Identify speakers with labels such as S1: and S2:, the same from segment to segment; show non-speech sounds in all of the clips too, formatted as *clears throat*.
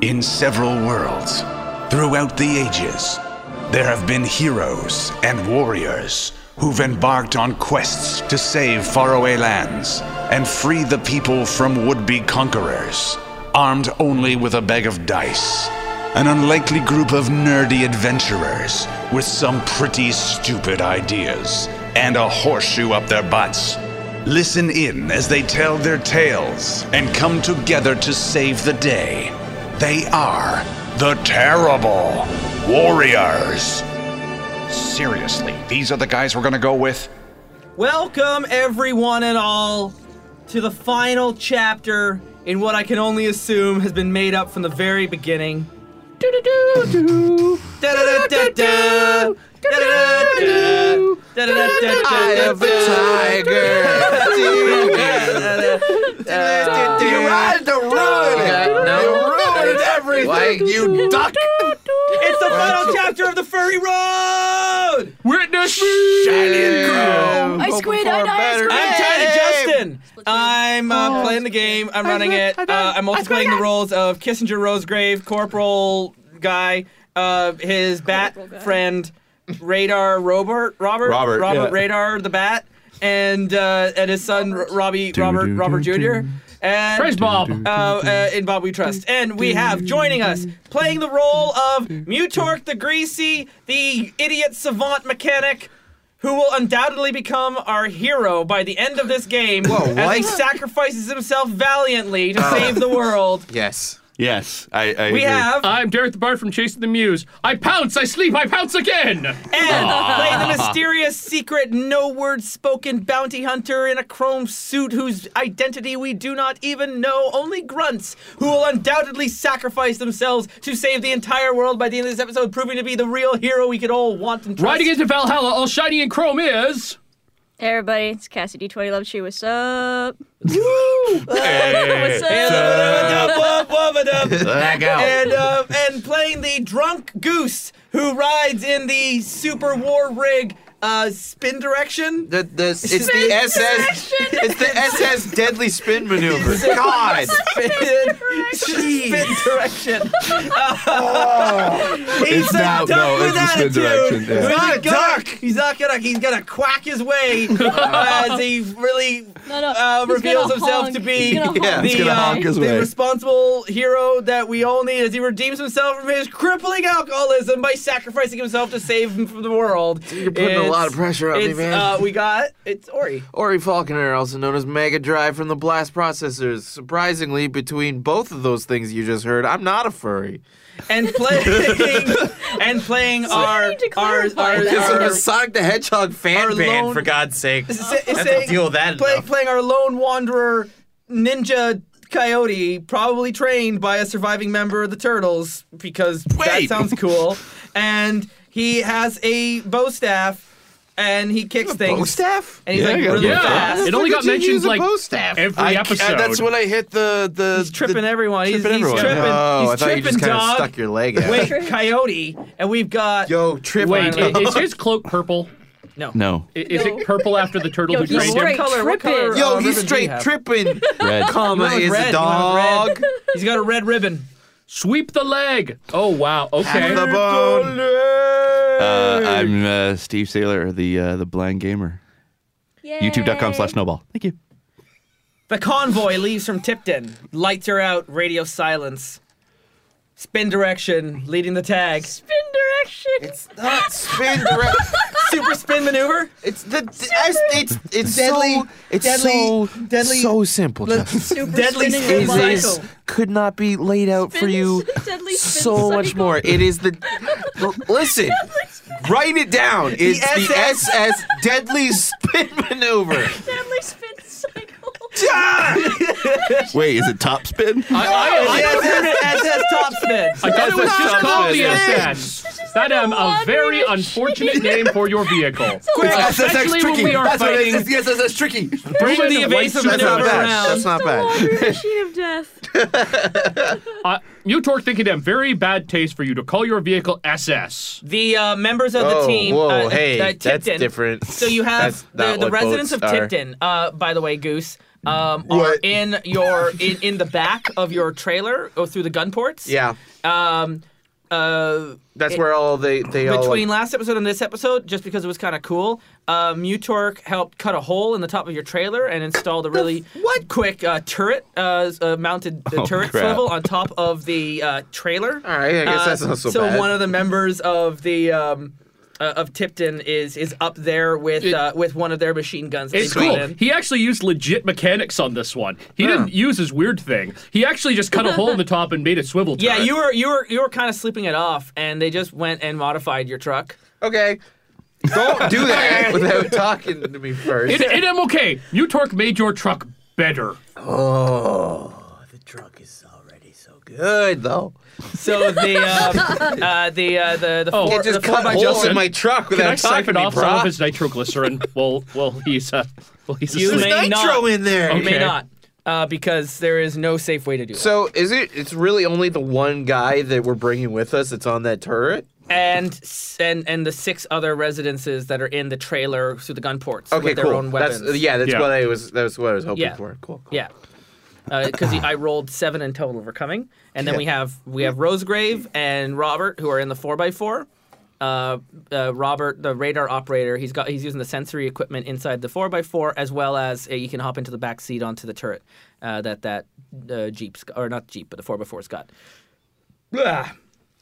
S1: In several worlds, throughout the ages, there have been heroes and warriors who've embarked on quests to save faraway lands and free the people from would be conquerors, armed only with a bag of dice. An unlikely group of nerdy adventurers with some pretty stupid ideas and a horseshoe up their butts. Listen in as they tell their tales and come together to save the day. They are the Terrible Warriors. Seriously, these are the guys we're gonna go with?
S2: Welcome, everyone and all, to the final chapter in what I can only assume has been made up from the very beginning. Da-da-da-da-da. Da-da-da-da. Da-da-da-da-da.
S3: Eye of a tiger. you had to ruin it.
S4: no.
S3: You ruined everything.
S4: Why,
S3: you duck.
S2: It's the final chapter of the Furry Road!
S4: Witness
S3: Alien
S5: I squid, I die, I squid.
S2: I'm Tiny Justin. I'm uh,
S5: Oh.
S2: playing the game. I'm running
S5: swear,
S2: it.
S5: I
S2: Uh,
S5: died.
S2: I'm
S5: I
S2: also playing the
S5: swear.
S2: roles of Kissinger Rosegrave, Corporal Guy, uh, his bat
S5: Corporal Guy.
S2: friend, Radar Robert, Robert,
S3: Robert, yeah.
S2: Radar the bat, and uh, and his son R- Robbie Robert Robert Jr. And
S4: Praise Bob.
S2: Uh, uh, in Bob We Trust, and we have joining us playing the role of Mutork the Greasy, the idiot savant mechanic, who will undoubtedly become our hero by the end of this game as he
S3: what?
S2: sacrifices himself valiantly to save the world.
S3: Yes.
S6: Yes, I. I
S2: We
S6: agree.
S2: have
S4: *laughs* I'm Derek the Bard from Chasing the Muse. I pounce, I sleep, I pounce again.
S2: and play the mysterious, secret, no word spoken bounty hunter in a chrome suit whose identity we do not even know, only grunts, who will undoubtedly sacrifice themselves to save the entire world by the end of this episode, proving to be the real hero we could all want and trust.
S4: Riding into Valhalla, all shiny and chrome is.
S5: Hey everybody, it's Cassidy Twenty Love Tree. What's up?
S2: *laughs*
S5: *laughs* What's up?
S2: *laughs*
S6: Black out.
S2: and uh, and playing the drunk goose who rides in the super war rig uh, spin direction.
S3: The, the, it's the SS. It's the SS Deadly Spin *laughs* Maneuver. God.
S2: Spin, spin direction. Oh. he's
S6: It's
S2: a
S6: not-
S2: duck
S6: no, it's
S2: with
S6: the spin
S2: attitude.
S6: direction, yeah.
S2: He's
S3: Not a
S2: gonna-
S3: duck.
S2: He's not gonna. He's gonna quack his way as he really
S5: No, no,
S2: uh,
S5: he's
S2: reveals
S5: gonna
S2: himself
S5: honk.
S2: to
S5: He's
S2: be
S5: gonna
S3: Yeah,
S5: honk.
S6: he's
S2: the,
S6: gonna
S2: uh,
S6: honk his
S2: the
S6: way.
S2: responsible hero that we all need as he redeems himself from his crippling alcoholism by sacrificing himself to save him from the world. You're
S3: putting a lot of pressure on me, man.
S2: Uh, we got it's Ori.
S3: Ori Falconer, also known as Mega Drive from the Blast Processors. Surprisingly, between both of those things you just heard, I'm not a furry.
S2: And
S3: *laughs*
S2: playing and playing our
S5: you need to
S2: our
S5: clarify
S2: our,
S5: that.
S3: It's
S2: our
S3: like a Sonic the Hedgehog fan
S2: our
S3: band,
S2: lone-
S3: for God's sake.
S2: sa-
S3: have to
S2: saying-
S3: deal with that
S2: play-
S3: enough.
S2: playing our lone wanderer ninja coyote, probably trained by a surviving member of the Turtles because that
S6: Wait.
S2: sounds cool. and he has a bow staff, and he kicks things.
S3: Bo staff?
S2: And he's
S6: Yeah,
S2: like
S6: I got a
S2: really
S6: bow
S4: Yeah.
S2: fast.
S4: It only
S3: Why
S4: got
S3: did you
S4: mentioned,
S3: use a
S4: like,
S3: bow staff?
S4: every
S3: I- I-
S4: episode.
S3: that's when I hit the the.
S2: He's tripping everyone. He's
S3: tripping
S2: he's
S3: everyone.
S2: tripping.
S3: Oh,
S2: he's
S3: I thought
S2: tripping,
S3: you just kinda
S2: dog.
S3: stuck your leg out.
S2: Wait,
S3: *laughs*
S2: coyote, and we've got
S3: Yo, trip.
S4: Wait,
S3: on it. *laughs*
S4: i- is his cloak purple?
S6: No.
S4: I- Is
S5: No.
S4: it purple after the
S5: *laughs*
S4: turtle
S5: Yo,
S4: who
S5: he's
S4: trained
S2: what
S4: him?
S5: straight
S2: color? What
S5: tripping.
S2: color?
S3: Yo,
S2: uh, ribbon do
S3: he's
S2: you
S3: straight
S2: have?
S3: tripping.
S6: Red.
S3: Comma
S2: He went
S3: is
S2: *laughs* red. He
S3: a
S2: went
S3: dog.
S2: red. *laughs* He's got a red ribbon.
S4: Sweep the leg. Oh wow. Okay.
S3: The bone.
S6: Uh, I'm uh, Steve Saylor, the uh, the blind gamer. YouTube.com slash snowball. Thank you.
S2: The convoy leaves from Tipton. Lights are out, radio silence. Spin direction, leading the tag.
S5: Spin direction.
S3: It's not spin direct.
S2: Super spin maneuver.
S3: It's the I, it's it's
S2: Deadly-
S3: so it's
S2: deadly-
S3: so
S2: deadly-
S3: so simple. Justin.
S5: Super
S2: Deadly
S5: spinning
S2: spin
S3: It is-
S2: cycle.
S3: could not be laid out for
S5: *laughs* Spin-
S3: you
S5: deadly spin
S3: so much
S5: cycle.
S3: more. It is the l-
S2: *laughs*
S3: listen. Write it down. It's the
S2: SS.
S3: SS Deadly Spin Maneuver.
S5: Deadly spin
S2: *laughs*
S5: cycle.
S6: Wait, is it top spin?
S4: I, I, I,
S2: Yes, SS top spin.
S3: *laughs*
S4: I thought it was
S3: That's
S4: just
S3: not
S4: called the
S3: spin.
S4: SS. That am a
S5: wondering
S4: very
S5: if she-
S4: unfortunate name for your
S5: *laughs*
S4: vehicle.
S2: Quick,
S4: It's
S3: that's, that's
S4: especially
S3: tricky.
S4: when we are
S3: that's what it
S4: fighting
S3: is. Yes, that's, that's tricky.
S2: bring
S4: Roman
S2: the
S4: white
S2: evasive
S4: supremacists.
S3: That's not
S2: maneuver
S3: bad. That's
S2: around.
S3: not bad.
S5: Laundry machine
S2: *laughs*
S5: of death.
S4: Uh, Mutork think it am very bad taste for you to call your vehicle SS.
S2: The uh, members of the
S3: Oh,
S2: team.
S3: whoa,
S2: uh,
S3: hey,
S2: uh,
S3: that's
S2: Tipton.
S3: different.
S2: So you have
S3: That's not
S2: the, the
S3: what
S2: residents of
S3: boats are.
S2: Tipton. Uh, by the way, Goose. Um, are
S3: What?
S2: in your in, in the back of your trailer or through the gun ports.
S3: Yeah,
S2: Um, uh,
S3: that's where all they they all. like-
S2: between last episode and this episode, just because it was kind of cool, uh, Mutork helped cut a hole in the top of your trailer and installed a really what quick uh, turret uh, uh, mounted uh,
S3: *laughs*
S6: Oh,
S2: turret
S6: crap.
S2: swivel on top of the uh, trailer.
S3: all right, I guess that's
S2: Uh,
S3: not so, bad.
S2: one of the members of the um, uh, of Tipton is is up there with
S4: It-
S2: uh, with one of their machine guns. that
S4: It's
S2: they brought
S4: cool.
S2: in.
S4: He actually used legit mechanics on this one. He didn't use his weird thing. He actually just cut a hole in
S2: *laughs*
S4: the top and made it swivel.
S2: Yeah,
S4: turret.
S2: you were you were you were kind of sleeping it off, and they just went and modified your truck.
S3: okay, don't
S2: *laughs*
S3: do that without talking to me first.
S4: It, it am okay. Mutork made your truck better.
S3: oh, the truck is already so good though.
S2: So
S3: *laughs*
S2: the um, uh, the uh, the the
S4: Oh.
S2: four,
S4: It
S3: just
S2: the four
S3: cut
S2: by
S3: holes
S2: four-
S3: in my truck
S4: Can I
S3: without talking
S4: siphon
S3: to me,
S4: off some
S3: brah.
S4: of
S2: *laughs*
S4: his nitroglycerin? well, well, he's uh, well, he's
S2: You
S4: asleep.
S2: may-
S3: There's nitro
S2: not.
S3: in there.
S2: You may
S4: Okay.
S2: not, uh, because there is no safe way to do it.
S3: So is it? It's really only the one guy that we're bringing with us that's on that turret.
S2: and s- and and the six other residences that are in the trailer through the gun ports
S3: Okay,
S2: with their
S3: cool.
S2: own weapons.
S3: That's, uh, yeah, that's
S4: Yeah.
S3: what I was. That was what I was hoping
S2: Yeah.
S3: for. Cool. cool.
S2: Yeah. Because I rolled seven in total for coming, and then we have we have Rosegrave and Robert who are in the four x four. Uh, uh, Robert, the radar operator, he's got he's using the sensory equipment inside the four x four, as well as uh, you can hop into the back seat onto the turret uh, that that uh, jeep's got, or not jeep, but the four x four's got. Ah.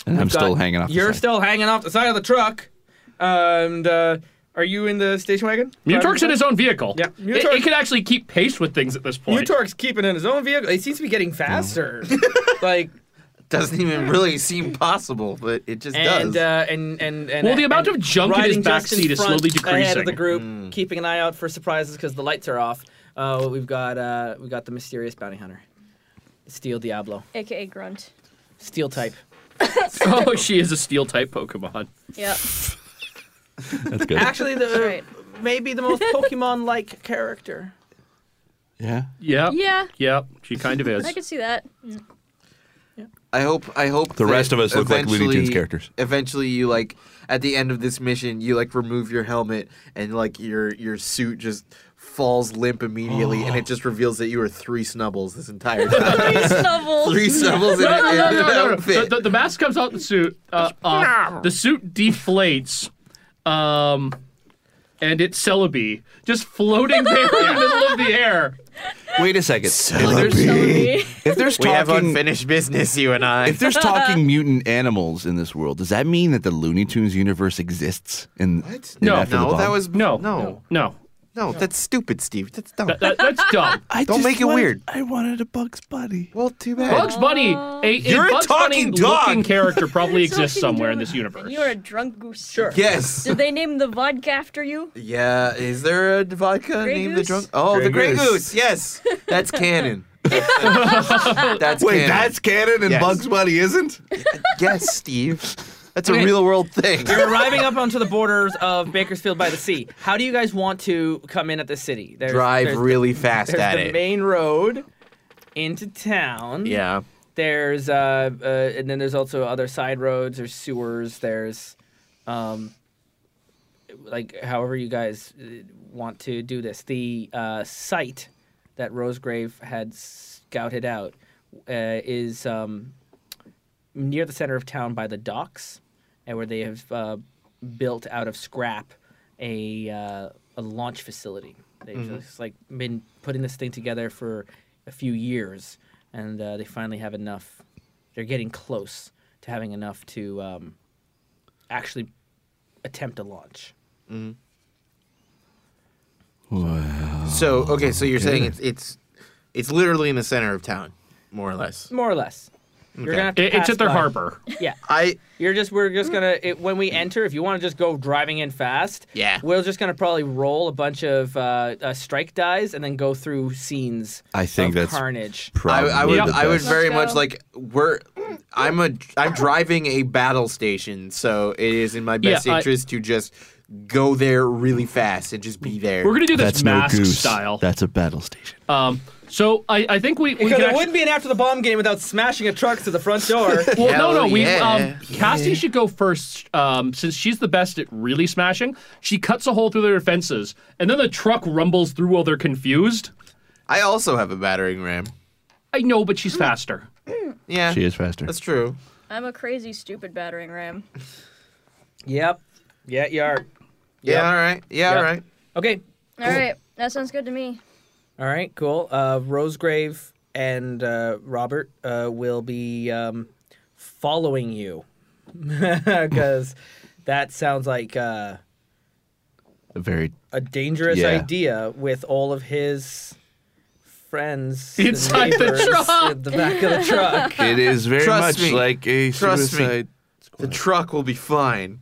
S6: And I'm
S2: Got-
S6: still hanging off. the
S2: You're
S6: side.
S2: still hanging off the side of the truck. And uh, are you in the station wagon?
S4: Mutork's in his own vehicle.
S2: Yeah,
S4: It,
S2: Mutork-
S4: it can actually keep pace with things at this point.
S2: Mutork's keeping in his own vehicle. He seems to be getting
S6: Mm. *laughs*
S2: faster. like
S3: Doesn't even really seem possible, but it just
S2: and,
S3: does.
S2: uh, and and and
S4: Well, the amount
S2: and
S4: of junk in his
S2: riding
S4: back
S2: just in
S4: seat is
S2: front,
S4: slowly
S2: Ahead of the
S4: decreasing.
S2: group,
S6: Mm.
S2: keeping an eye out for surprises because the lights are off. Uh, we've got uh, we got the mysterious bounty hunter, Steel Diablo,
S5: AKA Grunt.
S2: Steel
S6: *laughs*
S2: type. *laughs*
S4: oh, she is a steel type Pokemon.
S5: Yep.
S6: *laughs* That's good.
S2: Actually, the
S5: Right.
S2: maybe the
S6: *laughs*
S2: most Pokemon-like character.
S6: yeah.
S4: Yeah.
S5: Yeah.
S4: Yeah. She kind of
S5: I
S4: is.
S5: could see that.
S2: *laughs*
S3: I hope. I hope
S6: The
S3: that
S6: rest of us look like Looney Tunes
S3: eventually-
S6: characters.
S3: Eventually, you like at the end of this mission, you like remove your helmet and like your your suit just falls limp immediately,
S6: *gasps*
S3: and it just reveals that you were three snubbles this entire
S6: *laughs*
S3: time.
S5: Three snubbles.
S3: three snubbles in,
S4: No, no, no,
S3: in
S4: no,
S3: an
S4: no,
S3: *laughs*
S4: no.
S3: outfit.
S4: The, the, the mask comes off the suit. Uh, uh, the suit deflates, um, and it's Celebi just floating there in the middle of the air.
S6: Wait a second.
S5: There's celery.
S6: If there's talking,
S3: business, you and I.
S6: if there's talking mutant animals in this world, does that mean that the Looney Tunes universe exists? In, in
S4: No.
S6: After the
S3: no, that
S6: Bomb?
S3: was
S4: No,
S3: no,
S4: no.
S3: no. That's stupid, Steve. That's dumb.
S4: That, that's dumb.
S6: I
S3: Don't
S6: just
S3: make it
S6: wanted-
S3: weird.
S6: I wanted a Bugs Bunny.
S3: well, too bad.
S4: Bugs Bunny, a, a
S3: You're a
S4: Bugs
S3: talking
S4: Bunny
S3: dog.
S4: looking character probably exists
S5: Talking
S4: somewhere in
S5: dog.
S4: this universe.
S5: And You're a drunk goose.
S2: Sure.
S3: Yes.
S5: Did they name the vodka after you?
S3: Yeah, is there a vodka
S5: Grey
S3: named the
S5: Goose?
S3: drunk? Oh, the Grey
S1: Goose.
S3: Goose. Yes, that's canon. that's
S6: Wait,
S3: canon.
S6: that's canon, and
S3: Yes.
S6: Bugs Bunny isn't.
S3: yes, Steve. That's a
S2: Okay.
S3: real world thing.
S2: You're arriving up onto the borders of Bakersfield by the sea. How do you guys want to come in at the city? There's,
S3: Drive
S2: there's the-
S3: really fast
S2: there's
S3: at
S2: the
S3: it.
S2: main road into town.
S3: yeah.
S2: There's uh, uh, and then there's also other side roads. There's sewers. There's, um, like however you guys uh, want to do this. The uh, site that Rosegrave had scouted out uh, is um, near the center of town by the docks, and where they have uh, built out of scrap a uh, a launch facility. They've
S4: Mm-hmm.
S2: just like been putting this thing together for a few years, and uh, they finally have enough. They're getting close to having enough to um, actually attempt a launch.
S3: So okay, so you're saying it's it's it's literally in the center of town, more or less.
S2: More or less. You're
S3: Okay.
S2: gonna have to
S4: It- it's
S2: pass
S4: at their
S2: by-
S4: harbor.
S2: Yeah,
S3: I
S2: you're just we're just gonna it, when we enter. If you want to just go driving in fast,
S3: Yeah.
S2: we're just gonna probably roll a bunch of uh, uh, strike dies and then go through scenes.
S6: I think
S2: of
S6: that's
S2: carnage.
S3: I, I would
S4: Yep.
S3: I would very
S5: Let's
S3: much
S5: go.
S3: like we're I'm a I'm driving a battle station, so it is in my best
S4: Yeah, I-
S3: interest to just go there really fast and just be there.
S4: We're gonna do this
S6: That's Uh, no
S4: mask
S6: goose.
S4: style.
S6: That's a battle station.
S4: Um, so I, I think we, we
S2: Because
S4: can
S2: it
S4: actually-
S2: wouldn't be an after the bomb game without smashing a truck to the front
S6: *laughs*
S2: door.
S4: Well, no,
S3: Hell
S4: no. We
S3: yeah.
S4: um, Cassie should go first um, since she's the best at really smashing. She cuts a hole through their fences, and then the truck rumbles through while they're confused.
S3: I also have a battering ram.
S4: I know, but
S3: Hmm.
S4: she's faster.
S3: Yeah,
S6: She is faster.
S3: that's true.
S5: I'm a crazy, stupid battering ram.
S2: yep. Yeah, you are.
S3: Yeah,
S2: Yep.
S3: all right. Yeah,
S4: Yep.
S3: all right.
S2: Okay.
S5: All right, that sounds good to me.
S2: All right, cool. Uh, Rosegrave and uh, Robert uh, will be um, following you. *laughs* Because that sounds like uh,
S6: A very
S2: a dangerous
S6: Yeah.
S2: idea with all of his friends and
S4: Inside the
S2: neighbors
S4: truck.
S2: in the back of the truck.
S4: *laughs*
S6: It is very
S3: Trust
S6: much
S3: me.
S6: like a
S3: Trust me.
S6: suicide.
S3: The truck will be fine.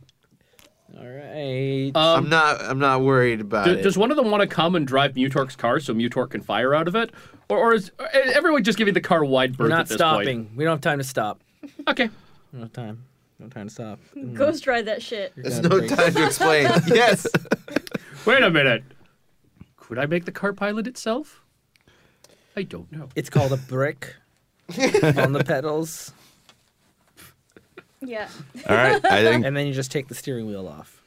S2: All right.
S4: Um,
S3: I'm not. I'm not worried about
S4: d-
S3: it.
S4: does one of them want to come and drive Mutork's car so Mutork can fire out of it, or, or is uh, everyone just giving the car wide berth
S2: We're
S4: at
S2: not
S4: this
S2: stopping. We don't have time to stop.
S4: point? Okay.
S2: No time. No time to stop.
S5: Ghost ride that shit.
S3: There's *laughs* no time to explain. *laughs* yes.
S4: Wait a minute. Could I make the car pilot itself? I don't know.
S2: It's called a brick on the pedals,
S5: Yeah.
S6: All right, I think.
S2: and then you just take the steering wheel off.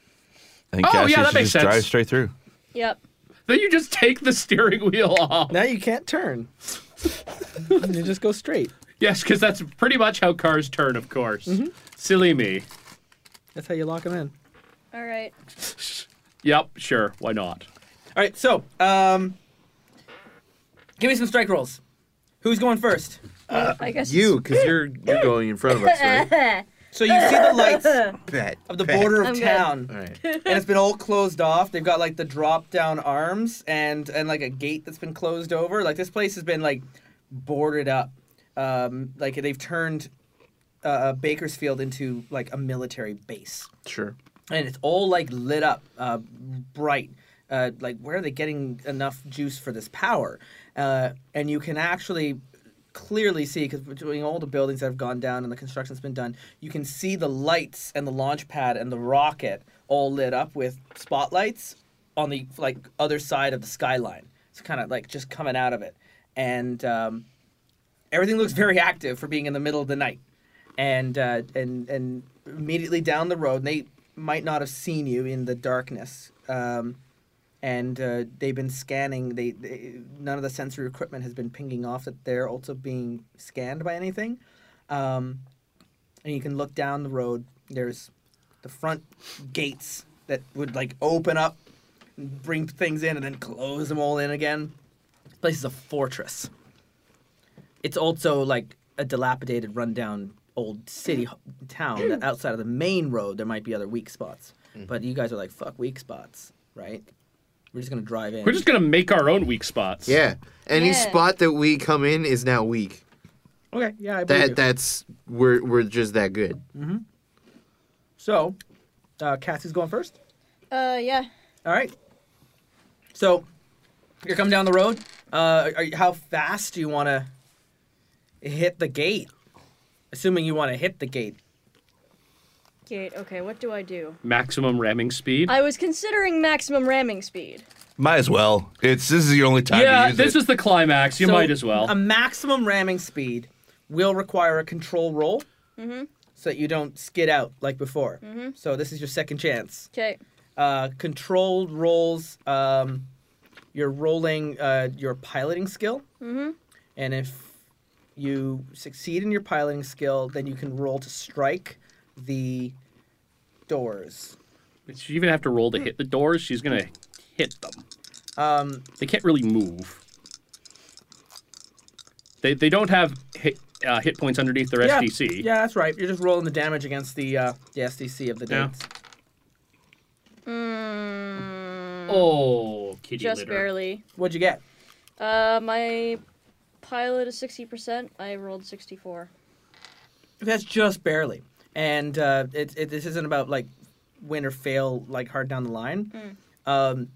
S6: I think
S4: Oh, yeah,
S6: Cassie
S4: that
S6: should
S4: makes
S6: just drive
S4: sense.
S6: straight through.
S5: Yep.
S4: Then you just take the steering wheel off.
S2: Now you can't turn. *laughs* you just go straight.
S4: Yes, because that's pretty much how cars turn, of course.
S5: Mm-hmm.
S4: Silly me.
S2: That's how you lock them in.
S5: All right.
S4: Yep, sure. Why not?
S2: All right, so um, give me some strike rolls. Who's going first?
S5: I guess
S3: You, because you're you're going in front of us, right?
S5: it's-
S2: So you see the lights of
S3: Bet.
S2: the border of
S5: I'm good.
S2: town,
S3: *laughs* All right.
S2: and it's been all closed off. They've got like the drop down arms and and like a gate that's been closed over. Like this place has been like boarded up. Um, like they've turned uh, uh, Bakersfield into like a military base.
S3: Sure.
S2: and it's all like lit up, uh, bright. Uh, like where are they getting enough juice for this power? Uh, and you can actually clearly see because between all the buildings that have gone down and the construction's been done, you can see the lights and the launch pad and the rocket all lit up with spotlights on the like other side of the skyline. It's kind of like just coming out of it, and um, everything looks very active for being in the middle of the night and uh, and and immediately down the road they might not have seen you in the darkness um, and uh, they've been scanning they, they none of the sensory equipment has been pinging off that they're also being scanned by anything um, and you can look down the road there's the front gates that would like open up and bring things in and then close them all in again this place is a fortress it's also like a dilapidated, rundown old city h- town
S3: *clears throat*
S2: that outside of the main road there might be other weak spots.
S3: Mm-hmm.
S2: But you guys are like, fuck weak spots, right? We're just gonna drive in.
S4: We're just going to make our own weak spots.
S3: Yeah. Any
S5: Yeah.
S3: spot that we come in is now weak.
S2: okay, yeah, I believe you.
S3: That that's we're we're just that good.
S2: So, uh, Cassie's going first.
S5: Uh, yeah.
S2: All right. So, you're coming down the road. Uh, are you, how fast do you want to hit the gate? Assuming you want to hit the gate.
S5: Gate. Okay. What do I do?
S4: Maximum ramming speed.
S5: I was considering maximum ramming speed.
S6: Might as well. It's this is your only time.
S4: yeah,
S6: to use
S4: this
S6: it.
S4: is the climax. You
S2: So,
S4: might as well.
S2: A
S5: um,
S2: maximum ramming speed will require a control roll so that you don't skid out like before. So this is your second chance.
S5: Okay.
S2: Uh, controlled rolls, um, you're rolling uh, your piloting skill. And if you succeed in your piloting skill, then you can roll to strike the doors.
S4: She even have to roll to hit the doors. She's going to hit them.
S2: Um,
S4: They can't really move. They, they don't have hit, uh, hit points underneath their
S2: yeah,
S4: SDC.
S2: yeah, that's right. You're just rolling the damage against the, uh, the SDC of the
S4: Yeah.
S2: dates.
S5: Mm,
S4: Oh, kitty
S5: just
S4: litter.
S5: barely.
S2: What'd you get?
S5: Uh, my pilot is sixty percent. I rolled sixty-four.
S2: That's just barely. And uh, it, it, this isn't about like win or fail like hard down the line. Um,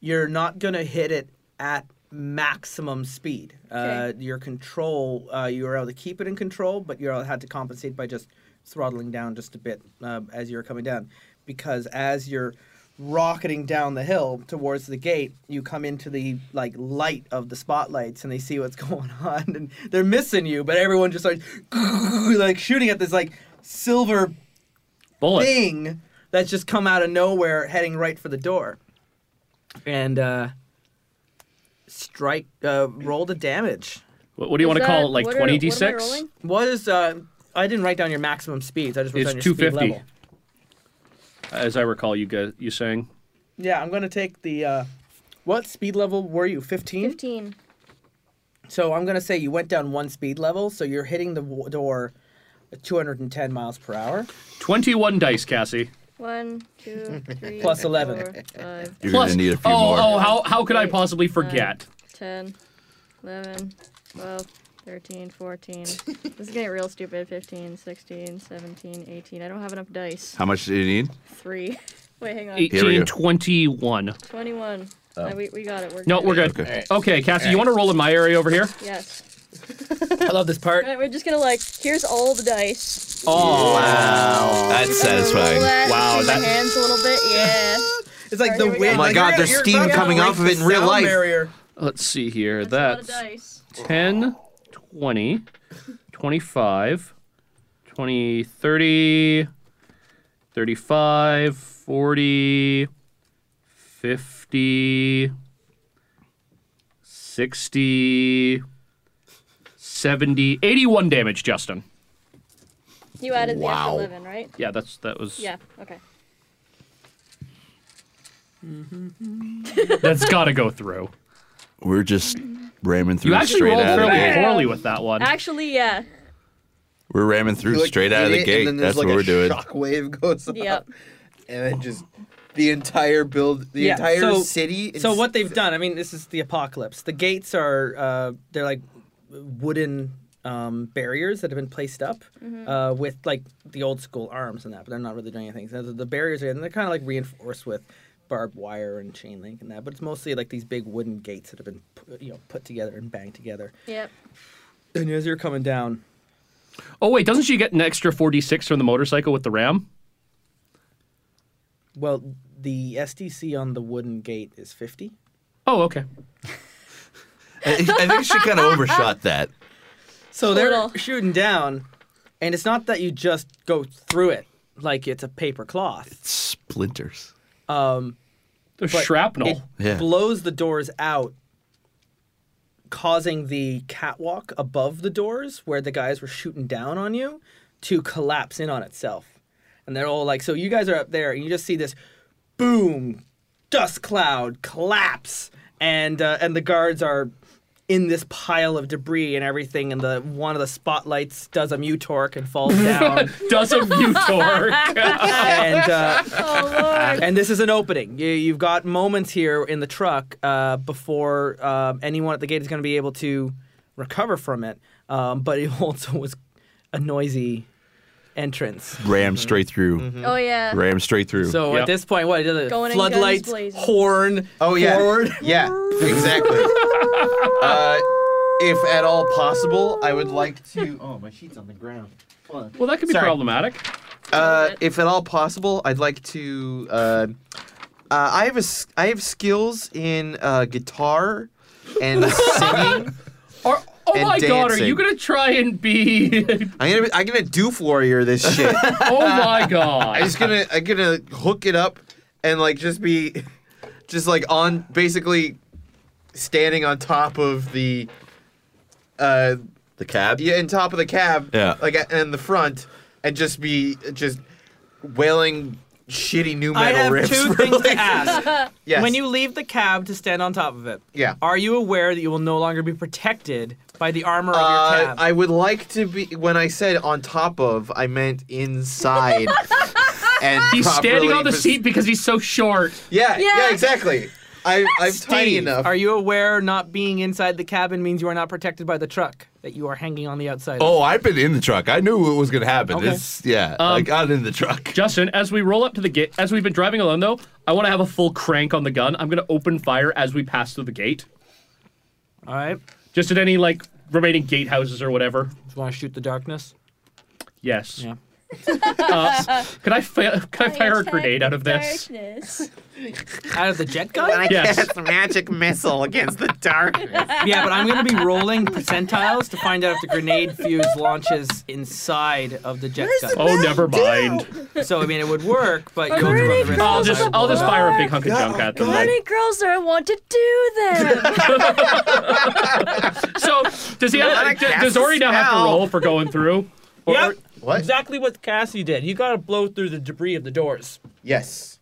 S2: you're not gonna hit it at maximum speed. Uh,
S5: Okay.
S2: your control, uh, you were able to keep it in control, but you had to compensate by just throttling down just a bit uh, as you were coming down. Because as you're rocketing down the hill towards the gate, you come into the like light of the spotlights, and they see what's *laughs* going on, and they're missing you. But everyone just starts *laughs* like shooting at this like silver
S4: Bullet.
S2: thing that's just come out of nowhere heading right for the door. And uh strike uh roll the damage.
S4: What, what do you want to call it? Like
S5: what are-
S4: twenty d
S5: what am I
S4: six?
S5: rolling?
S2: What is uh I didn't write down your maximum speeds. I just wrote
S4: It's
S2: down your speed
S4: 250.
S2: level.
S4: As I recall, you guys, you saying.
S2: Yeah, I'm going to take the uh what speed level were you? 15?
S5: 15.
S2: So I'm going to say you went down one speed level, so you're hitting the w- door at 210 miles per hour.
S4: 21 dice, Cassie.
S5: One,
S4: *laughs*
S5: two, three,
S2: Plus 11.
S5: four, five,
S6: You're
S4: Plus,
S6: gonna need a
S4: oh,
S6: few more.
S4: oh, how, how could I possibly forget?
S5: 10, 11, 12, 13, 14. this is getting real stupid. 15, 16, 17, 18. I don't have enough dice.
S6: How much do you need?
S5: Three. *laughs* Wait, hang on.
S6: Here we
S4: 18,
S6: go.
S4: 21.
S5: 21. Uh, we, we got it. We're
S4: No, we're good. Okay,
S6: Okay.
S4: Cassie, you want to roll in my area over here?
S5: Yes.
S2: I love this part.
S5: All right, we're just gonna like, here's all the dice.
S4: Oh,
S6: That's
S5: Gonna roll
S6: satisfying.
S5: that,
S4: Wow,
S5: clean my
S4: that-
S5: hands a little bit. Yeah.
S2: It's like
S5: Alright,
S2: the
S5: here we go.
S2: wind.
S5: Oh my
S2: like,
S3: God,
S2: you're-
S3: there's
S2: you're
S3: steam
S2: about to
S3: coming off of
S2: break
S3: it
S2: the
S3: in real
S2: sound
S3: life.
S2: barrier.
S4: let's see here.
S5: That's a lot of
S4: That's,
S5: dice.
S4: 10, 20, 25, 20, 30, 35, 40, 50, 60, 70, 81 damage, Justin.
S5: You added
S6: Wow.
S5: the extra 11, right?
S4: Yeah, that's that was
S5: Yeah. Okay.
S4: that's got to
S5: *laughs*
S4: go through.
S6: We're just ramming through
S4: You actually
S6: straight
S4: rolled
S6: out of the
S4: fairly
S6: gate.
S4: poorly with that one.
S5: Actually, yeah.
S6: We're ramming through
S3: You, like,
S6: straight out of
S3: hit
S6: the
S3: it,
S6: gate.
S3: And then there's,
S6: That's
S3: like
S6: what
S3: a
S6: we're doing.
S3: Shockwave goes up.
S5: Yep.
S3: And then just the entire build, the
S2: Yeah,
S3: entire
S2: so-
S3: city.
S2: So
S3: is-
S2: what they've done, I mean, this is the apocalypse. The gates are uh, they're like wooden um, barriers that have been placed up uh, with like the old school arms and that, but they're not really doing anything. So the- the barriers are and they're kind of like reinforced with barbed wire and chain link and that, but it's mostly like these big wooden gates that have been pu- you know put together and banged together.
S5: Yep.
S2: And as you're coming down,
S4: Oh wait, doesn't she get an extra 46 from the motorcycle with the ram?
S2: well, the SDC on the wooden gate is fifty.
S4: Oh, okay.
S6: *laughs* I think she kind of overshot that.
S2: So they're
S5: Little.
S2: shooting down, and it's not that you just go through it like it's a paper cloth.
S6: Splinters.
S4: There's
S2: but
S4: shrapnel. *laughs*
S2: It
S6: Yeah.
S2: blows the doors out, causing the catwalk above the doors where the guys were shooting down on you to collapse in on itself. And they're all like, so you guys are up there, and you just see this boom, dust cloud collapse, and uh, and the guards are in this pile of debris and everything, and the one of the spotlights does a mu torque and falls down,
S4: Does a mutor.
S2: and. Uh,
S5: Oh
S2: *laughs*
S5: lord.
S2: and this is an opening. You, you've got moments here in the truck uh, before uh, anyone at the gate is going to be able to recover from it. Um, but it *laughs* also was a noisy entrance.
S6: Ram straight through.
S4: Mm-hmm.
S5: Oh yeah.
S6: Ram straight through.
S2: So
S4: Yeah.
S2: at this point, what? It
S5: Going
S2: does
S5: in, guns
S2: floodlights,
S5: blazing.
S2: horn,
S3: Oh yeah.
S2: forward.
S3: Yeah.
S2: *laughs*
S3: Exactly. uh, if at all possible, I would like to. Oh, my sheet's on the ground. Hold on.
S4: well, that could be
S3: Sorry.
S4: problematic.
S3: Uh, if at all possible, I'd like to. Uh, uh, I have a s- I have skills in uh, guitar and singing.
S4: Or, oh
S3: And
S4: my god, are
S3: dancing.
S4: you gonna try and be? *laughs*
S3: I'm gonna be, I'm gonna doof warrior this shit. *laughs*
S4: oh my
S3: I'm
S4: god!
S3: just gonna I'm gonna hook it up and like just be, just like on basically, standing on top of the. Uh,
S6: the cab.
S3: yeah, in top of the cab.
S6: Yeah.
S3: Like a- in the front, and just be just wailing shitty new
S2: I have
S3: metal riffs.
S2: two
S3: *laughs* for,
S2: things
S3: like-
S2: to ask.
S3: Yes.
S2: When you leave the cab to stand on top of it,
S3: Yeah.
S2: are you aware that you will no longer be protected by the armor on your
S3: Uh,
S2: cab?
S3: I would like to be. When I said on top of, I meant
S2: *laughs*
S3: inside. and
S4: He's standing
S3: properly
S4: on the
S3: pres-
S4: seat because he's so short.
S3: Yeah, yeah,
S5: Yeah.
S3: exactly. I, I'm tiny
S2: Steve,
S3: enough.
S2: Are you aware not being inside the cabin means you are not protected by the truck that you are hanging on the outside? of?
S6: Oh, I've been in the truck. I knew what was gonna happen.
S2: Okay.
S6: It's yeah.
S4: Um,
S6: I got in the truck.
S4: Justin, as we roll up to the gate, as we've been driving alone though, I want to have a full crank on the gun. I'm gonna open fire as we pass through the gate.
S7: All right.
S4: Just at any like remaining gatehouses or whatever.
S7: Just want to shoot the darkness.
S4: Yes.
S7: Yeah.
S4: Uh, can I fa- *laughs* can I fire a grenade out of this? *laughs*
S5: Darkness.
S7: Out of the jet
S3: And I
S7: gun?
S4: Yes.
S3: cast magic missile against the darkness.
S7: yeah, but I'm going to be rolling percentiles to find out if the grenade fuse launches inside of the jet
S8: Where's
S7: gun.
S4: Oh, never mind.
S7: So, I mean, it would work, but
S5: Are
S7: you'll
S5: there
S7: run the
S5: any
S7: risk.
S4: I'll
S7: of
S4: just I'll just fire a big hunk of junk at them.
S5: How many girls do I want to do them?
S4: So does he?
S3: Let
S4: Have,
S3: it
S4: d-
S3: cast
S4: does
S3: a
S4: Ori now have to
S3: spell.
S4: roll for going through? Or,
S7: Yep.
S3: What?
S7: Exactly what Cassie did. You got to blow through the debris of the doors.
S3: Yes.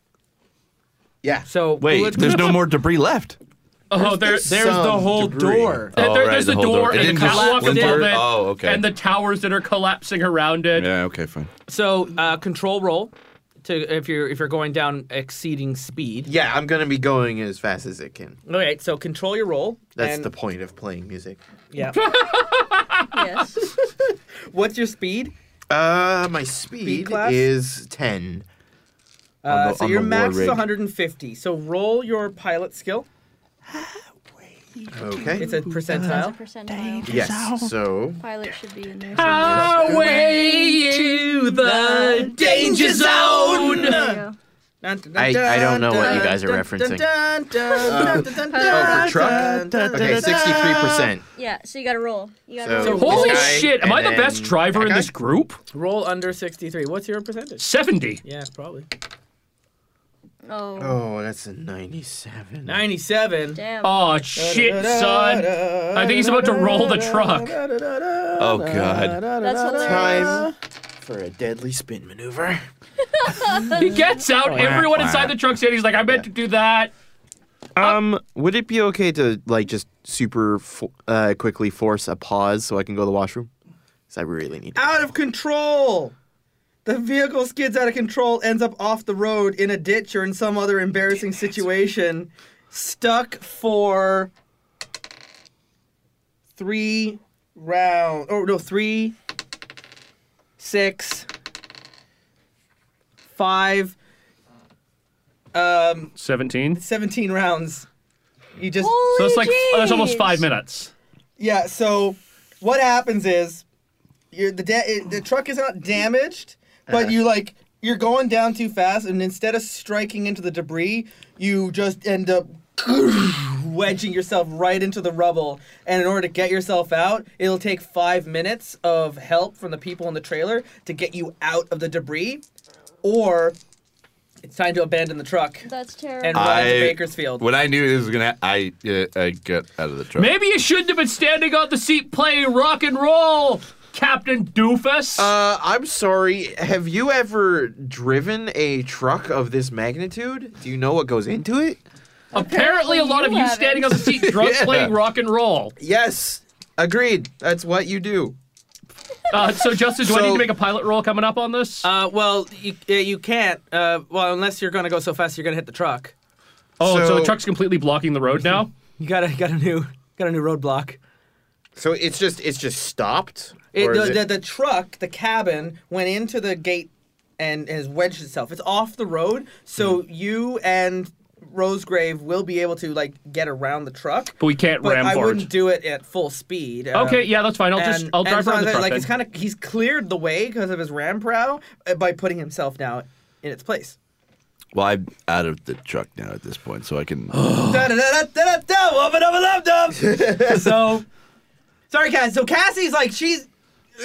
S3: Yeah.
S7: So
S6: Wait,
S7: let's-
S6: there's no more debris left.
S4: oh, there,
S3: There's
S7: there's the
S3: some
S7: whole
S3: debris.
S7: door.
S4: there-
S6: Oh, right,
S4: there's
S6: the
S4: the
S6: whole
S4: door and
S6: door. It
S4: the
S6: didn't just
S4: catwalk above
S7: splinter?
S4: it,
S6: Oh, okay.
S4: and the towers that are collapsing around it.
S6: Yeah. Okay. Fine.
S7: So uh, control roll to if you're if you're going down exceeding speed.
S3: Yeah, I'm gonna be going as fast as it can.
S7: All right, so control your roll.
S3: That's
S7: and-
S3: the point of playing music.
S7: *laughs* yeah.
S5: *laughs* yes.
S7: What's your speed?
S3: Uh, my speed
S7: class?
S3: is ten.
S7: Uh,
S6: the-
S7: so
S6: on
S7: your
S6: the war
S7: max is
S6: rig.
S7: 150. So roll your pilot skill.
S3: Okay.
S7: It's a percentile.
S5: percentile.
S3: yes. So
S5: Pilot should be in there.
S7: Away to the danger zone.
S5: somewhere.
S3: I- I don't know what you guys are referencing.
S5: Oh,
S3: the truck? okay, sixty-three percent.
S5: *laughs* Yeah, so you gotta roll. You gotta
S3: So
S5: roll.
S7: So-
S4: Holy
S3: this guy,
S4: shit! Am I
S3: and
S4: the best
S3: then
S4: driver
S3: that
S4: in
S3: guy?
S4: this group?
S7: Roll under 63. What's your percentage?
S4: Seventy.
S7: Yeah, probably.
S5: Oh,
S3: Oh, that's a ninety-seven.
S7: 97.
S5: damn.
S4: Oh shit, son! I think he's about to roll the truck.
S6: Oh god.
S5: That's hilarious.
S7: Uh.
S3: Time for a deadly spin maneuver.
S4: He gets out. Everyone inside the truck said he's like, "I meant to do that."
S3: Um, would it be okay to like just super fo- uh, quickly force a pause so I can go to the washroom? Because I really need. To-
S2: out of control. The vehicle skids out of control, ends up off the road in a ditch or in some other embarrassing situation, stuck for three round. Oh no, three, six, five, um,
S4: Seventeen.
S2: seventeen rounds. You just
S5: Holy
S4: So that's like oh, that's almost
S5: jeez.
S4: five minutes.
S2: Yeah. So what happens is you're, the da- it- the truck is not damaged, but you like you're going down too fast, and instead of striking into the debris, you just end up *clears throat* wedging yourself right into the rubble. And in order to get yourself out, it'll take five minutes of help from the people in the trailer to get you out of the debris, or it's time to abandon the truck
S5: That's
S2: and
S5: terrible.
S2: run into
S6: I-
S2: Bakersfield.
S6: When I knew this was gonna, I uh, I got out of the truck.
S4: Maybe you shouldn't have been standing on the seat playing rock and roll, Captain Doofus.
S3: uh, I'm sorry. Have you ever driven a truck of this magnitude? Do you know what goes into it?
S4: Apparently, a lot of
S5: you
S4: you
S5: haven't.
S4: standing on the seat drunk
S6: Yeah.
S4: playing rock and roll.
S3: Yes. Agreed. That's what you do.
S4: Uh, so, Justin, do I need
S3: So-
S4: to make a pilot roll coming up on this?
S7: Uh, well, you, uh, you can't. Uh, well, unless you're gonna go so fast, you're gonna hit the truck.
S4: oh, so, the
S3: so-
S4: truck's completely blocking the road now.
S7: You got a got a new got a new roadblock.
S3: So it's just it's just stopped.
S2: It,
S3: Or is
S2: the, the,
S3: it-
S2: the truck, the cabin, went into the gate and has wedged itself. It's off the road, so
S4: Hmm.
S2: you and Rosegrave will be able to like get around the truck.
S4: But we can't
S2: But
S4: ram
S2: I
S4: hard.
S2: wouldn't do it at full speed. um,
S4: okay, yeah, that's fine. I'll
S2: and-
S4: just I'll
S2: and
S4: drive
S2: it's not
S4: around the
S2: that,
S4: truck.
S2: Like
S4: then.
S2: it's kind of he's cleared the way because of his ram prow uh, by putting himself now in its place.
S6: Well, I'm out of the truck now at this point, so I can.
S2: Da-da-da-da-da-da, wubba-dubba-dub-dub. So, sorry, Cass. So Cassie's like she's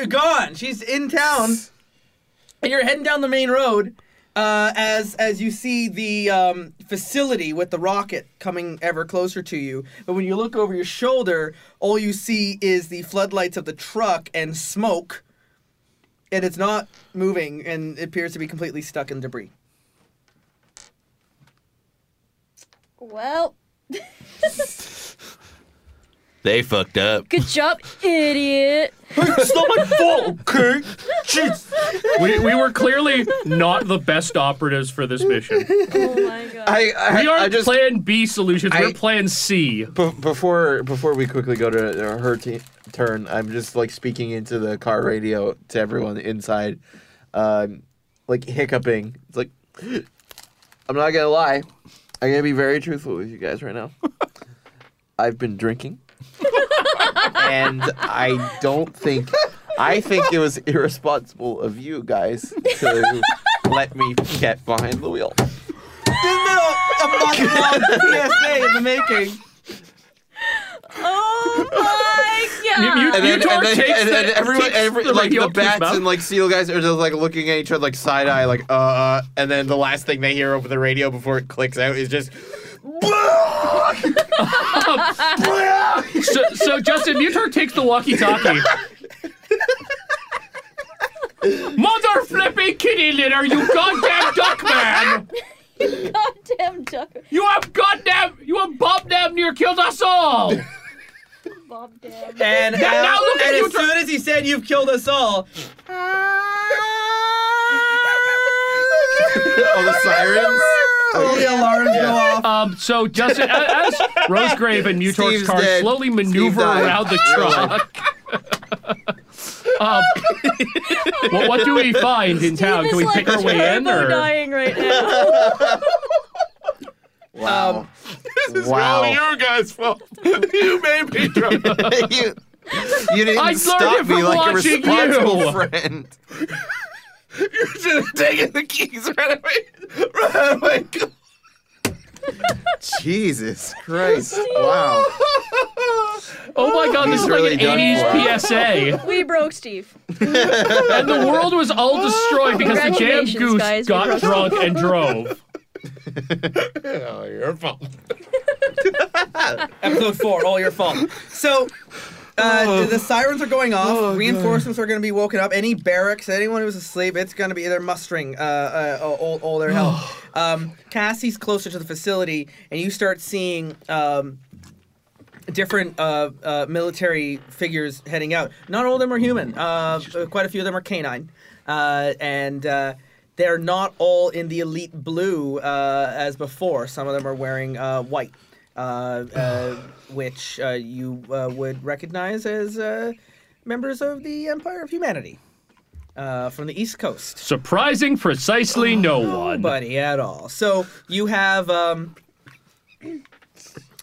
S2: gone. She's in town, and you're heading down the main road. Uh, as as you see the um, facility with the rocket coming ever closer to you, but when you look over your shoulder, all you see is the floodlights of the truck and smoke, and it's not moving and it appears to be completely stuck in debris.
S5: Well,
S6: They fucked up.
S5: good job, idiot.
S4: it's not my fault. Okay, we we were clearly not the best operatives for this mission.
S5: *laughs* Oh my god.
S3: I I,
S4: We
S3: I
S4: aren't
S3: just
S4: Plan B solutions.
S3: I-
S4: we're Plan C.
S3: be- before before we quickly go to uh, her t- turn. I'm just like speaking into the car radio to everyone inside, um, like hiccuping. It's like I'm not gonna lie. I'm gonna be very truthful with you guys right now. I've been drinking. and I don't think I think it was irresponsible of you guys to let me get behind the wheel.
S2: PSA in the making.
S5: Oh my god!
S4: *laughs* You- you-
S3: And then,
S4: Utar
S3: and then,
S4: takes
S3: and then
S4: the-
S3: everyone,
S4: takes
S3: every,
S4: the
S3: like
S4: radio
S3: the
S4: up to his
S3: bats
S4: mouth.
S3: and like seal guys are just like looking at each other like side eye, like uh, uh, and then the last thing they hear over the radio before it clicks out is just.
S4: so, so Justin Mutar takes the *laughs* walkie-talkie. Mother flipping kitty litter, you goddamn duck man!
S5: Goddamn duck.
S4: You have goddamn, you have Bob damn near killed us all.
S5: Bob damn.
S2: And, uh,
S4: now look at
S2: and
S4: you
S2: as
S4: try-
S2: soon as he said, "You've killed us all,"
S3: All the sirens.
S2: *laughs* all the alarms go off.
S4: Um, so Justin, a- as Rosegrave and Mutar's
S3: Steve's
S4: car
S3: dead.
S4: slowly maneuver
S3: died.
S4: around the truck. *laughs* um, what, what do we find in town? Can we
S5: Steve is,
S4: pick our
S5: like,
S4: way in,
S5: turbo
S4: or
S5: dying right now.
S3: Wow.
S2: Um,
S4: *laughs*
S3: wow.
S6: guys' fault.
S3: You made me drunk. *laughs* you, you didn't
S4: I learned it
S3: stop
S4: from
S3: me like a
S4: watching
S3: responsible
S4: *laughs* you.
S3: friend.
S6: should have taken the keys right away.
S3: Oh my god. *laughs* Jesus Christ. Wow.
S4: Oh my god,
S3: He's
S4: this is like
S3: really
S4: an
S3: done
S5: *laughs*
S3: for.
S4: 80s PSA.
S5: we broke Steve.
S4: And the world was
S5: *laughs*
S4: all destroyed because the jam
S5: Congratulations,
S4: goose
S5: guys, we
S4: got
S5: crushed it.
S4: drunk
S5: *laughs*
S4: and drove.
S3: Oh, your fault.
S2: Episode four, all your fault. So, uh, the sirens are going off. Reinforcements are going to be woken up. Any barracks, anyone who's asleep, it's going to be they're mustering uh, uh, all, all their help. um, Cassie's closer to the facility, and you start seeing um, different uh, uh, military figures heading out. Not all of them are human. Uh, quite a few of them are canine, uh, and. Uh, they're not all in the elite blue uh, as before. Some of them are wearing uh, white uh, uh, which uh, you uh, would recognize as uh, members of the Empire of Humanity uh, from the East Coast.
S4: Surprising precisely no one.
S2: Nobody at all. So you have um,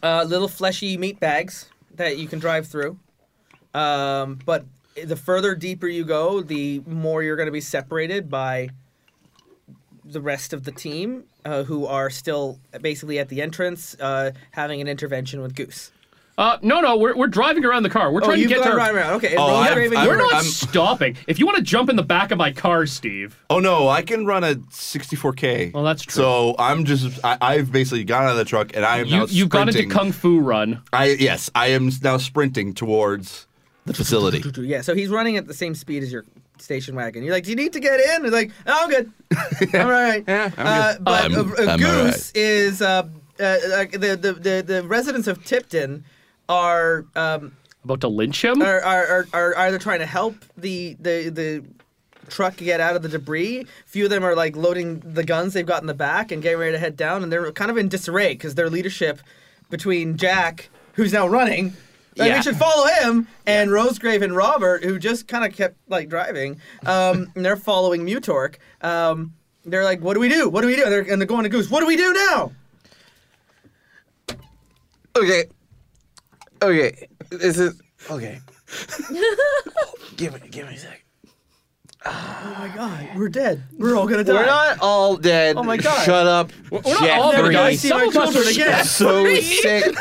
S2: uh, little fleshy meat bags that you can drive through. Um, but the further deeper you go, the more you're going to be separated by the rest of the team uh, who are still basically at the entrance uh, having an intervention with Goose.
S4: Uh, no, no, we're, we're driving around the car. We're
S2: Oh,
S4: trying to
S2: you've
S4: get to
S2: gone
S4: our...
S2: right around. Okay,
S6: Oh,
S2: Rose
S6: I've-
S2: Raven,
S6: I've-
S2: you're
S4: We're not
S6: I'm-
S4: stopping. If you want to jump in the back of my car, Steve.
S6: Oh no, I can run a 64k.
S4: Well, that's true.
S6: So I'm just I, I've basically gotten out of the truck and I am now
S4: You, you got into
S6: sprinting.
S4: Kung Fu Run.
S6: I yes, I am now sprinting towards the facility.
S2: *laughs* Yeah, so he's running at the same speed as your station wagon. You're like, do you need to get in? He's like, no, I'm
S6: *laughs*
S2: good. I'm all right.
S6: Yeah, I'm
S2: uh,
S6: good.
S2: but
S6: I'm-
S2: uh, uh,
S6: I'm all
S2: Goose
S6: right.
S2: is uh, uh, like the, the, the, the residents of Tipton are, um,
S4: About to lynch him?
S6: Uh,
S2: are, are, are, are either trying to help the, the, the truck get out of the debris. Few of them are like loading the guns they've got in the back and getting ready to head down, and they're kind of in disarray because their leadership between Jack, who's now running, like,
S4: Yeah.
S2: we should follow him, and Rosegrave and Robert, who just kind of kept like driving, um, *laughs* and they're following Mutork. Um, they're like, "What do we do? What do we do?" And they're, and they're going to Goose. What do we do now?
S3: Okay. Okay. This is *laughs* okay. give me give me a sec.
S2: Oh my God, we're dead. We're all gonna die.
S3: We're not all dead. Oh
S2: my God.
S3: Shut up.
S4: we're not all
S2: Never gonna
S3: Jeffrey.
S4: gonna die.
S2: see
S4: Some
S2: my
S4: of us are
S2: children again.
S3: So sick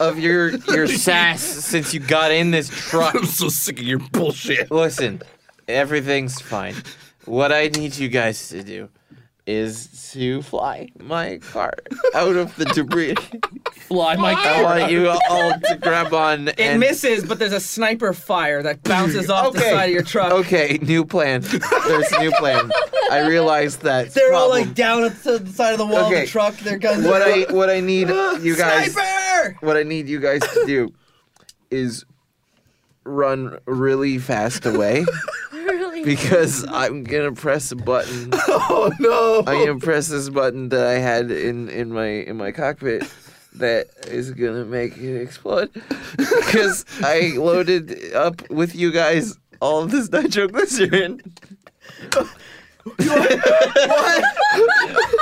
S3: of your your sass since you got in this truck.
S6: I'm so sick of your bullshit.
S3: Listen, everything's fine. What I need you guys to do is to fly my car out of the debris.
S4: Fly my
S3: I
S4: car.
S3: want you all to grab on
S2: It
S3: and
S2: misses, but there's a sniper fire that bounces off the
S3: Okay.
S2: side of your truck.
S3: Okay, new plan. There's a new plan. I realized that.
S2: They're all
S3: problem.
S2: like down at the side of the wall of
S3: Okay.
S2: the truck. Their guns.
S3: what
S2: are
S3: I what I need you guys
S2: Sniper!
S3: what I need you guys to do is run really fast away
S5: Really?
S3: because I'm gonna press a button.
S6: Oh no.
S9: *laughs*
S3: I'm gonna press this button that I had in in my in my cockpit that is gonna make it explode *laughs* because I
S9: *laughs*
S3: loaded up with you guys all of this nitroglycerin. what?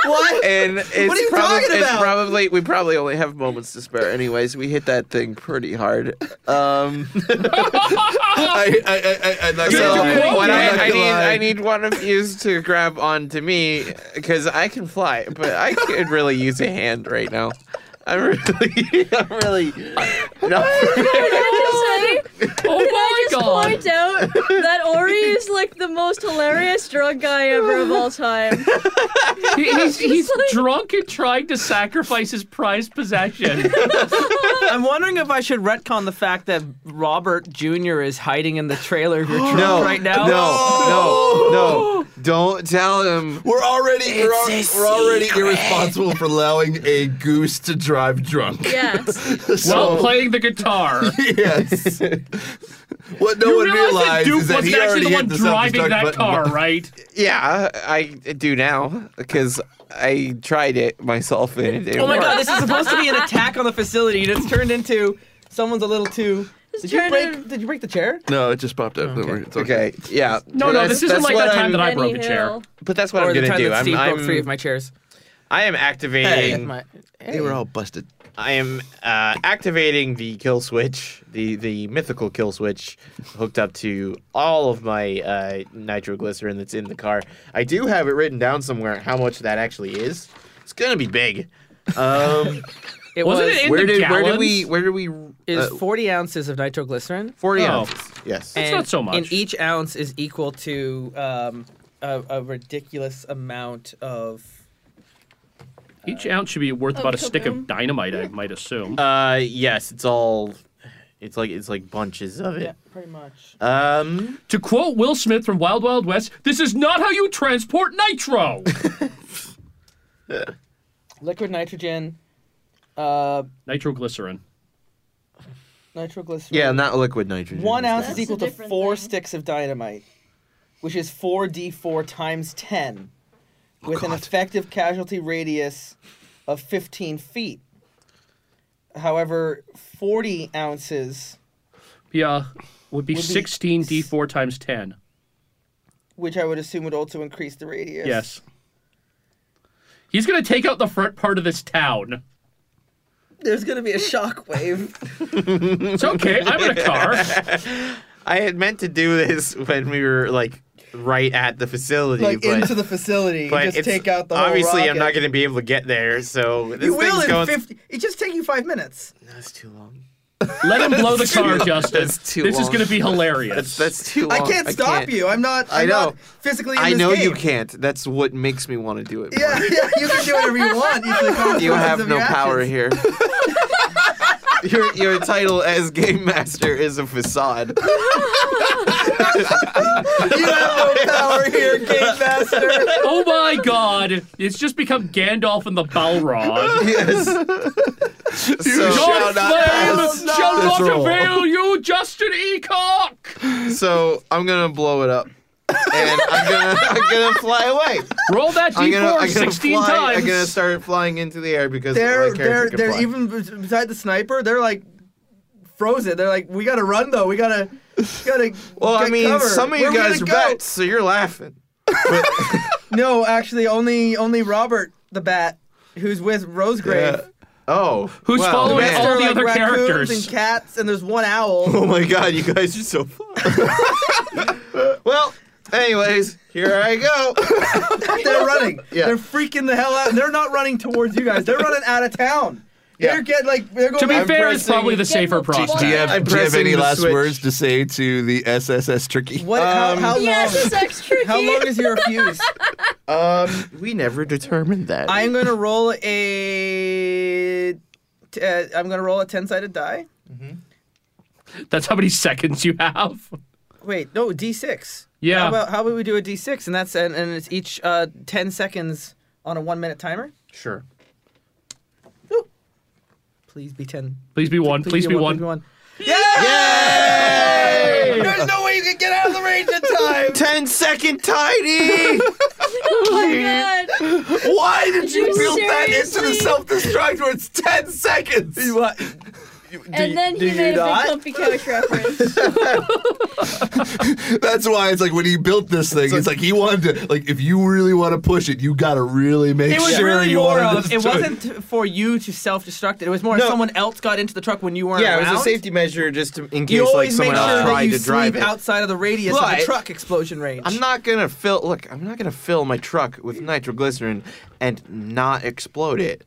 S9: What?
S3: And it's
S9: are you
S3: probab-
S9: talking
S3: it's
S9: about?
S3: probably we probably only have moments to spare. Anyways, we hit that thing pretty hard. Um,
S6: I, I, I, I, I'm not
S3: so
S6: gonna lie.
S4: joking.
S3: what
S6: I'm not
S3: I, I
S6: gonna
S3: need
S6: lie.
S3: I need one of you to grab onto me because I can fly, but I could really use a hand right now. I'm really, *laughs* I'm really. No.
S5: I just say?
S4: *laughs* Oh
S5: Can I
S4: my
S5: just
S4: god!
S5: point out that Ori is like the most hilarious drunk guy ever of all time.
S4: He- he's he's drunk and trying to sacrifice his prized
S6: *laughs*
S4: possession.
S2: I'm wondering if I should retcon the fact that Robert Jr. is hiding in the trailer
S3: *gasps*
S2: of your truck right now.
S3: no, no, no! Don't tell him.
S6: We're already we're, al- we're already irresponsible for allowing a goose to drive drunk.
S5: Yeah.
S4: While playing the
S6: *laughs*
S4: guitar.
S6: yes. what no
S4: You
S6: one
S4: realize that
S6: realized
S4: Duke
S6: is that
S4: wasn't
S6: he
S4: actually
S6: already
S4: the
S6: hit
S4: one
S6: the
S4: driving
S6: self-destruct
S4: that
S6: button.
S4: car, right?
S6: *laughs*
S3: Yeah, I do now because I tried it myself and it didn't
S2: Oh my
S3: work.
S2: god, this is supposed to be an attack on the facility, and it's turned into someone's a little too. Did you
S5: turned
S2: break?
S5: in-
S2: Did you break the chair?
S6: No, it just popped up. Don't worry, it's
S3: Okay, yeah.
S4: No,
S3: but
S4: no,
S3: that's-
S4: this isn't
S3: that's
S4: like
S3: what
S4: that time
S3: I'm-
S4: that I
S5: Benny
S4: broke a chair.
S5: Hill.
S3: But that's what I'm
S2: or the
S3: gonna
S2: time
S3: do.
S2: that
S3: I'm,
S2: Steve broke three of
S3: I'm,
S2: my chairs.
S3: I am
S2: Hey,
S3: activating.
S2: my-
S6: They were all busted.
S3: I am uh, activating the kill switch, the the mythical kill switch, hooked up to all of my uh, nitroglycerin that's in the car. I do have it written down somewhere how much that actually is. It's gonna be big. Um,
S2: it
S4: Wasn't
S2: was
S4: it in
S6: Where
S4: the
S6: did where
S4: gallons?
S6: did we where did we
S2: is
S6: uh,
S2: 40 ounces of nitroglycerin.
S3: forty
S4: Oh.
S3: ounces. Yes.
S4: It's
S2: and-
S4: not so much.
S2: And each ounce is equal to um, a, a ridiculous amount of.
S4: Each ounce should be worth about a stick
S5: kaboom.
S4: of dynamite, I might assume.
S3: Uh, yes. It's all. It's like it's like bunches of it.
S2: pretty much.
S5: Uh,
S3: Um,
S4: to quote Will Smith from Wild Wild West, this is not how you transport
S6: *laughs*
S4: nitro.
S2: Liquid nitrogen, uh,
S4: Nitroglycerin.
S2: nitroglycerin.
S3: yeah, not liquid nitrogen.
S2: One ounce
S5: That's
S2: is equal
S5: a
S2: to
S5: different
S2: four
S5: thing.
S2: sticks of dynamite, which is 4d4 times 10,
S5: Oh,
S2: with an effective casualty radius of 15 feet. However, 40 ounces,
S4: Yeah, would be
S2: Would be
S4: 16 d4 times 10.
S2: which I would assume would also increase the radius.
S4: Yes. He's going to take out the front part of this town.
S2: There's going to be a *laughs* shockwave.
S4: It's okay, I'm in a car.
S3: I had meant to do this *laughs* when we were like right at the facility,
S2: like
S3: but
S2: into the facility.
S3: but
S2: you just
S3: it's-
S2: take out the whole
S3: obviously I'm not
S2: rocket.
S3: going to be able to get there. So this
S2: You will
S3: thing's
S2: in
S3: going.
S2: 50. It just take you five minutes.
S3: That's too long.
S4: Let him blow the car, Justin.
S3: that's too
S4: this is
S3: long.
S4: going to be
S3: That's
S4: hilarious.
S3: that's too long.
S2: I can't stop
S3: can't.
S2: you. I'm not. I'm
S3: I know.
S2: Not physically. In
S3: I
S2: this
S3: know
S2: game.
S3: you can't. That's what makes me want to do it.
S2: *laughs*
S3: more.
S2: Yeah, yeah, you can do whatever you want. You,
S3: *laughs* You have no power here. *laughs* your your title as game master is a facade. *laughs*
S2: You have no
S3: *laughs*
S2: power here, Game Master.
S4: oh my god. It's just become Gandalf and the Balrog.
S6: yes. so,
S4: John
S6: pass
S4: Flames shall
S6: this
S4: not
S6: roll.
S4: avail you, Justin Eacock!
S3: So I'm gonna blow it up, and I'm gonna *laughs* I'm gonna fly away.
S4: Roll that
S3: I'm
S4: d4
S3: gonna, I'm gonna
S4: 16
S3: fly,
S4: times.
S3: I'm gonna start flying into the air because
S2: They're
S3: my
S2: they're
S3: character can
S2: they're
S3: fly.
S2: even bes- beside the sniper. They're like frozen. They're like, we gotta run though. We gotta gotta.
S3: *laughs* Well, I
S2: get
S3: mean,
S2: cover.
S3: some of you
S2: Where we
S3: guys
S2: gonna
S3: are
S2: go?
S3: bats, so you're laughing.
S2: No, actually, only only Robert the bat, who's with Rosegrave.
S3: Yeah. Oh,
S4: Who's
S3: wow,
S4: following
S3: man.
S4: all
S2: There are,
S4: the
S2: like
S4: other
S2: raccoons
S4: characters.
S2: and cats, and there's one
S3: *laughs*
S2: owl.
S3: Oh my god, you guys are so fun. *laughs* well, anyways, here I go.
S2: they're running.
S3: Yeah.
S2: They're freaking the hell out. They're not running towards you guys. They're running out of town.
S3: Yeah.
S2: They're getting like they're going.
S4: to be
S3: I'm
S4: fair, it's
S3: pressing-
S4: probably the safer
S5: Get the
S4: process.
S6: Do you have,
S3: I'm
S6: do you have
S3: pressing
S6: any
S3: the
S6: last
S3: switch.
S6: words to say to the SSS Tricky?
S2: What?
S3: Um,
S2: how, how
S5: Yes,
S2: long?
S5: it's extra.
S2: How long is your fuse?
S3: Um, we never determined that.
S2: I'm going to roll a. T- uh, I'm going to roll a ten-sided die.
S4: That's how many seconds you have.
S2: Wait, no, D6.
S4: Yeah.
S2: How about how about we do a D6 and that's and, and it's each uh, ten seconds on a one-minute timer.
S3: sure.
S2: Please be ten.
S4: Please be one. Please, be one.
S2: There's no way you can get out of the range in time.
S3: *laughs* Ten
S2: *laughs*
S3: second tidy.
S5: *laughs* Oh my god.
S6: Why did you build that into the
S5: seriously?
S6: self destruct where it's 10 seconds?
S2: What?
S5: and then
S3: do
S5: he
S3: you
S5: made a
S3: not?
S5: big comfy couch
S4: *laughs*
S5: reference.
S8: That's why it's like when he built this thing, it's like he wanted to like if you really want to push it, you gotta really make
S2: It was
S8: sure
S2: really
S8: you
S2: more
S8: wanted
S2: of.
S8: to
S2: It
S8: do
S2: wasn't for you to self-destruct. It was more
S3: No.
S2: someone else got into the truck when you weren't
S3: Yeah, it
S2: around.
S3: was a safety measure just to, in case
S2: You
S3: like
S2: always
S3: someone
S2: make
S3: else
S2: sure that
S3: tried
S2: you
S3: to drive
S2: sleep
S3: it.
S2: outside of the radius of
S3: But-
S2: the truck explosion range.
S3: I'm not gonna fill. Look, I'm not gonna fill my truck with nitroglycerin and not
S2: *laughs*
S3: explode it.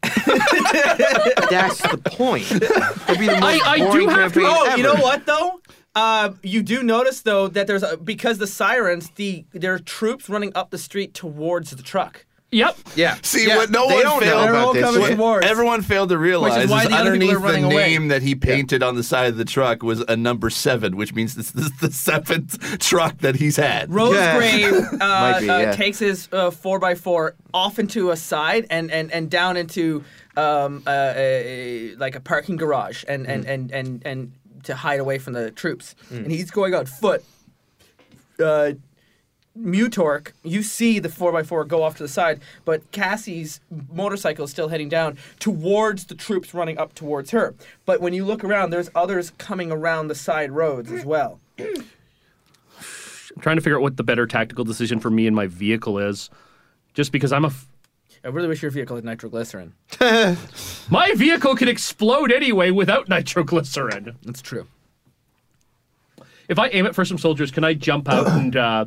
S3: That's the point. That'd be the most
S4: I do
S3: boring
S4: have to-
S3: campaign
S2: Oh,
S3: ever.
S2: you know what though? Uh, you do notice though that there's a, because the sirens, the there are troops running up the street towards the truck.
S4: Yep.
S3: Yeah.
S6: See,
S3: yeah,
S6: what no
S3: they
S6: one
S3: don't
S6: failed
S3: know
S2: They're
S6: about
S2: all
S3: about this
S2: coming
S3: yet.
S2: towards.
S6: Everyone failed to realize
S2: Which is why the other people
S6: underneath
S2: are running
S6: the
S2: away.
S6: name that he painted on the side of the truck was a number seven, which means this, this is the *laughs* seventh truck that he's had.
S3: Yeah.
S2: Rosegrave *laughs* uh,
S3: Might be,
S2: uh,
S3: yeah.
S2: takes his uh, 4x4 off into a side and, and, and down into um, uh, a, a- like a parking garage and, and,
S3: Mm.
S2: and, and, and to hide away from the troops. And he's going on foot. Uh, Mutork, you see the 4x4 go off to the side, but Cassie's motorcycle is still heading down towards the troops running up towards her. But when you look around, there's others coming around the side roads as well.
S4: I'm trying to figure out what the better tactical decision for me and my vehicle is. Just because I'm a. F-
S2: I really wish your vehicle had nitroglycerin.
S4: my vehicle can explode anyway without *laughs* nitroglycerin.
S2: That's true.
S4: If I aim it for some soldiers, can I jump out and uh,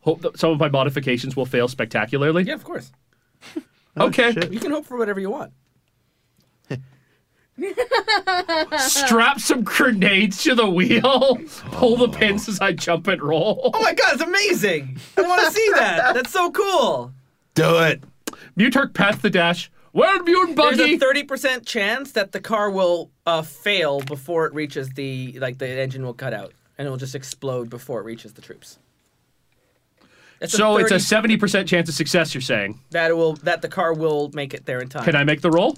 S4: hope that some of my modifications will fail spectacularly?
S2: Yeah, of course.
S4: Okay.
S2: *laughs* You can hope for whatever you want.
S4: Strap some grenades to the wheel. *laughs* Pull the pins as I jump and roll.
S2: Oh my god, it's amazing! I want
S4: *laughs*
S2: to see that. That's so cool.
S6: Do it.
S4: Mutark pats the dash. Well, Mune
S2: There's a
S4: Buggy.
S2: thirty percent chance that the car will uh, fail before it reaches the like the engine will cut out and it will just explode before it reaches the troops. That's
S4: so it's a
S2: 30
S4: seventy percent chance of success. You're saying?
S2: that it will that the car will make it there in time.
S4: Can I make the roll?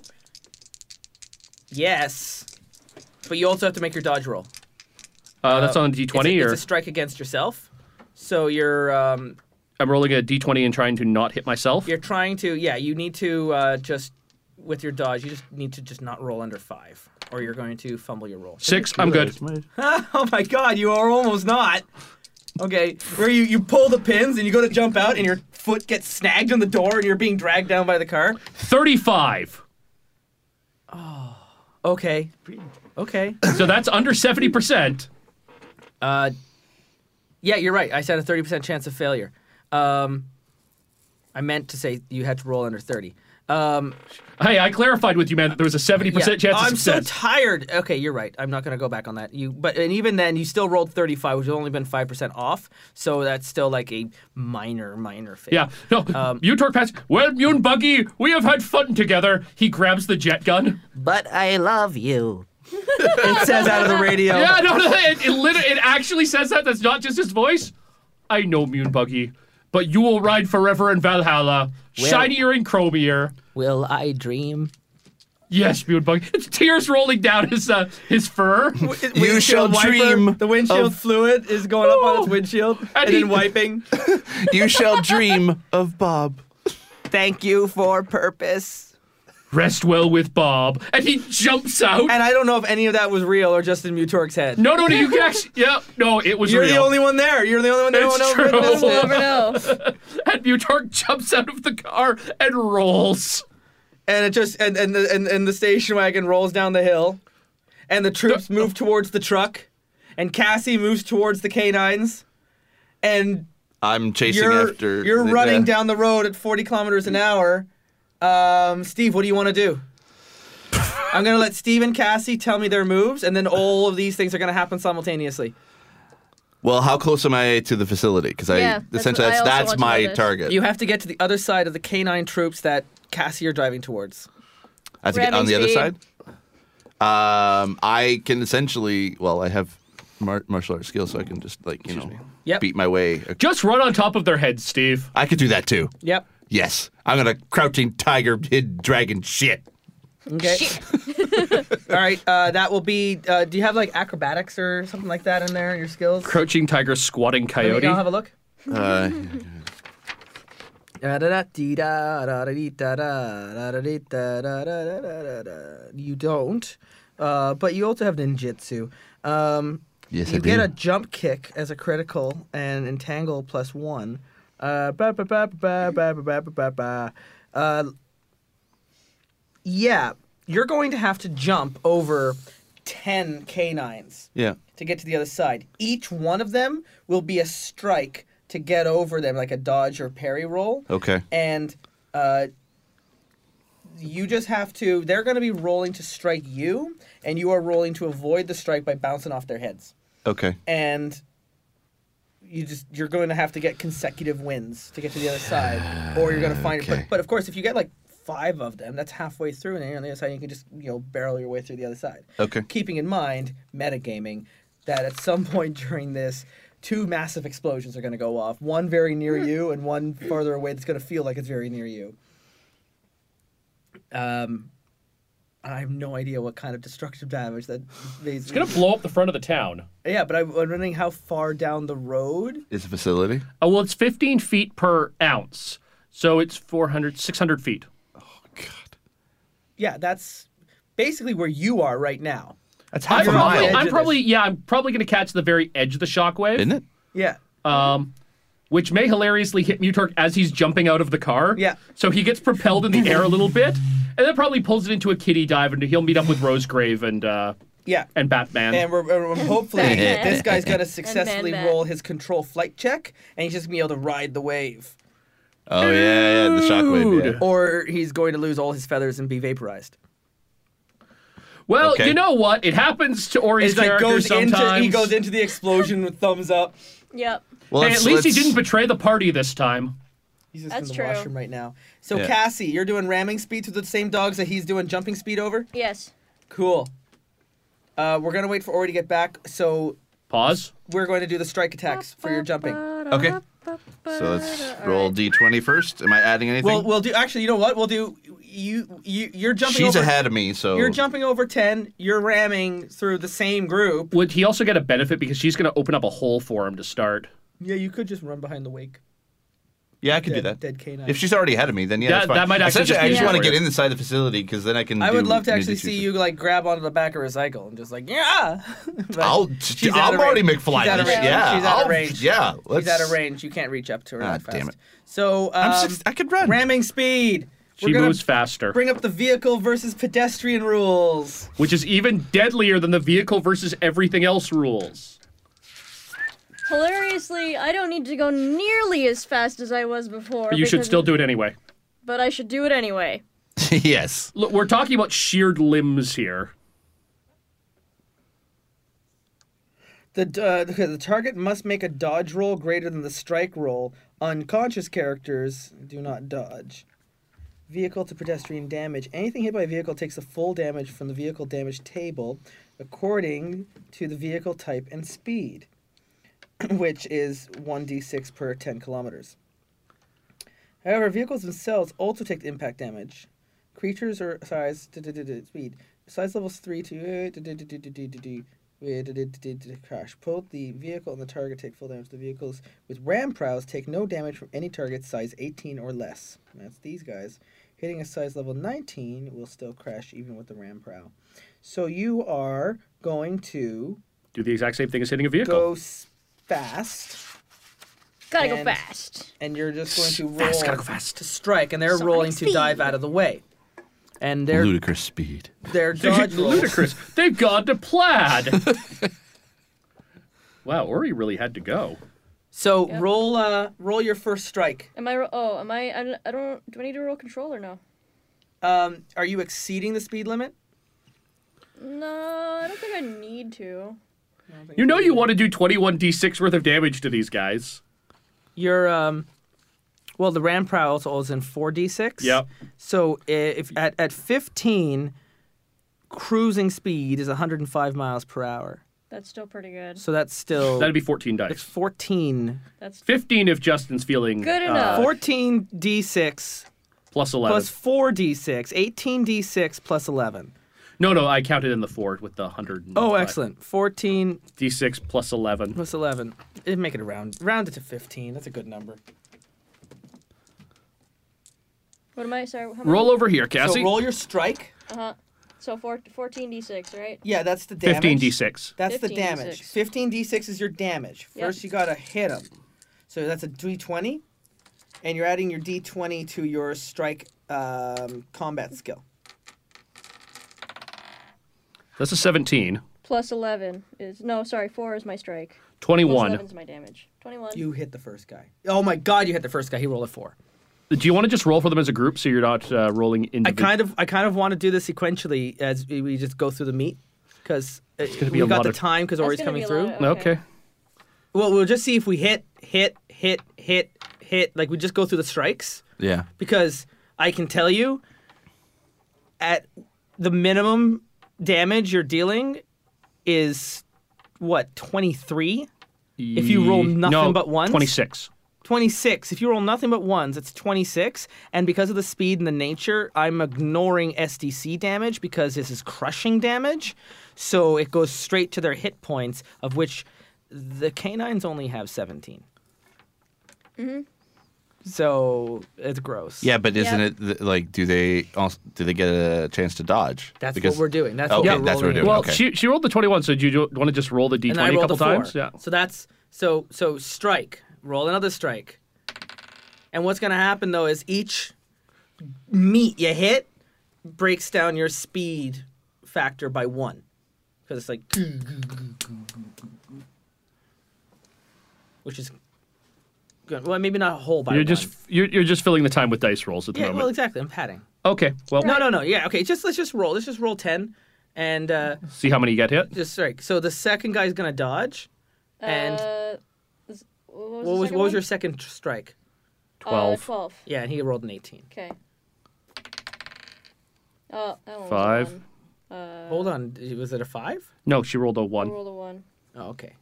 S2: Yes, but you also have to make your dodge roll.
S4: Uh, that's on a
S2: It's a-
S4: d20,
S2: it's
S4: or
S2: a strike against yourself. So you're um,
S4: I'm rolling a d20 and trying to not hit myself.
S2: You're trying to, yeah. You need to uh, just with your dodge. You just need to just not roll under five, or you're going to fumble your roll.
S4: Six. I'm good.
S2: *laughs* Oh my god, you are almost not. Okay, where you, you pull the pins and you go to jump out and your foot gets snagged on the door and you're being dragged down by the car.
S4: Thirty-five.
S2: Okay, okay. *coughs*
S4: So that's under seventy percent.
S2: Uh, yeah, you're right. I said a thirty percent chance of failure. Um, I meant to say you had to roll under thirty. Um,
S4: Hey, I clarified with you, man, that there was a seventy percent
S2: Yeah.
S4: chance of
S2: I'm so
S4: success.
S2: tired. Okay, you're right. I'm not going to go back on that. You, but and even then, you still rolled 35, which has only been five percent off. So that's still like a minor, minor fail.
S4: yeah, no,
S2: Um,
S4: you torque past. Well, Mune Buggy, we have had fun together. He grabs the jet gun.
S10: But I love you.
S2: *laughs* it says out of the radio.
S4: Yeah, no, no, it, it, lit- it actually says that. That's not just his voice. I know, Mune Buggy, but you will ride forever in Valhalla, shinier and chromier.
S10: Will I dream?
S4: Yes, Mune Buggy. It's tears rolling down his uh, his fur.
S6: You shall dream.
S2: The windshield fluid is going up on its
S4: *laughs*
S2: windshield and
S4: he-
S2: then
S4: *laughs*
S2: wiping.
S6: You shall dream of Bob.
S2: Thank you for purpose.
S4: Rest well with Bob, and he jumps out.
S2: And I don't know if any of that was real or just in Mutork's head.
S4: no, no, no,
S2: *laughs*
S4: you can actually. Yeah, no, it was
S2: You're
S4: real.
S2: the
S4: *laughs*
S2: only one there. You're the only one.
S4: It's
S2: no one
S4: true.
S2: Else
S4: *laughs*
S5: You'll never know.
S4: and Mutark jumps out of the car and rolls.
S2: and it just and and the and, and the station wagon rolls down the hill, and the troops move towards the truck, and Cassie moves towards the canines, and
S6: I'm chasing
S2: you're
S6: after.
S2: you're
S6: the-
S2: running
S6: yeah.
S2: down the road at 40 kilometers an hour. Um, Steve, what do you want to do? I'm gonna let Steve and Cassie tell me their moves, and then all of these things are gonna happen simultaneously.
S6: Well, how close am I to the facility? Because I
S5: Yeah, that's
S6: essentially
S5: what- I
S6: that's,
S5: also
S6: that's,
S5: want to know
S6: my
S5: this.
S6: target.
S2: You have to get to the other side of the canine troops that Cassie are driving towards.
S6: I have to get on the
S5: Grabbing
S6: other side.
S5: speed.
S6: Um, I can essentially. Well, I have mar- martial arts skills, so I can just like you know
S2: Yep.
S6: beat my way.
S4: Just run on top of their heads, Steve.
S6: I could do that too.
S2: Yep.
S6: Yes, I'm gonna crouching tiger, hid dragon shit.
S2: Okay. *laughs* All right. Uh, that will be. Uh, do you have like acrobatics or something like that in there? Your skills.
S4: Crouching tiger, squatting
S2: Let me-
S4: coyote.
S2: I'll have a look.
S6: Uh,
S2: Da-da-da-dee-da, da-da-dee-da-da, da-da-dee-da-da-da-da-da-da. You don't.
S11: Uh, but you also have ninjutsu. Um,
S6: Yes, I
S11: you get
S6: do.
S11: a jump kick as a critical and entangle plus one. Uh, ba ba ba ba ba ba ba ba ba ba. Uh, yeah, you're going to have to jump over.
S2: 10 canines
S6: Yeah.
S2: to get to the other side. Each one of them will be a strike to get over them, like a dodge or parry roll.
S6: Okay.
S2: And uh, you just have to, they're going to be rolling to strike you, and you are rolling to avoid the strike by bouncing off their heads.
S6: Okay.
S2: And you just you're going to have to get consecutive wins to get to the other side, or you're going to find.
S6: Okay.
S2: But, but of course, if you get like five of them, that's halfway through, and then you're on the other side. You can just you know barrel your way through the other side
S6: Okay.
S2: keeping in mind metagaming that at some *laughs* point during this two massive explosions are going to go off one very near you and one farther away that's going to feel like it's very near you um I have no idea what kind of destructive damage that these.
S12: It's gonna blow up the front of the town.
S2: Yeah, but I'm wondering how far down the road.
S6: It's a facility.
S4: Oh, well, it's 15 feet per ounce. So it's 400, 600 feet.
S2: Yeah, that's basically where you are right now.
S4: That's
S2: half
S4: I'm
S2: a
S4: probably,
S2: mile.
S4: I'm probably, yeah, I'm probably going to catch the very edge of the shockwave.
S6: Isn't it?
S2: Yeah.
S4: Um, which may hilariously hit Mutark as he's jumping out of the car.
S2: Yeah.
S4: So he gets propelled in the air a little bit, and then probably pulls it into a kitty dive, and he'll meet up with Rosegrave and uh,
S2: Yeah.
S4: and Batman.
S2: And we're, and we're hopefully this guy's going to
S5: *laughs* And
S2: successfully
S5: then that.
S2: roll his control flight check, and he's just going to be able to ride the wave.
S6: Oh yeah, yeah, the shockwave. Yeah.
S2: Or he's going to lose all his feathers and be vaporized.
S4: well,
S6: Okay.
S4: you know what? It happens to Ori's
S2: It's like
S4: character
S2: goes
S4: sometimes.
S2: into he goes into the explosion with thumbs up.
S5: Yep.
S6: Well,
S4: hey, at
S6: let's-
S4: least he
S6: let's-
S4: didn't betray the party this time.
S2: He's just
S5: That's
S2: in the
S5: true.
S2: washroom right now. So
S6: Yeah.
S2: Cassie, you're doing ramming speed to the same dogs that he's doing jumping speed over.
S5: Yes.
S2: Cool. Uh, we're gonna wait for Ori to get back, so
S4: Pause.
S2: we're going to do the strike attacks for your jumping.
S6: Okay. So let's roll d20 first. Am I adding anything?
S2: Well, we'll do. Actually, you know what? We'll do. You you you're jumping.
S6: She's
S2: over,
S6: ahead of me, so
S2: You're jumping over ten. You're ramming through the same group.
S4: Would he also get a benefit because she's going to open up a hole for him to start?
S2: Yeah, you could just run behind the wake.
S6: yeah, I could do
S2: Dead-
S6: that.
S2: dead canine.
S6: If she's already ahead of me, then yeah,
S4: That-
S6: that's fine.
S4: that might actually
S6: Essentially,
S4: just
S6: I
S4: be
S6: just want to
S4: easier.
S6: get inside the facility because then I can.
S2: I would
S6: do
S2: love to
S6: ninjutsu
S2: actually see
S6: stuff.
S2: you like grab onto the back of his cycle and just like yeah. *laughs* But
S6: I'll,
S2: she's out
S6: I'll
S2: of
S6: Marty
S2: range.
S6: McFly
S2: She's out of
S6: this.
S2: range.
S6: Yeah,
S2: She's out of
S6: I'll-
S2: range.
S6: Yeah,
S2: He's
S6: let's-
S2: out of range. You can't reach up to her.
S6: Ah,
S2: that fast.
S6: damn it.
S2: So um,
S6: I'm six- I could run.
S2: ramming speed.
S4: She
S2: gonna
S4: moves faster,
S2: Bring up the vehicle versus pedestrian rules.
S4: which is even deadlier than the vehicle versus everything else rules.
S5: Hilariously, I don't need to go nearly as fast as I was before.
S4: But you should
S5: because-
S4: still do it anyway.
S5: But I should do it anyway.
S6: *laughs* yes.
S4: Look, we're talking about sheared limbs here.
S2: The uh, the the target must make a dodge roll greater than the strike roll. Unconscious characters do not dodge. Vehicle to pedestrian damage. Anything hit by a vehicle takes the full damage from the vehicle damage table, according to the vehicle type and speed, *clears throat* which is one d6 per 10 kilometers. However, vehicles themselves also take the impact damage. Creatures or size duh, duh, duh, duh, speed size levels three to uh, duh, duh, duh, duh, duh, duh, duh, duh, uh, duh, duh, duh, duh, duh, crash. Both the vehicle and the target take full damage. The vehicles with ram prows take no damage from any target size 18 or less. That's these guys. Hitting a size level 19 will still crash even with the ram prow. So you are going to
S4: Do the exact same thing as hitting a vehicle. *laughs*
S2: go s- fast,
S5: Gotta
S2: And-
S5: go fast.
S2: and you're just going to roll
S4: fast, gotta go fast.
S2: to strike, and they're
S5: Sonic
S2: rolling to
S5: speed.
S2: dive out of the way. And they're
S6: Ludicrous speed.
S2: They're dodge rolls.
S4: *laughs* Ludicrous. They've gone
S2: *laughs*
S4: to plaid. wow, Ori really had to go.
S2: So
S5: Yep.
S2: roll uh roll your first strike.
S5: Am I? Ro- oh, am I? I don't- I don't. Do I need to roll control or no?
S2: Um, are you exceeding the speed limit?
S5: No, I don't think I need to.
S4: You know you want to do 21d6 worth of damage to these guys.
S2: Your um, well the ram prowl also is in four d six.
S4: Yep.
S2: So i- if at at fifteen, cruising speed is one hundred and five miles per hour.
S5: That's still pretty good.
S2: So that's still
S4: That'd be 14
S2: that's
S4: dice.
S2: fourteen.
S5: That's
S4: 15 if Justin's feeling
S5: Good
S4: uh, uh,
S5: enough.
S2: Fourteen d six
S4: plus 11.
S2: plus four d six. Eighteen d six plus eleven.
S4: No, no, I counted in the four with the 100. and
S2: Oh,
S4: five.
S2: excellent. Fourteen
S4: D6 plus 11.
S2: plus eleven. Eh, Make it a round. Round it to fifteen. That's a good number.
S5: What am I? Sorry. How many-
S4: Roll over here,
S2: So
S4: Cassie.
S2: roll your strike.
S5: Uh-huh. So four, 14d6, right?
S7: Yeah, that's the damage.
S4: 15d6.
S7: That's the
S5: 15d6.
S7: damage. 15d6 is your damage.
S5: Yep.
S7: First, you gotta hit him. So that's a d20, and you're adding your d20 to your strike um, combat skill.
S4: That's a 17.
S5: Plus 11 is. No, sorry, 4 is my strike. Plus 11
S4: 21.
S5: is my damage. 21.
S7: You hit the first guy. Oh my god, you hit the first guy. He rolled a four.
S4: Do you want to just roll for them as a group so you're not uh, rolling
S2: I
S4: individually?
S2: kind of, I kind of want to do this sequentially as we- we just go through the meat, because
S4: gonna
S2: we
S4: be a
S2: got
S4: lot
S2: the
S4: of-
S2: time because
S5: That's
S2: Ori's
S5: gonna be
S2: coming
S5: a
S2: through.
S5: lot,
S4: Okay.
S2: Well, we'll just see if we hit, hit, hit, hit, hit. Like we just go through the strikes,
S6: Yeah.
S2: because I can tell you, at the minimum damage you're dealing is what twenty three. If you roll
S4: Ye-
S2: nothing
S4: no,
S2: but ones?
S4: 26.
S2: 26. If you roll nothing but ones, it's 26. And because of the speed and the nature, I'm ignoring SDC damage because this is crushing damage. So it goes straight to their hit points, of which the canines only have 17. Mm-hmm. So it's gross.
S6: Yeah, but isn't
S5: Yeah.
S6: it th- like do they also, do they get a chance to dodge? Oh,
S2: That's what we're doing. That's
S6: okay,
S2: what we're
S6: that's what we're
S2: rolling.
S6: doing.
S4: Well,
S6: okay.
S4: she, she rolled the 21, so do you want to just roll the d20
S2: And I
S4: E a
S2: rolled
S4: couple
S2: a four.
S4: times? Yeah.
S2: So that's so so strike. Roll another strike. And what's gonna happen though is each meat you hit breaks down your speed factor by one, because it's like, which is good. Well, maybe not a whole by
S4: You're
S2: one.
S4: just you're, you're just filling the time with dice rolls at the
S2: yeah.
S4: moment.
S2: Well, exactly. I'm padding.
S4: okay. Well,
S2: No, no, no. Yeah. Okay. Just let's just roll. Let's just roll ten, and uh,
S4: see how many you get hit.
S2: just strike. So the second guy's gonna dodge, and
S5: Uh, is- what was, the
S2: What was
S5: second
S2: what was
S5: one?
S2: your second tr- strike?
S5: Uh,
S4: 12.
S5: 12.
S2: Yeah, and he rolled an 18.
S5: Okay. Oh, that one was a
S4: Five.
S5: one.
S2: Hold on, d- was it a five?
S4: No, she rolled a
S5: I
S4: 1.
S5: rolled a one.
S2: Oh, okay.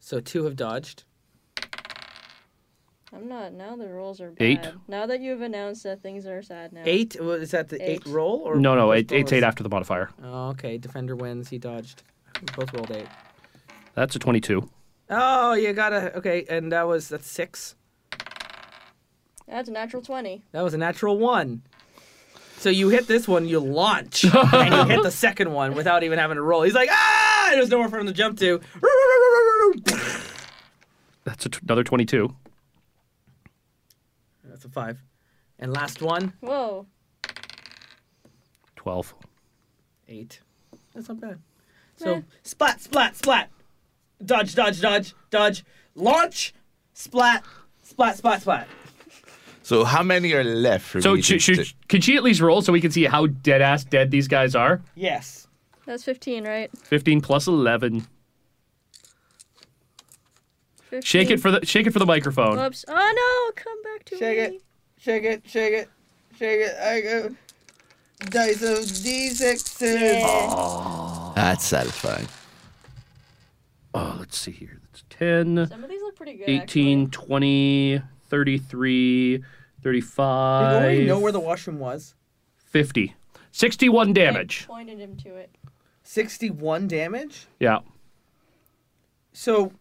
S2: So two have dodged.
S5: I'm not. Now the rolls are bad.
S4: Eight.
S5: Now that you've announced that things are sad now.
S2: Eight wa- is that the eight,
S5: Eight.
S2: roll or
S4: No, no,
S2: both
S4: it, it's
S2: rolls?
S4: 8 after the modifier.
S2: Oh, okay. Defender wins. He dodged. We Both rolled eight.
S4: That's a 22.
S2: Oh, you gotta okay, and that was that's six.
S5: That's a natural 20.
S2: That was a natural one. So you hit this one, you
S4: *laughs*
S2: launch, and you hit the second one without even having to roll. He's like, ah! There's nowhere for him to jump to. *laughs*
S4: That's a t- another 22.
S2: That's a five. And last one,
S5: Whoa.
S4: 12.
S2: Eight. That's not bad. So splat, splat, splat. Dodge, dodge, dodge, dodge. Launch, splat, splat, splat, splat.
S6: So how many are left for
S4: So
S6: me?
S4: she,
S6: to-
S4: she,
S6: to-
S4: could she at least roll so we can see how dead ass dead these guys are?
S7: Yes.
S5: That's 15, right?
S4: 15 plus 11.
S5: 15.
S4: Shake it for the shake it for the microphone.
S5: Whoops. Oh no! Come back to
S7: Shake
S5: me.
S7: it. Shake it. Shake it. Shake it. I go. Dice of d6s.
S5: Yeah.
S6: That's satisfying.
S4: Oh, let's see here. That's 10,
S5: Some of these look pretty good.
S4: 18, 20, 33,
S7: You already
S4: 35,
S7: know where the washroom was.
S4: 50. 61
S5: actually. I
S4: damage.
S5: pointed him to it.
S7: 61 damage.
S4: Yeah.
S7: So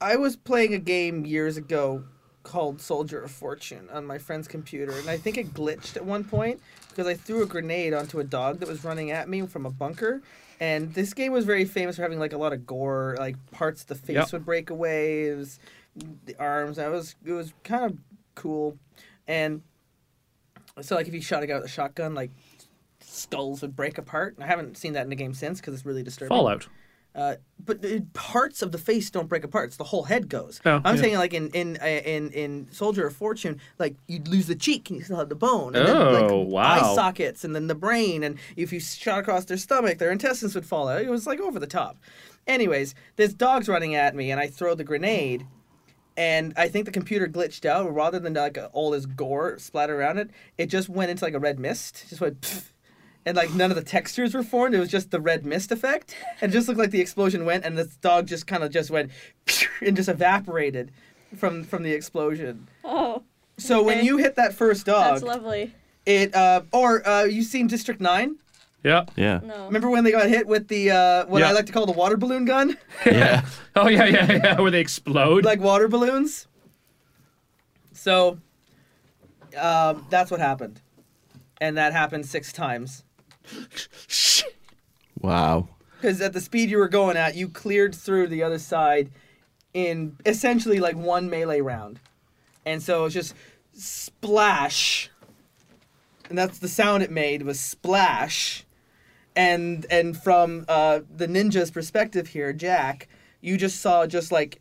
S7: I was playing a game years ago called Soldier of Fortune on my friend's computer, and I think it glitched at one point because I threw a grenade onto a dog that was running at me from a bunker. And this game was very famous for having like a lot of gore, like parts of the face
S4: Yep.
S7: would break away, it was the arms. That was it was kind of cool, and so like if you shot a guy with a shotgun, like skulls would break apart. And I haven't seen that in the game since because it's really disturbing.
S4: Fallout.
S7: Uh, but the parts of the face don't break apart. It's the whole head goes.
S4: Oh,
S7: I'm
S4: yeah.
S7: saying like in in uh, in in Soldier of Fortune, like you'd lose the cheek and you still have the bone. And then,
S4: Oh,
S7: like,
S4: wow.
S7: Eye sockets and then the brain, and if you shot across their stomach, their intestines would fall out. It was like over the top. Anyways, this dog's running at me, and I throw the grenade, and I think the computer glitched out. and Rather than like all this gore splatter around it, it just went into like a red mist. Just went. Pfft, and like none of the textures were formed. It was just the red mist effect, and it just looked like the explosion went, and the dog just kind of just went "Pew," and just evaporated from from the explosion.
S5: Oh,
S7: So when
S5: Okay.
S7: you hit that first dog,
S5: that's lovely.
S7: it uh, or uh, you seen District Nine?
S4: Yeah.
S6: Yeah.
S5: No.
S7: Remember when they got hit with the uh, what
S4: Yeah.
S7: I like to call the water balloon gun, *laughs*
S6: Yeah.
S4: Oh, yeah, yeah, yeah. *laughs* Where they explode.
S7: like water balloons? So um, that's what happened.
S2: and that happened six times.
S13: Wow.
S2: Because at the speed you were going at, you cleared through the other side in essentially like one melee round. And so it's just splash. And that's the sound it made was splash. And and from uh, the ninja's perspective here, Jack, you just saw just like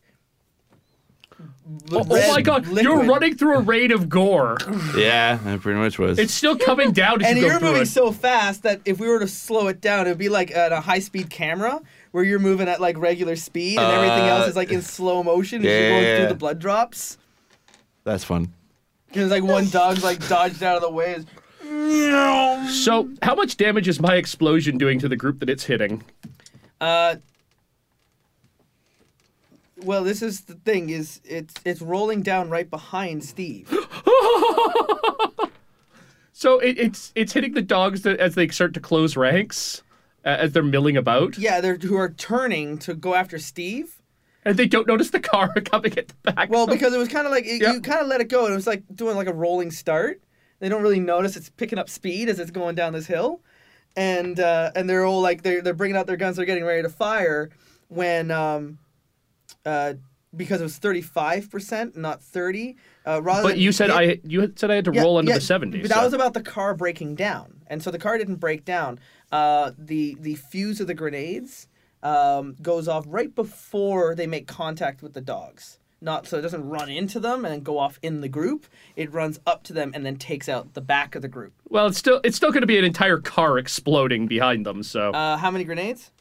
S4: Oh, oh my god, you're running through a raid
S2: *laughs*
S4: of gore.
S13: Yeah, that pretty much was.
S4: It's still coming down as
S2: and
S4: you go
S2: are
S4: through
S2: moving
S4: it.
S2: so fast that if we were to slow it down, it'd be like at a high speed camera where you're moving at like regular speed and everything
S13: Uh,
S2: else is like in slow motion as
S13: yeah,
S2: you're going
S13: yeah, yeah.
S2: through the blood drops.
S13: That's fun.
S2: Because like one dog's like dodged out of the way.
S4: So, how much damage is my explosion doing to the group that it's hitting?
S2: Uh, well, this is the thing is it's it's rolling down right behind Steve. *gasps*
S4: So it, it's it's hitting the dogs that, as they start to close ranks, uh, as they're milling about,
S2: Yeah, they're who are turning to go after Steve.
S4: and they don't notice the car *laughs* coming at the back.
S2: Well, because it was kind of like it, you kind of let it go, and it was like doing like a rolling start. They don't really notice it's picking up speed as it's going down this hill, and uh, and they're all like they're they're bringing out their guns, they're getting ready to fire when um, uh, because it was thirty five percent, not thirty. Uh, rather
S4: But
S2: than
S4: you said
S2: hit-
S4: I you had said I had to
S2: Yeah,
S4: roll under
S2: yeah,
S4: the seventy.
S2: But that
S4: so-
S2: was about the car breaking down, and so the car didn't break down. Uh, the the fuse of the grenades um, goes off right before they make contact with the dogs. Not so it doesn't run into them and go off in the group. It runs up to them and then takes out the back of the group.
S4: well, it's still it's still going to be an entire car exploding behind them. So,
S2: Uh, how many grenades?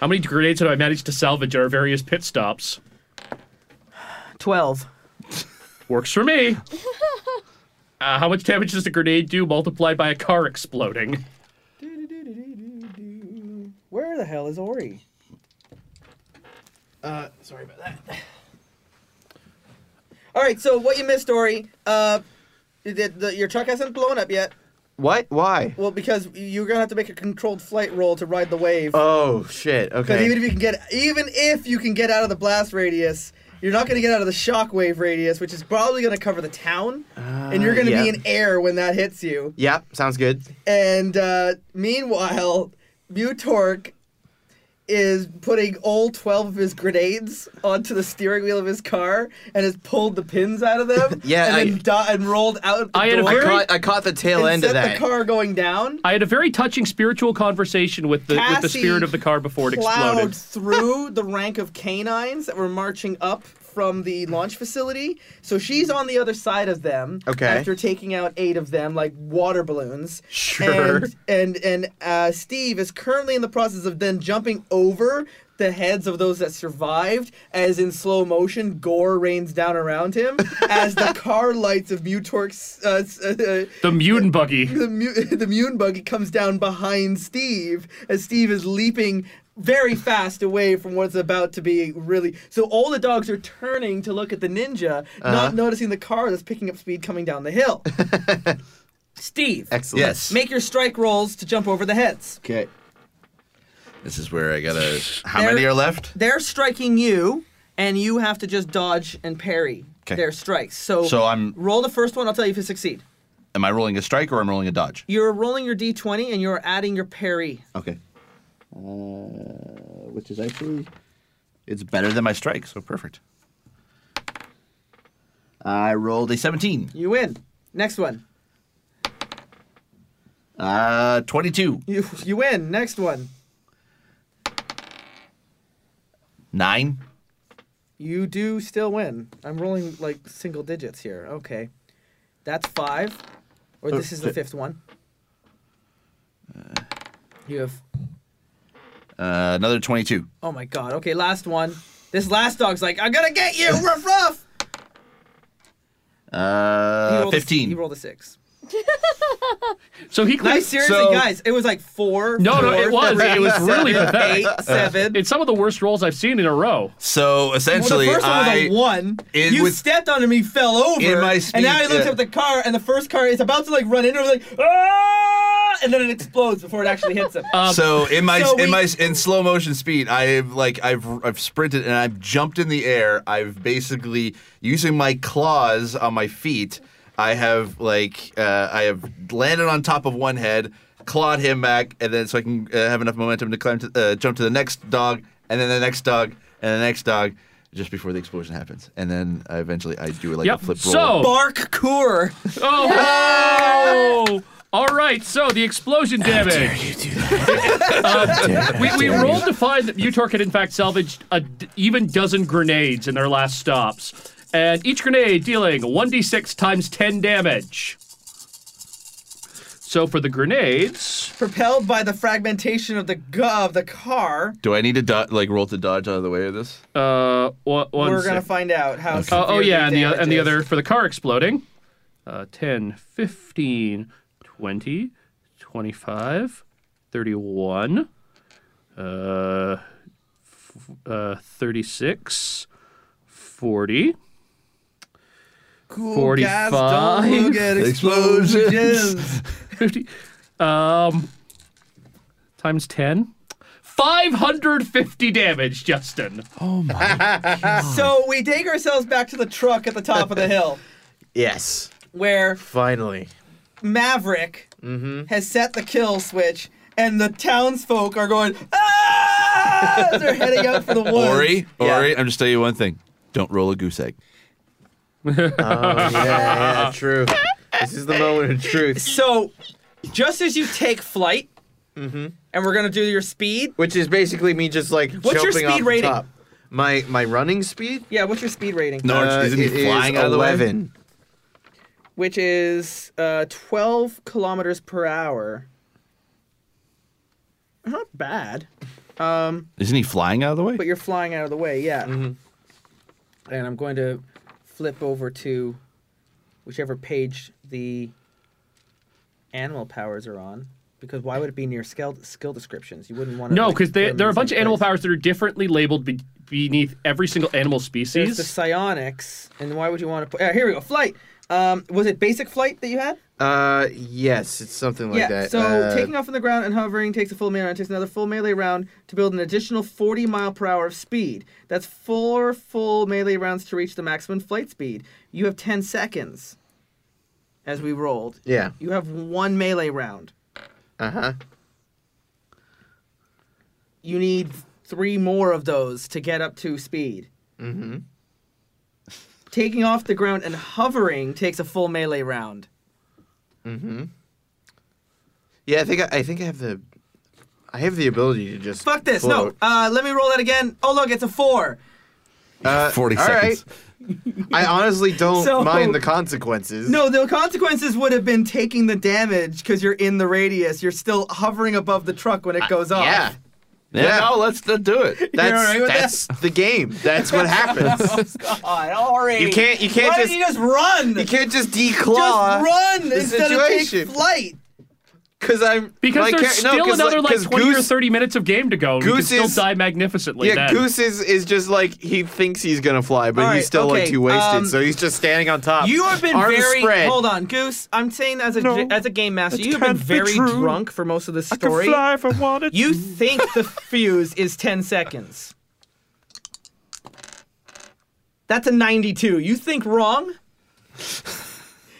S4: how many grenades have I managed to salvage at our various pit stops?
S2: Twelve.
S4: Works for me. Uh, how much damage does a grenade do multiplied by a car exploding?
S2: Where the hell is Ori?
S3: Uh, sorry about that.
S2: All right, so what you missed, Ori? Uh, the, the, your truck hasn't blown up yet.
S3: What? Why?
S2: Well, because you're gonna have to make a controlled flight roll to ride the wave.
S3: Oh shit.
S2: Because
S3: Okay.
S2: even if you can get, even if you can get out of the blast radius, you're not going to get out of the shockwave radius, which is probably going to cover the town, and you're going to
S3: Ah, yeah.
S2: be in air when that hits you.
S3: yeah, sounds good.
S2: And uh, meanwhile, Mutork is putting all 12 of his grenades onto the steering wheel of his car and has pulled the pins out of them
S3: *laughs* Yeah,
S2: and,
S3: I-
S2: then do- and rolled out the
S4: I had a
S2: door
S4: very-
S2: and
S3: Caught, I caught the tail end
S2: set
S3: of that.
S2: the car going down.
S4: I had a very touching spiritual conversation with the with the
S2: Cassie
S4: spirit of the car before it
S2: plowed
S4: exploded. *laughs*
S2: through the rank of canines that were marching up from the launch facility. So she's on the other side of them.
S3: Okay.
S2: After taking out eight of them like water balloons.
S3: Sure.
S2: And and, and uh, Steve is currently in the process of then jumping over the heads of those that survived as in slow motion gore rains down around
S3: *laughs*
S2: him as the car lights of Mutork's uh, s- uh, uh,
S4: The mutant buggy.
S2: the mu- *laughs* the Mune buggy comes down behind Steve as Steve is leaping very fast away from what's about to be really. So all the dogs are turning to look at the ninja,
S6: Uh-huh.
S2: not noticing the car that's picking up speed coming down the
S6: *laughs*
S2: hill. Steve,
S6: Excellent. Yes.
S2: make your strike rolls to jump over the heads.
S3: Okay.
S6: This is where I gotta. How
S2: There-
S6: many are left?
S2: They're striking you, and you have to just dodge and parry
S6: 'Kay.
S2: their strikes. So,
S6: So I'm-
S2: roll the first one. I'll tell you if you succeed.
S6: Am I rolling a strike or I'm rolling a dodge?
S2: You're rolling your d20 and you're adding your parry.
S6: Okay. Uh, which is actually, it's better than my strike, so perfect. I rolled a 17.
S2: You win. Next one.
S6: Uh, 22.
S2: You you win. Next one.
S6: Nine.
S2: You do still win. I'm rolling like single digits here. Okay. That's five. Or this is the fifth one. You have
S6: Uh, another 22.
S2: oh my god. Okay, last one. This last dog's like, I'm gonna get
S4: *laughs*
S2: you, ruff ruff! He
S6: Uh,
S2: rolled a s-
S6: 15.
S2: he rolled a six.
S4: *laughs* So he
S2: Guys,
S4: clears.
S2: seriously,
S6: So-
S2: guys, it was like four.
S4: No, no,
S2: four,
S4: it was.
S2: three,
S4: It was really Uh,
S2: seven,
S4: *laughs* pathetic.
S2: Eight, seven.
S4: It's some of the worst rolls I've seen in a row.
S6: So
S2: Well,
S6: essentially,
S2: the first one was
S6: I.
S2: a one.
S6: it
S2: you
S6: was-
S2: stepped onto me, fell over,
S6: In
S2: and
S6: my
S2: now
S6: speed,
S2: I looked
S6: yeah.
S2: up the car, and the first car is about to like run into him, like ah, and then it explodes before it actually hits
S6: *laughs* Oh.
S2: him.
S6: so in my
S2: *laughs* So we-
S6: in my in slow motion speed, I've like I've I've sprinted and I've jumped in the air. I've basically using my claws on my feet. I have like uh, I have landed on top of one head, clawed him back, and then so I can uh, have enough momentum to climb to uh, jump to the next dog, and then the next dog, and the next dog, just before the explosion happens, and then I eventually I do like
S4: Yep.
S6: a flip roll.
S4: So
S2: Bark Coor.
S4: Oh. All right. So the explosion damage. *laughs* Uh, we we rolled to find that Utork had in fact salvaged a d- even dozen grenades in their last stops, and each grenade dealing one d6 times ten damage. So for the grenades,
S2: Propelled by the fragmentation of the gu- of the car,
S6: do I need to do- like roll to dodge out of the way of this?
S4: uh, one, one
S2: we're gonna
S4: sec-
S2: find out how.
S4: Oh, oh
S2: severe
S4: yeah, and the
S2: damage
S4: and the
S2: is.
S4: other for the car exploding. Uh, 10, 15, 20, 25, 31, uh, f- uh, 36, 40,
S2: Cool
S4: 45,
S2: Gas, don't look
S6: *laughs*
S2: at
S6: Explosions. *laughs*
S2: explosions.
S4: 50, um, times 10. 550 damage, Justin.
S2: so we take ourselves back to the truck at the top of the hill,
S3: Yes.
S2: where
S3: Finally.
S2: Maverick has set the kill switch, and the townsfolk are going, ah! as They're heading out for the woods.
S6: Ori, Ori, I'm just tell you one thing: don't roll a goose egg.
S3: Oh, yeah, yeah,
S6: *laughs*
S3: true. This is the moment of truth,
S14: So, just as you take flight, and we're gonna do your speed.
S3: which is basically me just like
S14: What's your
S3: jumping off
S14: speed
S3: the
S14: rating?
S3: top. My my running speed?
S2: Yeah, what's your speed rating?
S6: No,
S3: Uh,
S6: isn't he
S3: it is
S6: flying out of the way?
S3: eleven.
S2: Which is uh, 12 kilometers per hour.
S15: Not bad.
S16: Isn't he flying out of the way?
S2: But you're flying out of the way, yeah.
S4: Mm-hmm.
S2: And I'm going to flip over to whichever page the animal powers are on. Because why would it be near skill, skill descriptions? You wouldn't want to.
S4: No, because there are a bunch of animal powers that are differently labeled be- beneath every single animal
S2: There's the
S4: species.
S2: psionics, and why would you want to? Put, uh, here we go. Flight. Um, was it basic flight that you had?
S3: Uh, yes, it's something like
S2: yeah.
S3: that.
S2: So
S3: Uh,
S2: taking off on the ground and hovering takes a full melee round. Takes another full melee round to build an additional 40 mile per hour of speed. That's four full melee rounds to reach the maximum flight speed. You have 10 seconds. As we rolled.
S3: Yeah.
S2: You have one melee round.
S3: Uh huh.
S2: You need three more of those to get up to speed. Mm-hmm. Taking off the ground and hovering takes a full melee round.
S3: Yeah, I think I, I think I have the, I have the ability to just
S2: Fuck this.
S3: float.
S2: No. Uh, let me roll that again. Oh, look, it's a four.
S3: Uh,
S16: Forty
S3: all right.
S16: seconds.
S3: I honestly don't
S2: So-
S3: mind the consequences.
S2: No, the consequences would have been taking the damage because you're in the radius. You're still hovering above the truck when it goes off.
S3: Yeah.
S6: Yeah, no, let's not do it.
S3: That's
S2: all right with
S3: that's the game. That's what happens.
S2: *laughs* *laughs* God, Ori.
S3: you can't you can't
S2: Why
S3: just
S2: didn't you just run?
S3: you can't just
S2: just
S3: declaw
S2: run instead of
S3: situation.
S2: take flight.
S3: because I'm
S4: because
S3: my
S4: there's
S3: char-
S4: still
S3: no, 'cause
S4: another like,
S3: 'cause
S4: 20 or
S3: Goose-
S4: 30 minutes of game to go. And we can
S3: Goose
S4: still
S3: is-
S4: die magnificently
S3: Yeah,
S4: then. *laughs*
S3: Goose is, is just like he thinks he's gonna fly, but
S2: All right,
S3: he's still like
S2: okay,
S3: too wasted,
S2: um,
S3: so he's just standing on top.
S14: You have been
S3: arms
S14: very.
S3: spread.
S14: Hold on, Goose. I'm saying as a as a game master, you have been very drunk for most of this story.
S16: if I wanted.
S14: You think
S16: *laughs*
S14: the fuse is 10 seconds. That's a 92. You think wrong?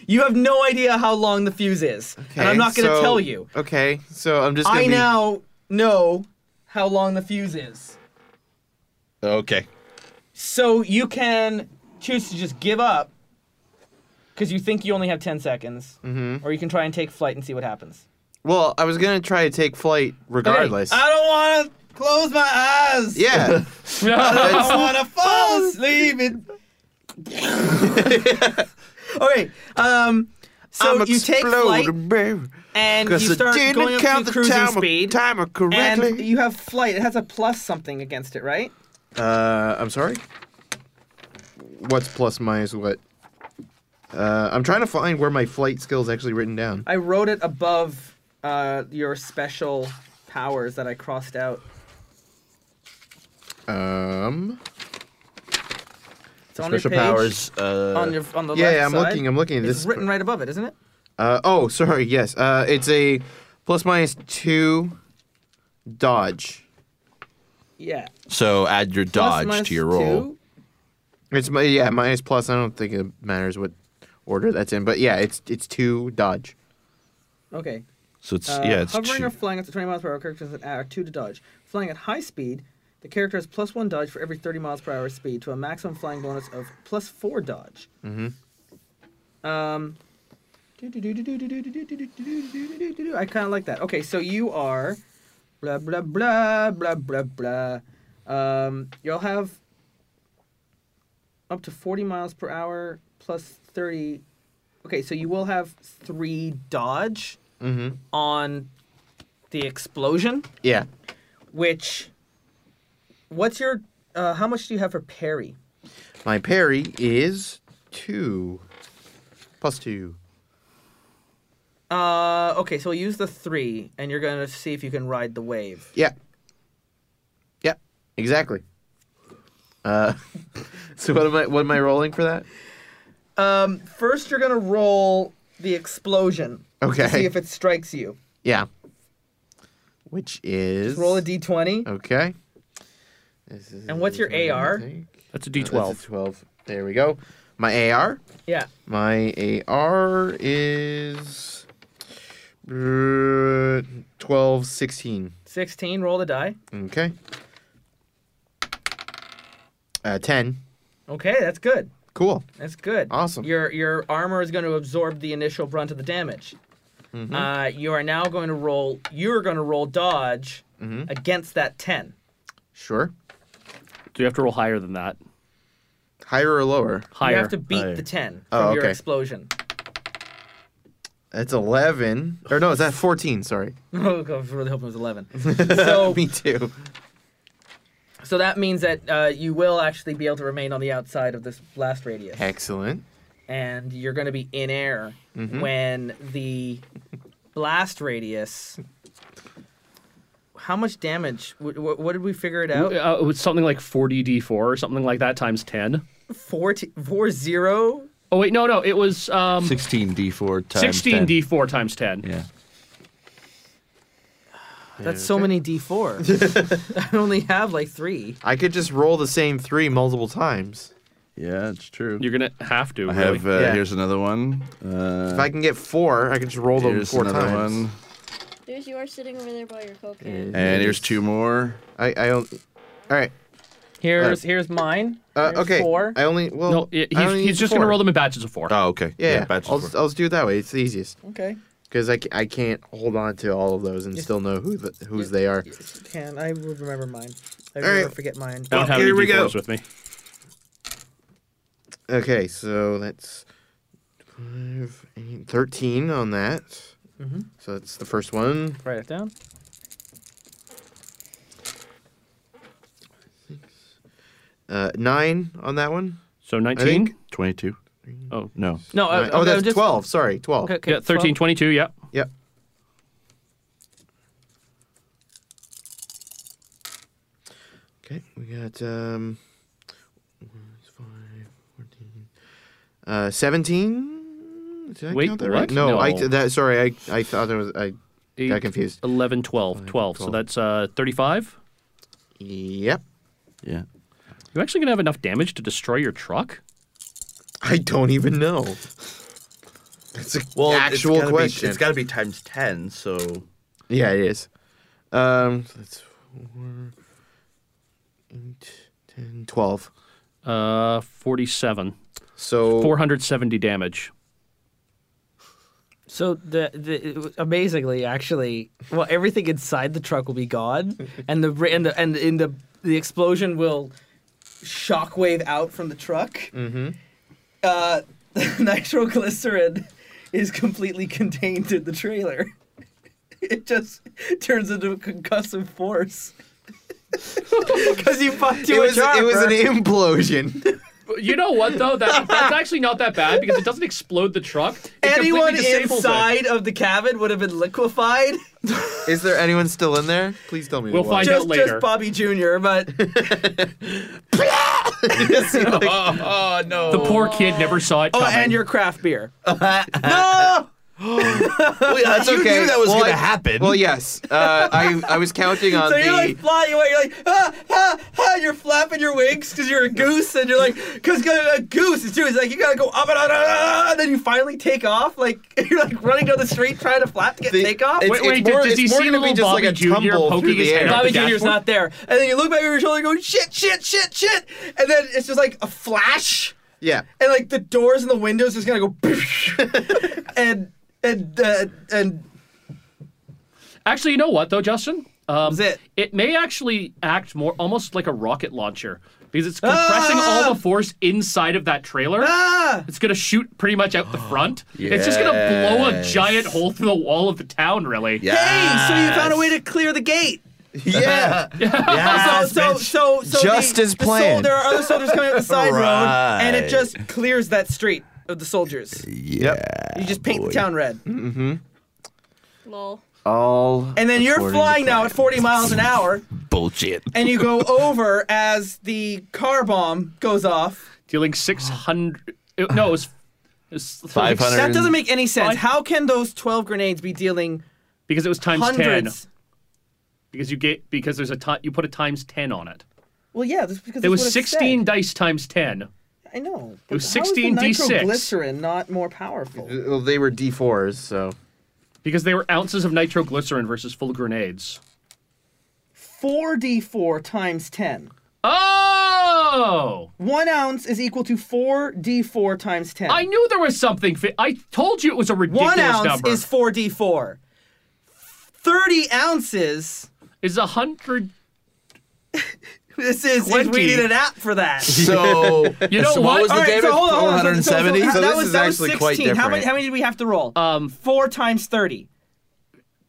S14: You have no idea how long the fuse is. and I'm not going to
S3: so-
S14: tell you.
S3: Okay, so I'm just. Gonna
S14: I
S3: be-
S14: now know how long the fuse is.
S6: Okay.
S14: So you can choose to just give up because you think you only have 10 seconds, mm-hmm. or you can try and take flight and see what happens.
S3: Well, I was gonna try to take flight regardless.
S14: I don't want to close my eyes.
S3: yeah,
S14: I don't want to fall asleep.
S3: *laughs*
S14: And... All right. Um, so
S3: I'm
S14: you take flight
S3: exploding, babe.
S14: and you
S3: 'Cause I
S14: start
S3: didn't
S14: going up
S3: count
S14: to
S3: the
S14: cruising
S3: timer,
S14: speed.
S3: Timer correctly.
S2: And you have flight. It has a plus something against it, right?
S3: Uh, I'm sorry. What's plus minus what? Uh, I'm trying to find where my flight skill is actually written down.
S2: I wrote it above uh, your special powers that I crossed out.
S14: Uh,
S3: Um,
S2: It's on
S6: Special
S2: your page,
S6: powers. Uh,
S2: on your on the
S3: yeah,
S2: left
S3: yeah, I'm
S2: side.
S3: looking. I'm looking at
S2: It's
S3: this.
S2: written right above it, isn't it?
S3: Uh, oh, sorry. Yes. Uh, it's a plus minus two dodge.
S2: Yeah.
S6: so add your
S2: Plus
S6: dodge
S2: minus
S6: to your roll.
S2: two.
S3: It's my yeah minus plus. I don't think it matters what order that's in. But yeah, it's it's two dodge.
S2: Okay.
S17: So it's
S2: Uh,
S17: yeah, it's
S2: hovering
S17: two.
S2: or flying up to 20 miles per hour, characters an hour two to dodge. Flying at high speed, the character has plus one dodge for every 30 miles per hour speed to a maximum flying bonus of plus four dodge.
S3: Mm-hmm.
S17: Mm-hmm.
S2: Um, I kind of like that. Okay, so you are blah blah blah blah blah blah. Um, you'll have up to forty miles per hour plus thirty. Okay, so you will have three dodge
S3: Mm-hmm.
S2: on the explosion.
S3: Yeah.
S2: Which, what's your? Uh, how much do you have for parry?
S3: My parry is two plus two.
S2: Uh, okay, so we'll use the three, and you're gonna see if you can ride the wave.
S3: Yeah. Yeah. Exactly. Uh, *laughs* so what am I what am I rolling for that?
S2: Um, first, you're gonna roll the explosion.
S3: Okay.
S2: To see if it strikes you.
S3: Yeah. Which is
S2: Just roll a d20.
S3: Okay.
S2: And what's your AR?
S4: That's a
S3: Uh, That's a Twelve. There we go. My AR.
S2: Yeah.
S3: My AR is uh, 12, 16.
S2: 16. Roll the die.
S3: Okay. Uh, 10.
S2: Okay, that's good.
S3: Cool.
S2: That's good.
S3: Awesome.
S2: Your your armor is going to absorb the initial brunt of the damage.
S3: Mhm.
S2: Uh, you are now going to roll. You're going to roll dodge
S3: Mhm.
S2: against that 10.
S3: Sure.
S4: Do you have to roll higher than that?
S3: Higher or lower?
S4: Higher.
S2: You have to beat
S3: Higher.
S2: the 10 from
S3: Oh,
S2: your
S3: okay.
S2: explosion. *laughs*
S3: That's 11. Or no, is that 14? Sorry. *laughs*
S2: Oh, God, I was really hoping it was 11.
S4: Oh.
S2: So
S3: Me too.
S2: so that means that uh, you will actually be able to remain on the outside of this blast radius.
S3: Excellent.
S2: and you're going to be in air
S3: Mhm.
S2: when the blast radius. How much damage? What, what did we figure it out?
S4: Uh, it was something like 40d4 or something like that times 10.
S2: Four, t- four zero.
S4: Oh wait, no, no, it was um,
S6: 16d4 times 10.
S4: 16d4 times 10.
S6: Yeah.
S2: That's so many
S3: *laughs*
S2: d4. *laughs* I only have like three.
S3: I could just roll the same three multiple times.
S6: Yeah, it's true.
S4: You're gonna have to.
S6: I
S4: really.
S6: have. Uh,
S3: Yeah.
S6: Here's another one. Uh,
S3: If I can get four, I can just roll them
S6: here's
S3: four
S6: another
S3: times.
S6: one.
S5: There's you are sitting over there by your coke can.
S6: And here's two more.
S3: I, I don't. All right.
S2: Here's here's mine.
S3: Uh,
S2: Here's
S3: okay.
S2: Four.
S3: I only. Well,
S4: no, he-
S3: I
S4: he's,
S3: only
S4: he's
S3: need
S4: just gonna
S3: four. Uh,
S4: roll them in batches of four.
S17: Oh, okay.
S3: Yeah, yeah.
S17: batches
S3: I'll,
S17: work.
S3: just, I'll just do it that way. It's the easiest
S2: Okay.
S3: because I, ca- I can't hold on to all of those and still know who the, whose they are.
S2: Can I would remember mine? I
S3: All right.
S2: never forget mine.
S4: I don't
S3: oh,
S17: Well,
S4: have any
S17: here we go.
S4: d4s with me.
S3: Okay, so that's five, eight, 13 on that.
S2: Mhm.
S3: So that's the first one.
S2: Write it down.
S3: Uh, nine on that one.
S4: So 19.
S6: 22.
S4: Oh
S6: No.
S2: No.
S3: Nine-
S2: Uh,
S3: oh,
S2: okay,
S3: that's
S2: just-
S3: 12. Sorry, 12.
S2: Okay. okay,
S4: yeah, 13, 22. Yeah.
S3: Yep. Okay, we got um, one, five, 14, uh, 17. Did I
S4: Wait,
S3: count that
S4: what?
S3: right? No, I
S4: No.
S3: that sorry, I I thought there was I
S4: Eight,
S3: got confused.
S4: 11, 12, 12. So
S3: 12.
S4: that's uh, 35.
S3: Yep.
S6: Yeah.
S4: You're actually gonna have enough damage to destroy your truck?
S3: I don't even know. That's a
S17: Well, it's
S3: actual
S17: gotta be-
S3: question.
S17: it's got to be times ten. So
S3: Yeah, it is. Um, so that's four, eight, 10, 12.
S4: Uh, 47.
S3: So
S4: 470 damage.
S18: So the the amazingly actually, well everything inside the truck will be
S2: *laughs*
S18: gone, and the ra- and the and in the
S2: The explosion will shockwave out from the truck.
S3: Mm-hmm.
S2: uh, *laughs* nitroglycerin is completely contained in the trailer. *laughs* It just turns into a concussive force. Because you fucked
S3: It
S2: too much
S3: was, it was an
S2: armor.
S3: implosion.
S4: You know what though?
S2: *laughs*
S4: That that's actually not that bad because it doesn't explode the truck. It completely
S2: Anyone
S4: disables it.
S2: inside of the cabin would have been liquefied.
S3: *laughs* is there anyone still in there? Please tell me.
S4: We'll
S3: there was.
S4: find out
S2: Just,
S4: later.
S2: just Bobby Jr.,
S4: *laughs*
S2: but
S17: oh, no.
S8: *laughs*
S3: *laughs*
S4: The poor kid never saw it
S2: oh,
S4: coming.
S2: and your craft beer. no,
S8: Well, Oh, yeah, that's
S19: You
S8: okay.
S19: knew that was
S8: Well,
S19: gonna
S8: I-
S19: happen. Well,
S8: yes.
S19: Uh, I I was
S3: *laughs*
S19: counting on
S16: so
S19: the.
S16: you're like flying away. You're like "Ah, ha ha ha. And you're flapping your wings because you're a goose, and you're like because a goose is too. It's like you gotta go up and up and, up and up, and then you finally take off. Like *laughs* you're like running down the street trying to flap to get
S3: The-
S16: takeoff.
S3: it's- Wait, it's wait, does- more- does it's he more see gonna be little just like Bobby a Jr. tumble poking through the his head air. out
S16: Bobby
S3: the
S16: Jr.'s not there, and then you look back over your shoulder, and go shit, shit, shit, shit, and then it's just like a flash.
S19: *laughs* Yeah.
S16: and like the doors and the windows just gonna go, *laughs* and and uh, and
S4: Actually, you know what though, Justin? Um,
S16: it.
S4: may actually act more almost like a rocket launcher because it's compressing
S2: Ah!
S4: all the force inside of that trailer. It's gonna shoot pretty much out the front. It's just gonna blow a
S8: Yes.
S4: giant hole through the wall of the town, really.
S8: Yes.
S16: so you found a way to clear the gate.
S8: Yeah.
S16: So, Oh, so, so, so
S19: Just
S16: the,
S19: as
S16: the sol-
S19: planned.
S16: there are other soldiers coming up the side road, and
S8: Right.
S16: it just clears that street of the soldiers. You just paint the town red, and
S5: Lol.
S19: All.
S16: then you're
S19: according to
S16: flying now
S19: plan.
S16: at 40 miles an hour,
S6: Bullshit.
S16: and you go *laughs* over as the car bomb goes off.
S4: Dealing six hundred. No, it was, it was
S6: Five hundred.
S16: That doesn't make any sense. How can those 12 grenades be dealing
S4: because it was times ten.
S16: hundreds?
S4: Because you get because there's a ti you put a times ten on it.
S7: Well, yeah, that's because
S4: There
S7: that's what
S4: was
S7: it said.
S4: sixteen dice times ten.
S7: I know.
S4: It was
S7: but how is the
S4: 16d6.
S7: nitroglycerin not more powerful.
S3: Well, they were D4s, so.
S4: Because they were ounces of nitroglycerin versus full grenades.
S7: 4d4 times 10.
S4: Oh!
S7: One ounce is equal to 4d4 times 10.
S4: I knew there was something. Fi- I told you it was a ridiculous
S16: One ounce
S4: number.
S16: is 4d4. 30 ounces. *laughs*
S4: is a hundred.
S16: This is, is we
S4: Twenty.
S16: need an app for
S4: *laughs*
S8: *laughs*
S16: that. *laughs*
S8: So
S4: You know
S8: so
S4: what?
S8: what was the
S16: All right,
S8: damage?
S16: so hold on, hold on. So- so- so-
S8: 470.
S16: that
S3: So this
S16: was,
S3: is
S16: that was
S3: actually quite
S16: 16. How many,
S3: different.
S16: how many did we have to roll?
S4: Um,
S16: Four times 30.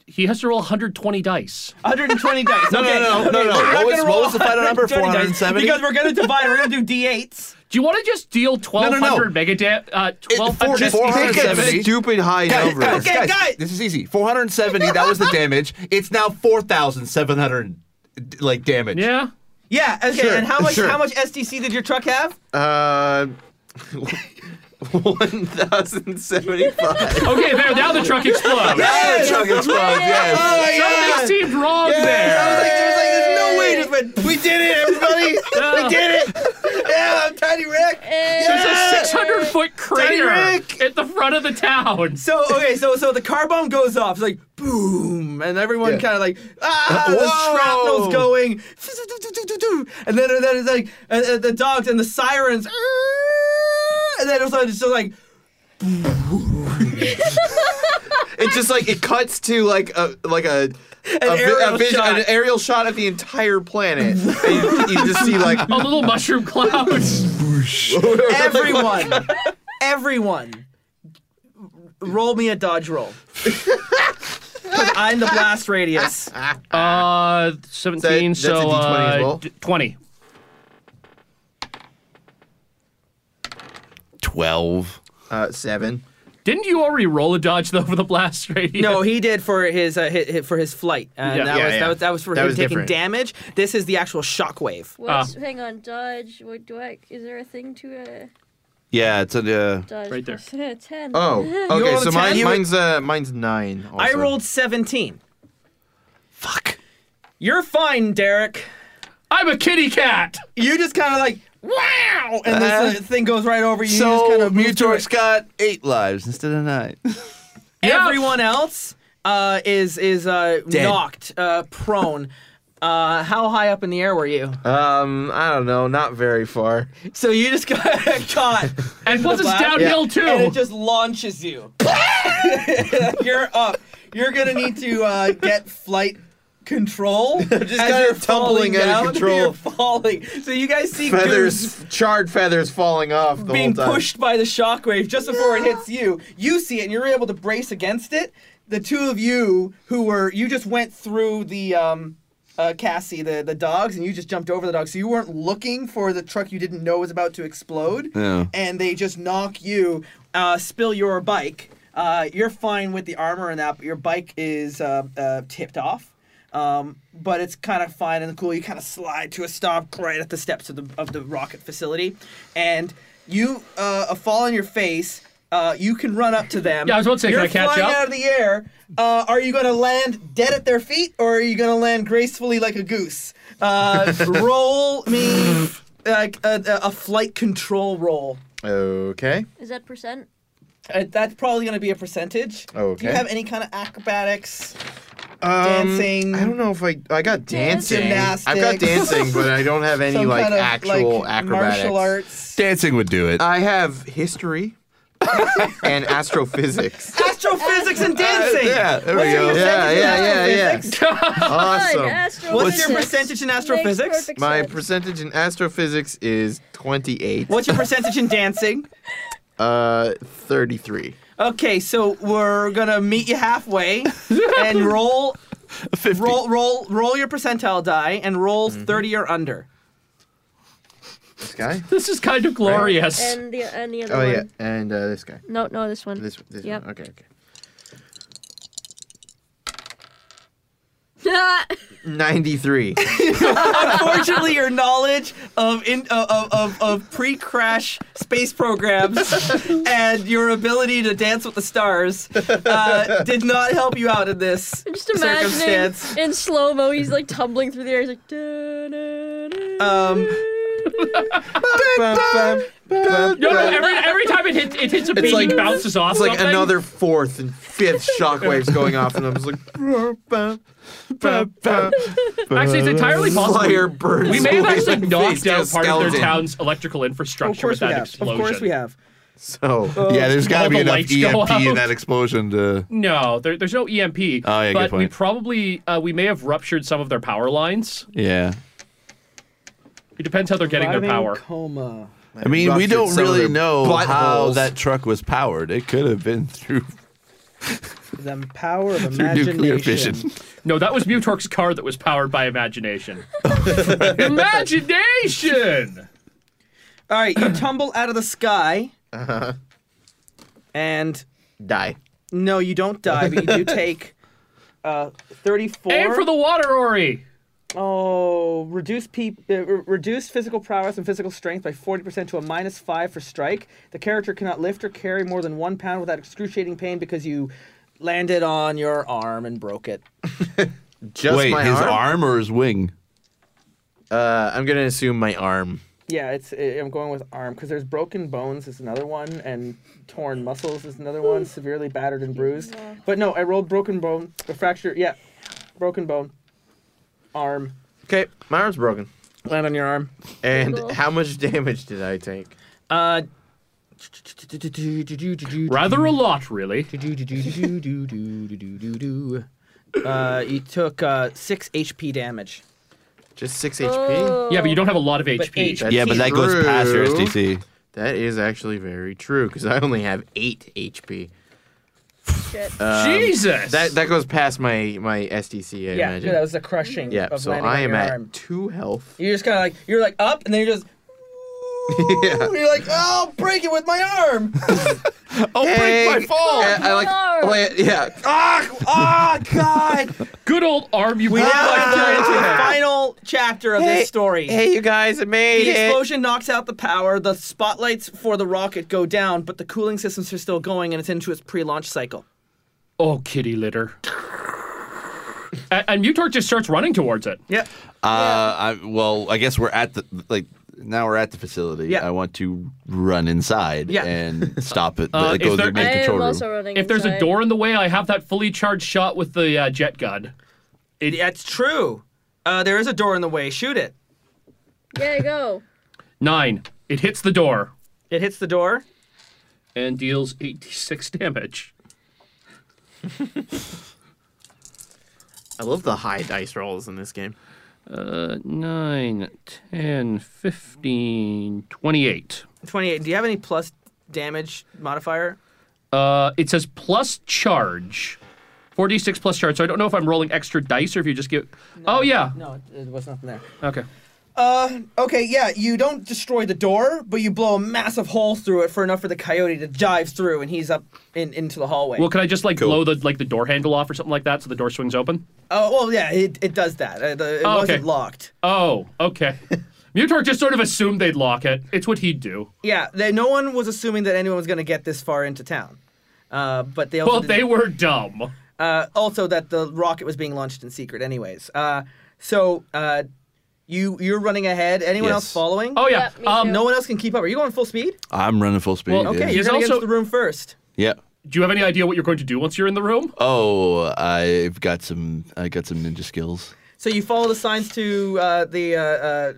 S4: he has to roll 120 dice.
S16: 120 dice.
S8: No,
S16: okay.
S8: no, no, no,
S16: okay,
S8: no.
S16: we're not
S8: What was-
S16: gonna roll
S8: what was the final number?
S16: 120 dice
S8: 470?
S16: Because we're going to divide. We're going to do d8s.
S4: Do you want to just deal 1,200 mega da- uh, 1,200
S8: Just
S4: damage?
S19: Pick a
S8: 470.
S19: stupid high
S8: Guys,
S19: number.
S8: guys,
S16: Okay,
S8: guys,
S16: guys.
S8: This is easy. 470. That was the damage. It's now 4,700 d- like damage.
S4: Yeah.
S16: Yeah, okay.
S8: Sure,
S16: and how much
S8: sure.
S16: how much SDC did your truck have?
S3: *laughs* Uh, 1,075.
S4: Okay, there. Now the truck explodes.
S8: Yes! Chug explodes. Yes.
S4: Something seemed wrong
S16: No way. Just went,
S3: we did it, everybody!
S16: *laughs*
S4: there. Yeah.
S3: yeah, I'm Tiny Rick!
S4: There's a 600 foot crater
S3: Rick!
S4: at the front of the town.
S16: so okay, so so the car bomb goes off. It's *laughs* like boom, and everyone
S3: Yeah.
S16: kind of like
S19: Uh,
S16: ah, the
S3: Whoa.
S16: shrapnel's going, and then and then it's like and, and the dogs and the sirens, "Ah," and then it's like it's just like
S19: It's just like *laughs* it cuts to like a like a an,
S16: aerial shot.
S19: an aerial shot of the entire planet. and you, you just see
S6: *laughs*
S19: like
S4: A little mushroom cloud.
S16: everyone, everyone, roll me a dodge roll. *laughs* 'Cause I'm the blast radius.
S4: Uh, 17,
S19: That- that's a
S4: so
S19: D20 as
S4: uh,
S19: well?
S4: d- 20.
S6: 12.
S19: uh, seven.
S4: Didn't you already roll a dodge, though, for the blast radius?
S16: No, he did for his uh, hi hi for his flight, and
S4: Yeah.
S16: that,
S4: Yeah,
S16: was,
S19: yeah.
S16: that was that was for
S19: That
S16: him
S19: was
S16: taking
S19: different.
S16: damage. This is the actual shockwave.
S4: Ah.
S5: What's, hang on, dodge. What do I? Is there a thing to uh,
S8: Yeah, it's a. Uh,
S5: dodge?
S4: Right there.
S5: plus- Ten.
S16: *laughs*
S19: Oh, okay.
S16: rolled
S19: So
S16: a
S19: mine,
S16: 10?
S19: mine's uh, mine's nine.
S16: I
S19: also.
S16: rolled seventeen. Fuck. You're fine, Derek.
S4: I'm a kitty cat.
S16: You just kind of like wow, and this uh, thing goes right over you. you just
S8: so
S16: kinda move through
S8: Mutork's
S16: it.
S8: got eight lives instead of nine.
S4: Yeah.
S16: Everyone else uh, is is uh, knocked uh, prone. Uh, how high up in the air were you?
S3: Um, I don't know, not very far.
S16: So you just got *laughs* caught,
S4: And plus, it's
S16: blast-
S4: downhill,
S16: and it
S4: too.
S16: just launches you. *laughs* You're up. You're gonna need to uh, get flight control. just
S3: kinda tumbling out of control.
S16: *laughs* You're falling. So you guys see Goose
S3: Feathers, charred feathers falling off the
S16: being
S3: whole time.
S16: pushed by the shockwave just before it hits you. You see it, and you're able to brace against it. The two of you who were you just went through the um, uh, Cassie, the the dogs, and you just jumped over the dogs, so you weren't looking for the truck you didn't know was about to explode,
S4: Mm-hmm.
S16: and they just knock you, uh, spill your bike. Uh, you're fine with the armor and that, but your bike is uh, uh, tipped off. Um, but it's kind of fine and cool. You kind of slide to a stop right at the steps of the of the rocket facility, and you uh, a fall on your face. Uh, you can run up to
S4: *laughs*
S16: them.
S4: Yeah, I was about to say,
S16: You're
S4: can I catch
S16: flying
S4: up?
S16: out of the air. Uh, are you going to land dead at their feet, or are you going to land gracefully like a goose? Uh,
S4: *laughs*
S16: roll me like a, a, a flight control roll.
S3: Okay.
S5: *laughs* Is that percent?
S16: Uh, that's probably going to be a percentage. Do
S3: Okay.
S16: you have any kind of acrobatics?
S3: dancing. Um, I don't know if I I got dancing.
S16: Gymnastics.
S3: I've got dancing, but I don't
S16: *laughs*
S3: have any
S16: Some
S3: like
S16: kind of,
S3: actual
S16: like,
S3: acrobatics.
S16: martial arts.
S6: Dancing would do it.
S3: I have
S16: *laughs*
S3: history and astrophysics. *laughs*
S16: Astrophysics and dancing.
S3: Uh, yeah, there
S16: What's
S3: we
S16: your
S3: go. Yeah,
S16: percentage in
S3: yeah, yeah, *laughs*
S16: astrophysics?
S3: Awesome.
S16: What's your percentage in astrophysics?
S3: My percentage in astrophysics is 28.
S16: What's your percentage in dancing?
S3: Uh, 33.
S16: Okay, so we're gonna meet you halfway
S3: *laughs*
S16: and roll, roll, roll, roll your percentile die and roll
S3: Mm-hmm.
S16: thirty or under.
S3: This guy?
S4: This is kind of
S3: glorious.
S5: And the and the other
S3: Oh
S5: one.
S3: yeah, and uh, this guy.
S5: No, no, this one.
S3: This this
S5: yep.
S3: one.
S5: *laughs*
S3: Okay, okay.
S5: okay.
S3: 93.
S16: Unfortunately, your knowledge of in, uh, of, of, of pre-crash space programs and your ability to dance with the stars uh, did not help you out in this
S5: Just imagining
S16: circumstance.
S5: in slow mo, he's like tumbling through the air. He's like, "Da, da, da."
S16: Um,
S4: No, no, every, every time it hits, it hits a beat,
S3: like-
S4: it bounces off
S3: It's like
S4: something.
S3: another fourth and fifth shockwaves going off, and I'm just like, *laughs*
S4: Actually, it's entirely possible.
S3: Fire burns
S4: we may have
S3: away
S4: actually
S3: the
S4: knocked
S3: face
S4: down
S3: to
S4: part of
S3: skeleton.
S4: their town's electrical
S16: of
S4: infrastructure
S16: course
S4: with
S16: we
S4: that
S16: have.
S4: explosion.
S16: Of course we have.
S3: so
S6: yeah, there's
S4: all
S6: got to be
S4: the
S6: enough
S4: lights go
S6: EMP in
S4: out.
S6: that explosion to.
S4: No, there, there's no EMP.
S6: Oh, yeah, good
S4: but we
S6: point.
S4: probably uh, we may have ruptured some of their power lines.
S6: Yeah.
S4: It depends how they're getting their
S16: Driving
S4: power.
S16: Coma.
S6: I mean, we
S3: ruptured
S6: don't
S3: some of
S6: really
S3: their
S6: know how
S3: buttholes.
S6: that truck was powered. It could have been through
S2: The power of
S6: *laughs* through nuclear fission.
S2: imagination.
S4: No, that was Mutork's car that was powered
S3: *laughs*
S4: by imagination. imagination.
S16: All right, you tumble out of the sky,
S6: Uh-huh.
S16: and
S3: die.
S16: no, you don't die, but
S4: *laughs*
S16: you do take uh, thirty-four.
S4: Aim for the water, Ori.
S16: oh, reduce pe- uh, re- reduce physical prowess and physical strength by forty percent to a minus five for strike. The character cannot lift or carry more than one pound without excruciating pain because you landed on your arm and broke it.
S3: Just
S6: Wait,
S3: my
S6: his
S3: arm.
S6: arm or his wing?
S3: Uh, I'm gonna assume my arm.
S16: Yeah, it's i I'm going with arm because there's broken bones is another one and torn muscles is another one, severely battered and bruised. But no, I rolled broken bone, a fracture. Yeah, broken bone, arm.
S3: Okay, my arm's broken.
S16: Land on your arm.
S3: And
S5: Cool.
S3: how much damage did I take?
S16: Uh,
S4: Rather a lot, really.
S16: uh, you took uh six HP damage.
S3: Just six HP.
S5: Oh.
S4: Yeah, but you don't have a lot of
S16: But
S4: HP.
S16: HP.
S6: Yeah, but that goes past your SDC.
S3: That is actually very true because I only have eight HP.
S5: Shit.
S6: Uh,
S4: Jesus.
S3: Um, That that goes past my my SDC. I
S16: Yeah,
S3: imagine.
S16: that was the crushing.
S3: yeah.
S16: Of
S3: So
S16: landing
S3: I
S16: on
S3: am
S16: your
S3: at
S16: arm.
S3: two
S16: *laughs*
S3: health.
S16: You're just kind of like you're like up, and then you're just.
S3: *laughs* yeah.
S16: You're like, oh, break it with my *laughs* arm.
S6: Oh, break my fall!
S3: Yeah, I like.
S5: Arm.
S3: Play it, yeah. Ah!
S16: Ah, God.
S4: Good old arm you
S16: We
S4: broke
S16: now
S4: like
S16: enter into the
S4: that.
S16: final chapter
S3: *laughs*
S16: of
S3: Hey,
S16: this story.
S3: Hey, you guys! I made
S16: The
S3: it.
S16: explosion knocks out the power. The spotlights for the rocket go down, but the cooling systems are still going, and it's into its pre-launch cycle.
S4: Oh, kitty litter. and, and Mutork just starts running towards it.
S16: Yep.
S6: Uh, I, well, I guess we're at the like now we're at the facility.
S16: Yeah.
S6: I want to run inside
S16: Yeah.
S6: and stop it.
S4: *laughs* Uh,
S6: it
S4: is
S6: goes
S4: there-
S6: in
S5: I
S6: main
S5: am
S6: control room.
S5: also running.
S4: If there's a
S5: inside.
S4: door in the way, I have that fully charged shot with the uh, jet gun.
S16: That's true. Uh, there is a door in the way. Shoot it.
S5: Yeah, go.
S4: Nine. It hits the door
S16: It hits the door.
S4: and deals 86 damage.
S3: I love the high dice rolls in this game.
S4: Uh, 9, 10, 15, 28.
S16: Twenty-eight. Do you have any plus damage modifier?
S4: Uh, it says plus charge. 4d6 plus charge. So I don't know if I'm rolling extra dice or if you just give. oh, yeah.
S16: No, it was nothing there.
S4: Okay.
S16: Uh, okay, yeah, you don't destroy the door, but you blow a massive hole through it for enough for the coyote to dive through, and he's up in into the hallway.
S4: Well, can I just like blow the like the door handle off or something like that so the door swings open?
S16: Oh, well, yeah, it, it does that. Uh, the- It
S4: Oh,
S16: wasn't
S4: okay.
S16: locked.
S4: Oh, okay. Mutark just sort of assumed they'd lock it. It's what he'd do.
S16: Yeah, they, no one was assuming that anyone was going to get this far into town. Uh, but they also
S4: Well,
S16: didn't-
S4: they were dumb.
S16: Uh, also, that the rocket was being launched in secret, anyways. Uh, so uh, you you're running ahead. Anyone else
S6: Yes.
S16: following?
S4: Oh, yeah. Yeah, me Um, too.
S16: no one else can keep up. Are you going full speed?
S6: I'm running full speed.
S4: Well,
S6: yeah.
S16: Okay, you're
S4: He's
S16: going to get
S4: also-
S16: into the room first.
S6: yeah.
S4: Do you have any idea what you're going to do once you're in the room?
S6: Oh, I've got some. I got some ninja skills.
S16: So you follow the signs to uh, the uh, uh,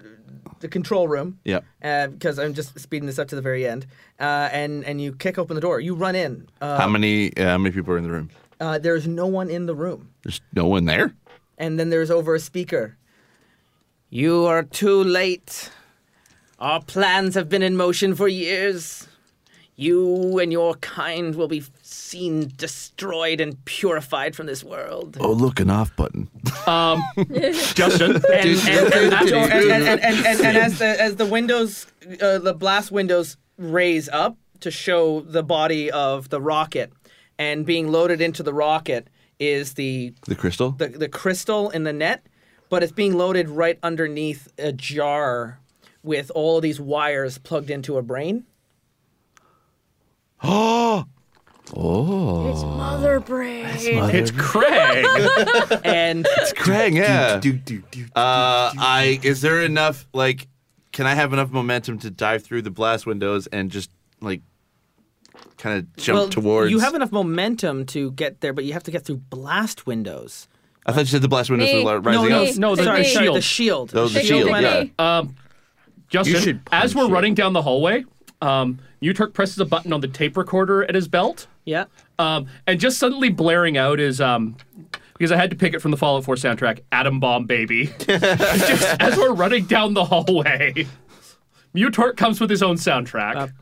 S16: the control room.
S6: Yep.
S16: Because I'm just speeding this up to the very end, uh, and and you kick open the door. You run in. Uh,
S6: how many? Uh, how many people are in the room?
S16: uh, there's no one in the room,
S6: There's no one there.
S16: and then there's over a speaker.
S10: You are too late. Our plans have been in motion for years. You and your kind will be seen destroyed and purified from this world.
S6: Oh, look, an off button.
S4: Um, Justin.
S10: And, and, and,
S16: So- and, and, and, and, and, and as the as the windows, uh, the blast windows raise up to show the body of the rocket, and being loaded into the rocket is the
S6: The crystal.
S19: *laughs*
S16: the, the crystal in the net, but it's being loaded right underneath a jar with all these wires plugged into a brain.
S6: Oh. Oh.
S5: It's mother brain.
S6: Mother-
S4: It's Craig.
S16: And
S6: It's Craig. Yeah.
S19: Do, do, do.
S8: Uh, I is there enough like can I have enough momentum to dive through the blast windows and just like kind of *laughs* jump
S16: well,
S8: towards
S16: you have enough momentum to get there, but you have to get through blast windows.
S8: I thought you said the blast windows
S5: Me.
S8: were la- rising
S4: no,
S8: up.
S5: Me.
S4: no, the-
S5: Pick
S16: Sorry,
S5: me.
S16: sorry, the
S4: shield.
S16: shield.
S8: That was Oh, the
S5: Pick me,
S8: shield,
S5: pick
S8: yeah.
S5: me.
S6: Uh,
S4: Um, Justin,
S6: should
S4: as we're
S6: punch it.
S4: running down the hallway, um, Mutark presses a button on the tape recorder at his belt,
S16: Yeah.
S4: um, and just suddenly blaring out is um, because I had to pick it from the Fallout 4 soundtrack, "Atom Bomb Baby." *laughs* just as we're running down the hallway, Mutark comes with his own soundtrack.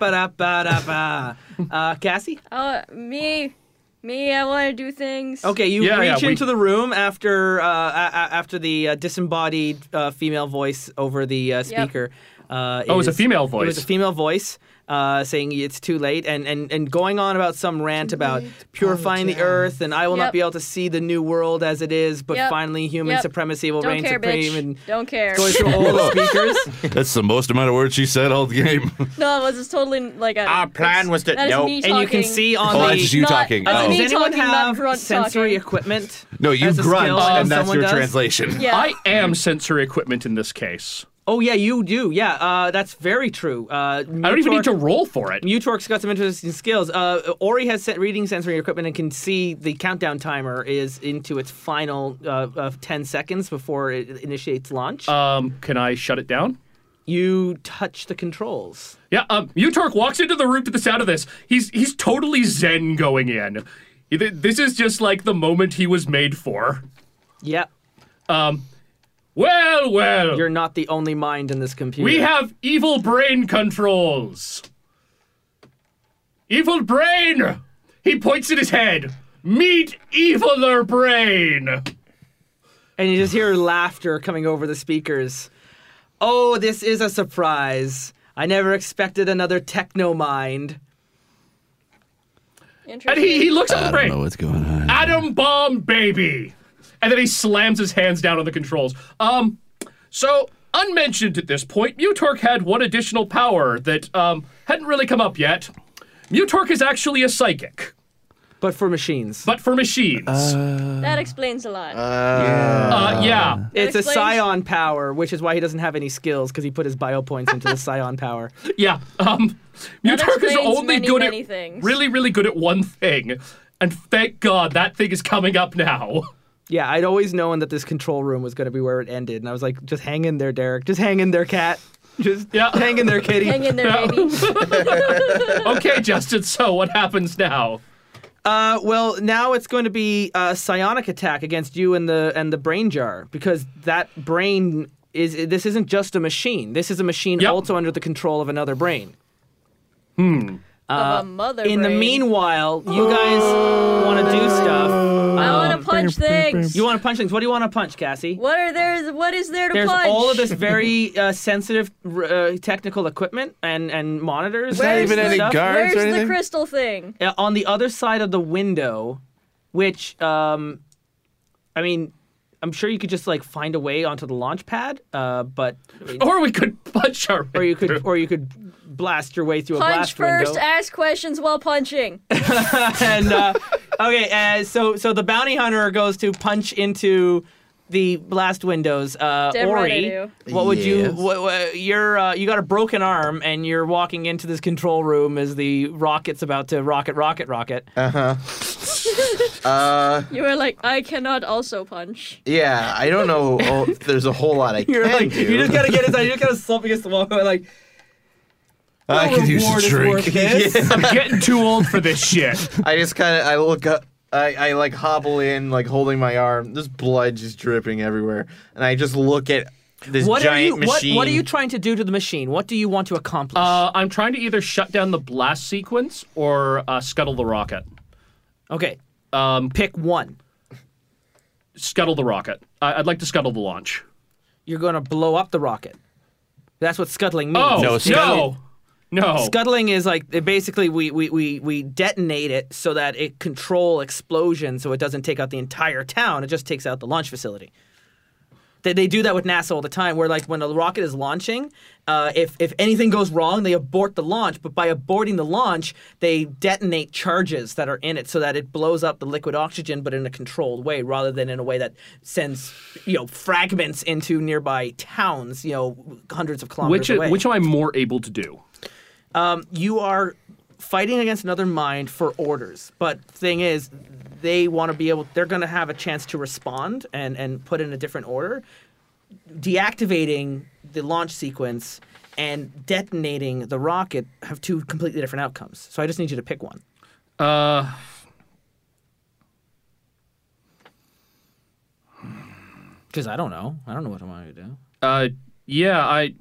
S16: Ba-ba-ba-da-ba-da-ba-da-ba-da-ba. Uh, Cassie?
S5: Oh, me, me. I want to do things.
S16: Okay, you
S4: Yeah, yeah,
S16: reach
S4: we-
S16: into the room after uh, a- a- after the uh, disembodied uh, female voice over the uh,
S5: Yep.
S16: speaker. Uh,
S4: Oh, it was a
S16: is-
S4: female
S16: It was a
S4: voice.
S16: female voice uh, saying it's too late and, and, and going on about some rant about purifying the earth and I will not
S5: Oh, Yep.
S16: be able to see the new world as it is, but
S5: Yep.
S16: finally human
S5: Yep.
S16: supremacy will
S5: Don't
S16: reign
S5: care,
S16: supreme.
S5: bitch.
S16: And
S5: Don't care. *laughs*
S16: going through all
S6: *laughs*
S16: the speakers.
S6: That's the most amount of words she said all the game. *laughs*
S5: No, it was just totally like a.
S19: Our plan was to-
S5: that is
S19: Nope.
S5: me
S16: and you
S5: talking.
S16: can see on
S6: Oh,
S16: the.
S6: that's just you
S5: Not-
S6: talking.
S5: that's
S6: Oh.
S5: me
S16: Does anyone
S5: talking, not
S16: have
S5: grunt
S16: sensory
S5: talking.
S16: equipment?
S6: No, you
S16: As a
S6: grunt,
S16: skill
S6: and that's
S16: someone
S6: your
S16: does?
S6: translation.
S5: Yeah.
S4: I am sensory equipment in this case.
S16: Oh yeah, you do. Yeah, uh, that's very true. Uh,
S4: I don't even need to roll for it.
S16: Mutork's got some interesting skills. Uh, Ori has set reading sensory equipment and can see the countdown timer is into its final uh, of 10 seconds before it initiates launch.
S4: Um, can I shut it down?
S16: you touch the controls.
S4: Yeah, um, Utark walks into the room to the sound of this. He's he's totally zen going in. Th- This is just like the moment he was made for.
S16: Yep.
S4: Well, well,
S16: You're not the only mind in this computer.
S4: we have evil brain controls. Evil brain. He points at his head. Meet eviler brain.
S16: and you just hear laughter coming over the speakers. Oh, this is a surprise. I never expected another techno mind.
S4: And he, he
S5: Interesting.
S4: looks at
S6: I
S4: the
S6: don't
S4: brain.
S6: know
S19: Oh,
S6: what's going on.
S4: Atom bomb baby. And then he slams his hands down on the controls. Um so unmentioned at this point, Mutork had one additional power that um hadn't really come up yet. Mutork is actually a psychic,
S16: But for machines.
S4: but for machines. Uh,
S5: That explains a lot.
S19: Uh,
S4: yeah.
S16: it's a
S5: explains-
S16: scion power, which is why he doesn't have any skills because he put his bio
S4: *laughs*
S16: points into the scion power.
S4: Yeah. Um Mutork is
S5: explains
S4: only
S5: many,
S4: good
S5: many
S4: at
S5: things.
S4: really really good at one thing. And thank God that thing is coming
S5: *laughs*
S4: up now.
S16: Yeah, I'd always known that this control room was going to be where it ended, and I was like, just hang in there, Derek. Just hang in there, cat. *laughs* Just
S4: Yeah.
S16: hang in there, kitty.
S5: Hang in there,
S16: *laughs*
S5: baby.
S4: okay, Justin, so what happens now?
S16: Uh, well, now it's going to be a psionic attack against you and the and the brain jar because that brain is this isn't just a machine. This is a machine
S4: Yep.
S16: also under the control of another brain.
S5: Of a mother.
S16: Uh, In the
S5: brain.
S16: meanwhile, you guys want to do stuff.
S5: I want to punch things.
S16: You want to punch things. What do you want to punch, Cassie?
S5: What are there? What is there to
S16: There's
S5: punch?
S16: all of this very uh, sensitive r- uh, technical equipment and and monitors.
S5: Where's
S16: and
S6: even
S5: the,
S6: any
S16: stuff.
S6: guards or
S5: Where's
S6: anything?
S5: the crystal thing?
S16: Uh, on the other side of the window, which um, I mean, I'm sure you could just like find a way onto the launch pad, uh, but
S4: or we could punch our way
S16: or you could or you could blast your way through a
S5: Punch
S16: blast
S5: first,
S16: window.
S5: ask questions while
S16: *laughs*
S5: punching.
S16: and uh, okay, uh, so so the bounty hunter goes to punch into the blast windows. Uh,
S5: Damn
S16: Ori,
S5: right I do.
S16: what would you?
S5: Yes.
S16: What, what, you're uh, you got a broken arm, and you're walking into this control room as the rocket's about to rocket, rocket, rocket.
S3: Uh-huh. uh
S5: You were like, I cannot also punch.
S3: Yeah, I don't know
S16: *laughs*
S3: oh, if there's a whole lot I
S16: You're
S3: can
S16: like,
S3: do.
S16: you just gotta get inside. You just gotta slump against the wall. *laughs* Like,
S3: I
S16: no
S3: could use a
S16: reward is
S3: *laughs* drink.
S16: worth this.
S3: Yeah.
S4: *laughs* I'm getting *laughs* too old for this shit.
S3: I just kind of I look up. I, I like hobble in, like holding my arm. There's blood just dripping everywhere, and I just look at this
S16: what are you?
S3: giant
S16: What,
S3: machine.
S16: what are you trying to do to the machine? What do you want to accomplish?
S4: Uh, I'm trying to either shut down the blast sequence or uh, scuttle the rocket.
S16: Okay.
S4: Um,
S16: Pick one.
S4: Scuttle the rocket. I- I'd like to scuttle the launch.
S16: You're gonna blow up the rocket. That's what scuttling means.
S4: Oh, No, scuttling- no. No.
S16: Scuttling is like it basically we, we we we detonate it so that it control explosion so it doesn't take out the entire town. It just takes out the launch facility. They, they do that with NASA all the time, where like when a rocket is launching, uh, if if anything goes wrong, they abort the launch. But by aborting the launch, they detonate charges that are in it, so that it blows up the liquid oxygen, but in a controlled way, rather than in a way that sends you know fragments into nearby towns, you know, hundreds of kilometers
S4: Which uh,
S16: away.
S4: which am I more able to do?
S16: Um, you are fighting against another mind for orders, but thing is, they want to be able. They're going to have a chance to respond and and put in a different order. Deactivating the launch sequence and detonating the rocket have two completely different outcomes. So I just need you to pick one.
S4: Uh,
S16: Because I don't know. I don't know what I want to do.
S4: uh, yeah, I.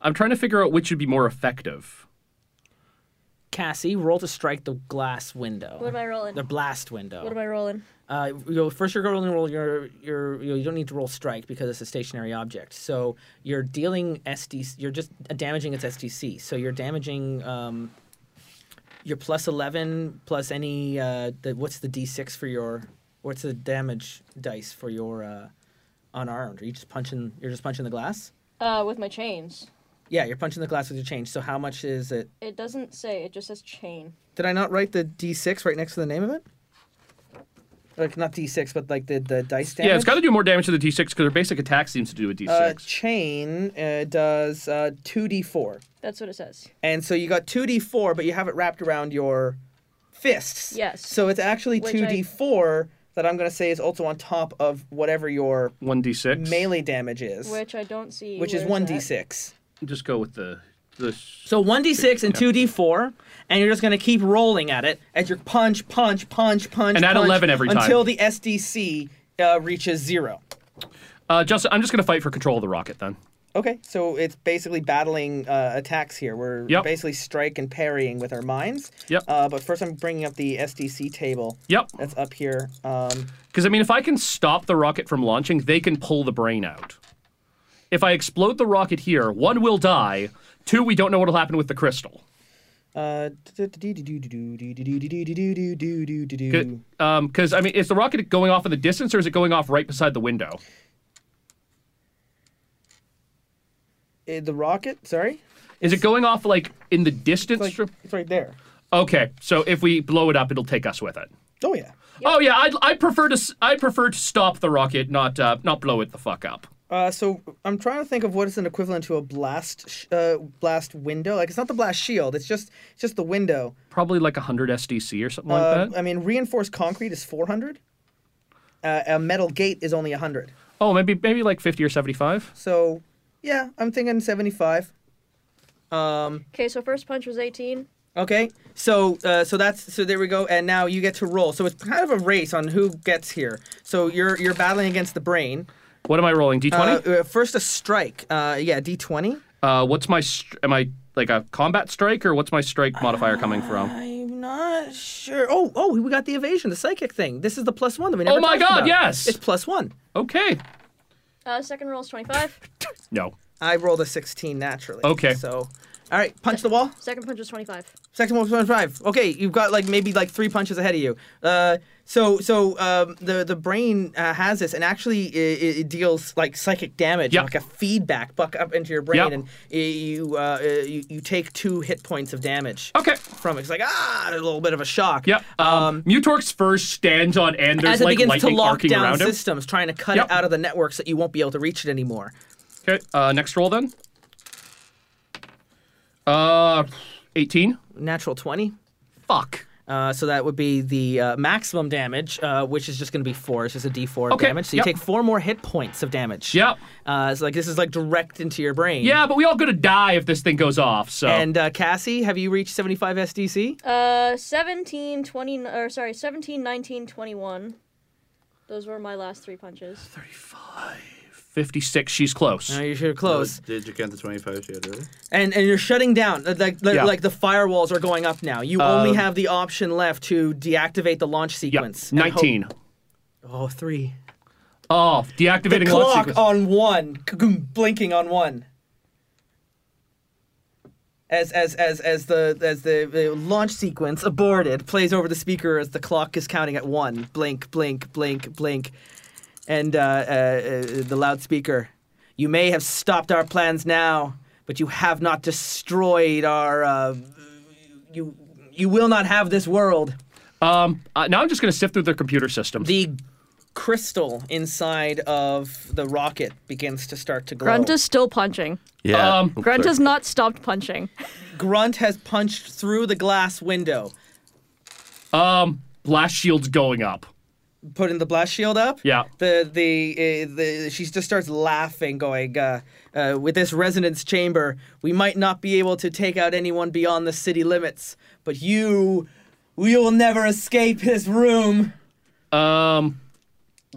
S4: I'm trying to figure out which would be more effective.
S16: Cassie, roll to strike the glass window.
S5: What am I rolling?
S16: The blast window.
S5: What am I rolling?
S16: Uh, you'll, first, you're going to roll your your you, you don't need to roll strike because it's a stationary object. So you're dealing SDC. You're just damaging its SDC. So you're damaging um, your plus eleven plus any uh, the, what's the D6 for your what's the damage dice for your uh, unarmed? Are you just punching? You're just punching the glass.
S5: Uh, with my chains.
S16: Yeah, you're punching the glass with your change. So how much is it?
S5: It doesn't say. It just says chain.
S16: Did I not write the D6 right next to the name of it? Like not D6, but like the the dice damage.
S4: Yeah, it's got to do more damage to the D6 because their basic attack seems to do a D6.
S16: Uh, chain uh, does uh, 2d4.
S5: That's what it says.
S16: And so you got 2d4, but you have it wrapped around your fists.
S5: Yes.
S16: So it's actually
S5: Which I-
S16: 2d4 that I'm going to say is also on top of whatever your
S4: 1d6.
S16: melee damage is,
S5: Which I don't see.
S16: which is
S5: Where that?
S16: 1d6.
S4: Just go with the the.
S16: So 1d6 and 2d4, and you're just going to keep rolling at it as your punch, punch, punch, punch,
S4: And add
S16: punch,
S4: 11 every time.
S16: Until the SDC uh, reaches zero.
S4: Uh, Justin, I'm just gonna fight for control of the rocket then.
S16: Okay, so it's basically battling uh, attacks here. We're
S4: Yep.
S16: basically strike and parrying with our minds.
S4: Yep.
S16: Uh, but first, I'm bringing up the SDC table.
S4: Yep.
S16: That's up here. Um,
S4: Because I mean, if I can stop the rocket from launching, they can pull the brain out. If I explode the rocket here, one will die. Two, we don't know what'll happen with the crystal.
S16: uh, Hmm.
S4: Because um, I mean, is the rocket going off in the distance, or is it going off right beside the window?
S16: eh, the rocket. Sorry,
S4: Is it going off like in the distance?
S16: it's right there.
S4: Okay, so if we blow it up, it'll take us with it.
S16: Oh yeah.
S4: Oh yeah, I'd, I prefer to s- I prefer to stop the rocket, not uh, not blow it the fuck up.
S16: Uh, so I'm trying to think of what is an equivalent to a blast sh- uh, blast window. Like it's not the blast shield. It's just it's just the window.
S4: Probably like 100 SDC or something
S16: Uh,
S4: like that.
S16: I mean, reinforced concrete is 400. Uh, a metal gate is only 100.
S4: Oh, maybe maybe like 50 or 75.
S16: So, yeah, I'm thinking 75. Um,
S5: Okay, so first punch was 18.
S16: okay. So, uh, so that's so there we go. And now you get to roll. So it's kind of a race on who gets here. So you're you're battling against the brain.
S4: What am I rolling? D20.
S16: Uh, uh, first a strike. Uh, yeah, D20.
S4: Uh, what's my str- am I like a combat strike or what's my strike modifier coming from?
S16: I'm not sure. Oh, oh, we got the evasion, the psychic thing. This is the plus one that we never.
S4: Oh my
S16: talked
S4: God,
S16: about.
S4: yes!
S16: It's plus one.
S4: Okay.
S5: Uh, second roll is 25.
S4: No.
S16: I rolled a 16 naturally.
S4: Okay.
S16: So All right, punch the wall.
S5: Second punch was 25.
S16: Second one was 25. Okay, you've got like maybe like three punches ahead of you. Uh, so so um, the the brain uh, has this, and actually it, it deals like psychic damage,
S4: Yep.
S16: like a feedback buck up into your brain,
S4: Yep.
S16: and y- you, uh, uh, you you take two hit points of damage.
S4: Okay.
S16: From it. it's like ah, a little bit of a shock.
S4: Yep. Um, Mutork's first stands on Anders
S16: As it
S4: like
S16: begins to
S4: lightning
S16: lock
S4: arcing
S16: down
S4: around him.
S16: systems, trying to cut
S4: Yep.
S16: it out of the network so that you won't be able to reach it anymore.
S4: Okay. Uh, next roll then. Uh, eighteen.
S16: Natural twenty.
S4: Fuck.
S16: Uh, so that would be the uh, maximum damage, uh, which is just going to be four. It's just a D4 of
S4: Okay,
S16: damage. So you
S4: yep.
S16: take four more hit points of damage.
S4: Yep.
S16: Uh, so like this is like direct into your brain.
S4: Yeah, but we all gonna die if this thing goes off. So.
S16: And uh, Cassie, have you reached 75 SDC?
S5: Uh, 17, 20, or sorry, 17, 19, 21. Those were my last three punches.
S4: 56. She's close.
S16: No, you should have close.
S3: Oh,
S8: Did you count the 25 she had earlier?
S16: And and you're shutting down. Uh, Like like,
S4: Yeah.
S16: like the firewalls are going up now. You
S4: Uh,
S16: only have the option left to deactivate the launch sequence. and hope-
S4: 19.
S16: Oh, three.
S4: Oh,
S16: The
S4: deactivating launch
S16: clock
S4: sequence.
S16: on one, kagoom, blinking on one. As as as as the as the, the launch sequence aborted plays over the speaker as the clock is counting at one, blink, blink, blink, blink, and uh, uh, uh, the loudspeaker. You may have stopped our plans now, but you have not destroyed our. Uh, you you will not have this world.
S4: Um, uh, now I'm just gonna sift through their computer systems.
S16: The crystal inside of the rocket begins to start to glow.
S5: Grunt is still punching.
S6: Yeah.
S4: Um,
S6: Oops,
S5: Grunt
S6: sorry.
S5: has not stopped punching.
S16: Grunt has punched through the glass window.
S4: um, blast shield's going up.
S16: Putting the blast shield up.
S4: Yeah.
S16: The the uh, the she just starts laughing, going, uh, uh, "With this resonance chamber, we might not be able to take out anyone beyond the city limits, but you, we will never escape this room."
S4: Um,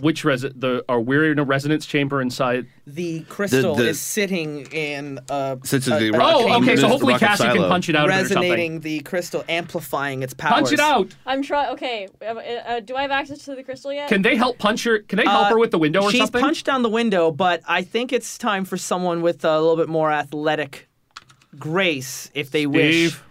S4: which res? The are we in a resonance chamber inside?
S16: The crystal
S6: the-
S16: is sitting in a
S6: Since
S16: a-
S6: it's the
S16: a
S6: rocket-
S4: Oh,
S16: chamber
S4: okay.
S6: This is
S4: So
S6: the
S4: hopefully
S6: rocket
S4: Cassie can
S6: silo.
S4: punch it out of it or something.
S16: resonating the crystal, amplifying its powers.
S4: Punch it out.
S5: I'm trying. Okay, uh, uh, do I have access to the crystal yet?
S4: Can they help punch her? Can they help
S16: Uh,
S4: her with the window or
S16: She's
S4: something?
S16: punched down the window, but I think it's time for someone with a little bit more athletic grace, if they wish,
S4: Steve.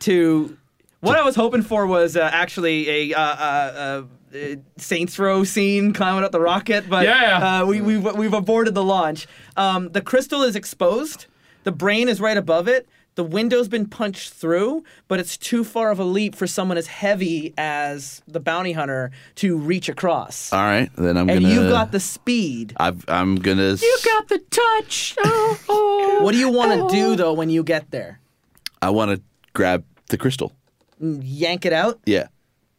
S16: to. What I was hoping for was uh, actually a. Uh, uh, uh, uh, Saints Row scene climbing up the rocket, but
S4: Yeah.
S16: uh, we, we've we've aborted the launch. Um, the crystal is exposed. The brain is right above it. The window's been punched through, but it's too far of a leap for someone as heavy as the bounty hunter to reach across.
S6: All right, then I'm
S16: And
S6: gonna.
S16: you've got the speed.
S6: I've, I'm gonna. You
S4: got the touch. Oh, oh.
S16: What do you want to do though when you get there?
S6: I want to grab the crystal.
S16: Yank it out
S6: Yeah.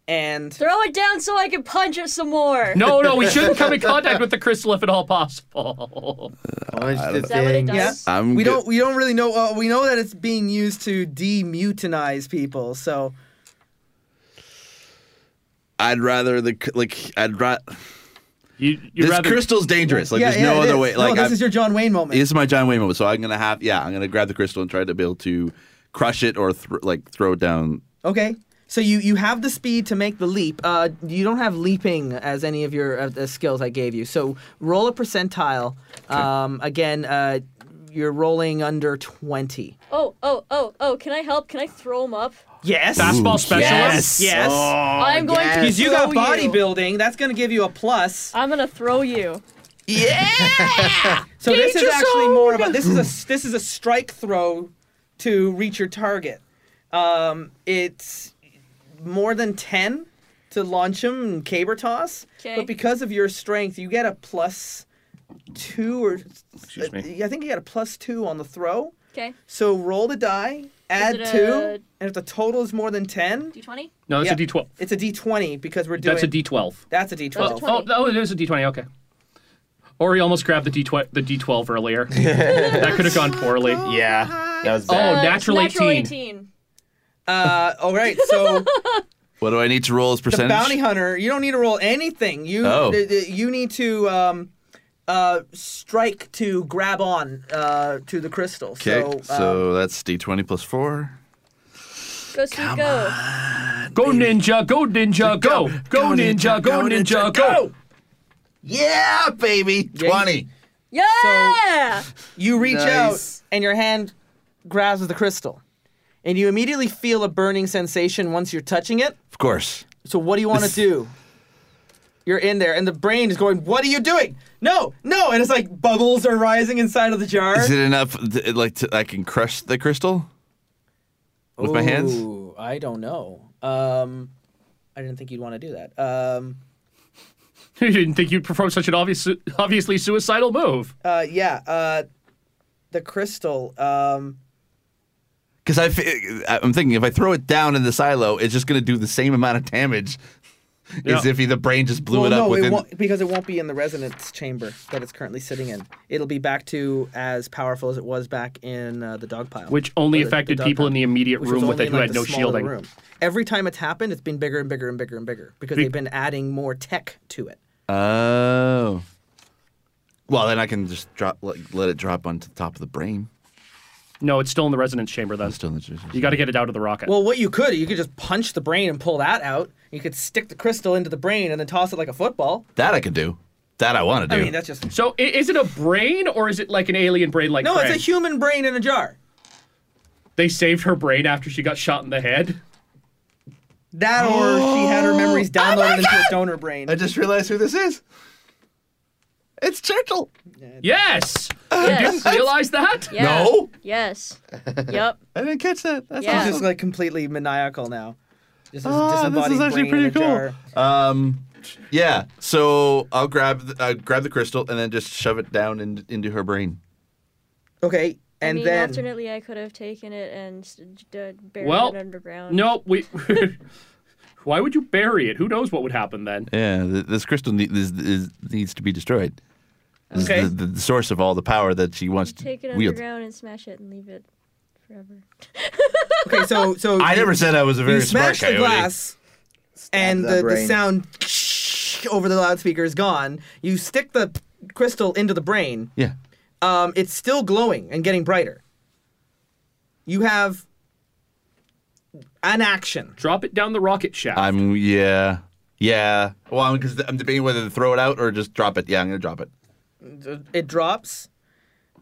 S16: and
S5: Throw it down so I can punch it some more.
S4: No, no, we shouldn't come in contact with the crystal if at all possible.
S3: Punch the
S5: Is that what it
S3: thing.
S5: does?
S16: Yeah.
S6: I'm.
S16: we
S6: go-
S16: don't we don't really know. Uh, we know that it's being used to demutinize people. So
S6: I'd rather the c- like. I'd ra-
S4: You, you
S6: This
S4: rather
S6: crystal's dangerous. Like,
S16: yeah,
S6: there's
S16: yeah,
S6: no
S16: it
S6: other
S16: is.
S6: way.
S16: No,
S6: Like,
S16: this
S6: I've-
S16: is your John Wayne moment.
S6: This is my John Wayne moment. So I'm gonna have. Yeah, I'm gonna grab the crystal and try to be able to crush it or thr like throw it down.
S16: okay. So you, you have the speed to make the leap. Uh, you don't have leaping as any of your uh, the skills I gave you. So roll a percentile. Um, again, uh, you're rolling under twenty.
S5: Oh, oh, oh, oh! Can I help? Can I throw him up?
S16: Yes.
S4: fastball specialist.
S16: Yes.
S4: Oh,
S5: I'm going to.
S16: Because you got
S5: throw
S16: bodybuilding, that's going to give you a plus.
S5: I'm gonna throw you.
S16: So this is actually more about this is a this is a strike throw to reach your target. Um, it's more than ten to launch him and caber toss,
S5: Okay.
S16: but because of your strength, you get a plus two or uh,
S6: Excuse me.
S16: I think you get a plus two on the throw.
S5: Okay.
S16: So roll the die, add
S5: it
S16: two,
S5: a-
S16: and if the total is more than ten,
S5: D20.
S4: No, that's
S16: Yeah.
S4: a D12.
S16: it's a D twenty because we're doing
S4: That's a D12.
S16: that's a D
S5: That's a
S16: twelve.
S5: 20.
S4: Oh, oh, it is a D20. Okay. Or he almost grabbed the D12, the D12 earlier. that could have gone poorly.
S19: Yeah, that was
S4: Oh,
S19: bad.
S4: natural,
S5: Uh, natural
S4: 18.
S5: 18.
S16: Uh, all right,
S5: *laughs*
S16: so.
S6: What do I need to roll as
S16: the
S6: percentage?
S16: bounty hunter, you don't need to roll anything. You
S6: Oh.
S16: th- th- you need to um, uh, strike to grab on uh, to the crystal.
S6: Okay,
S16: So,
S6: so,
S16: um,
S6: that's D20 plus four.
S5: Go, Steve, go.
S4: Go ninja, go ninja, go. Go ninja, go ninja, go.
S8: Yeah, baby! 20.
S5: Yeah.
S16: you reach
S19: Nice.
S16: out and your hand grasps the crystal, and you immediately feel a burning sensation once you're touching it.
S20: Of course.
S16: So what do you want to do? You're in there, and the brain is going, "What are you doing? No, no!" And it's like bubbles are rising inside of the jar.
S20: Is it enough? th- like to, I can crush the crystal with my hands.
S21: Ooh, I don't know. Um, I didn't think you'd want to do that. Um,
S4: *laughs* you didn't think you'd perform such an obvious, obviously suicidal move.
S21: uh, yeah. Uh, the crystal. Um,
S6: Because I, fi- I'm thinking if I throw it down in the silo, it's just going to do the same amount of damage as
S4: Yeah.
S6: if the brain just blew it up
S16: no,
S6: within.
S16: it won't, because it won't be in the resonance chamber that it's currently sitting in. It'll be back to as powerful as it was back in uh, the dog pile,
S4: Which only
S16: Or the- the
S4: affected
S16: dog
S4: people in the immediate
S16: which
S4: room
S16: was
S4: with
S16: only
S4: it
S16: in,
S4: who
S16: like,
S4: had
S16: the
S4: no
S16: smaller
S4: shielding.
S16: Room. Every time it's happened, it's been bigger and bigger and bigger and bigger because
S4: Be-
S16: they've been adding more tech to it.
S6: Oh. Well, then I can just drop, let, let it drop onto the top of the brain.
S4: No, it's still in the resonance chamber. Then
S6: still in the resonance
S4: You got to get it out of the rocket.
S16: Well, what you could, you could just punch the brain and pull that out. You could stick the crystal into the brain and then toss it like a football.
S6: That I can do. That I want to
S16: I
S6: do.
S16: mean, that's just
S4: so i- is it a brain or is it like an alien brain? Like
S16: no.
S4: Krang?
S16: It's a human brain in a jar.
S4: They saved her brain after she got shot in the head.
S16: That or she
S6: *gasps*
S16: had
S6: Oh
S16: her memories downloaded into a donor brain.
S6: I just realized who this is. It's Churchill.
S4: Yes. You
S5: Yes.
S4: *laughs* didn't realize that?
S5: Yeah.
S6: No?
S5: Yes. yep.
S6: I didn't catch that. That's
S5: Yeah.
S16: She's just like completely maniacal now. Just this
S6: Ah, this is
S16: disembodied
S6: actually
S16: brain in a
S6: pretty cool.
S16: jar.
S6: Um, yeah. So I'll grab the, uh, grab the crystal and then just shove it down in, into her brain.
S16: Okay,
S5: I
S16: and
S5: mean,
S16: then
S5: alternately, I could have taken it and s- d- buried
S4: *laughs* Well,
S5: it underground.
S4: No, we. *laughs* Why would you bury it? Who knows what would happen then?
S6: Yeah. th- This crystal ne- this, is needs to be destroyed. This
S16: Okay.
S6: is the, the source of all the power that she wants to
S5: Take it
S6: wield.
S5: underground and smash it and leave it forever.
S16: okay, so
S6: *laughs*
S16: so
S6: I
S16: you-
S6: never said I was a
S16: you
S6: very smart
S16: smash the
S6: coyote.
S16: glass, and
S3: that
S16: the, the
S3: brain.
S16: sound *laughs* over the loudspeaker is gone. You stick the crystal into the brain.
S6: Yeah.
S16: Um, it's still glowing and getting brighter. You have an action.
S4: Drop it down the rocket shaft.
S6: I'm yeah. Yeah. Well, I'm because I'm debating whether to throw it out or just drop it. Yeah, I'm gonna drop it.
S16: It drops,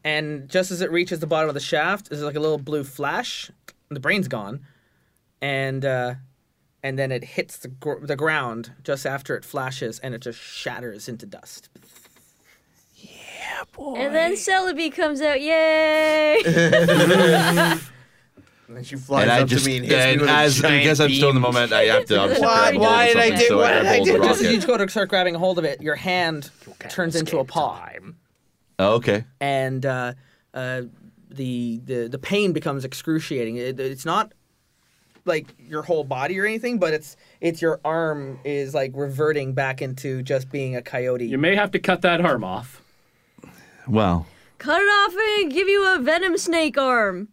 S16: and just as it reaches the bottom of the shaft, there's like a little blue flash. The brain's gone, and uh, and then it hits the gr- the ground just after it flashes, and it just shatters into dust.
S5: And then Celebi comes out.
S16: *laughs*
S5: Yay!
S3: And she flies
S6: and I
S3: up
S6: just
S3: to me and hits me
S6: and
S3: with
S6: as
S3: a giant
S6: because I'm still in the
S3: beam.
S6: moment, I have to. I'm still
S5: Why-
S6: grabbing hold
S5: why
S6: of
S5: did I
S6: something,
S5: do-
S6: so
S5: why
S6: I
S5: did
S6: grab
S5: I
S6: hold of
S5: do
S6: the
S16: Just as you
S6: rocket.
S16: go to start grabbing hold of it, your hand turns into a paw,
S6: Oh, okay.
S16: and uh, uh, the, the the pain becomes excruciating. It, it's not like your whole body or anything, but it's it's your arm is like reverting back into just being a coyote.
S4: You may have to cut that arm off.
S6: Well,
S5: Cut it off and give you a venom snake arm.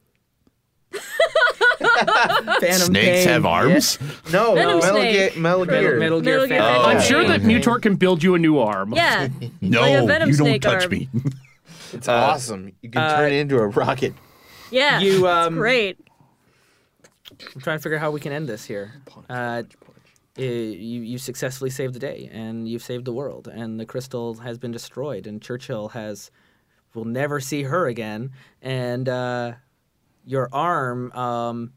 S16: Phantom
S6: snakes
S16: pain.
S6: have arms.
S3: No, no,
S5: Venom
S3: Metal,
S5: Snake.
S3: Ge- Metal
S16: Metal,
S3: Gear.
S16: Metal Gear.
S5: Metal Gear
S16: Phantom
S5: Phantom
S4: I'm
S5: Oh.
S4: sure that
S6: okay.
S4: Mutor can build you a new
S16: Oh.
S4: arm.
S5: Yeah.
S6: No,
S5: like a venom
S6: you don't
S5: snake
S6: touch
S5: arm.
S6: me. uh,
S3: It's awesome. You can turn it into a rocket.
S5: Yeah.
S16: You,
S5: it's
S16: um, *laughs*
S5: great.
S16: I'm trying to figure out how we can end this here. Uh, i- you, you successfully saved the day, and you've saved the world, and the crystal has been destroyed, and Churchill has will never see her again, and uh, your arm. Um,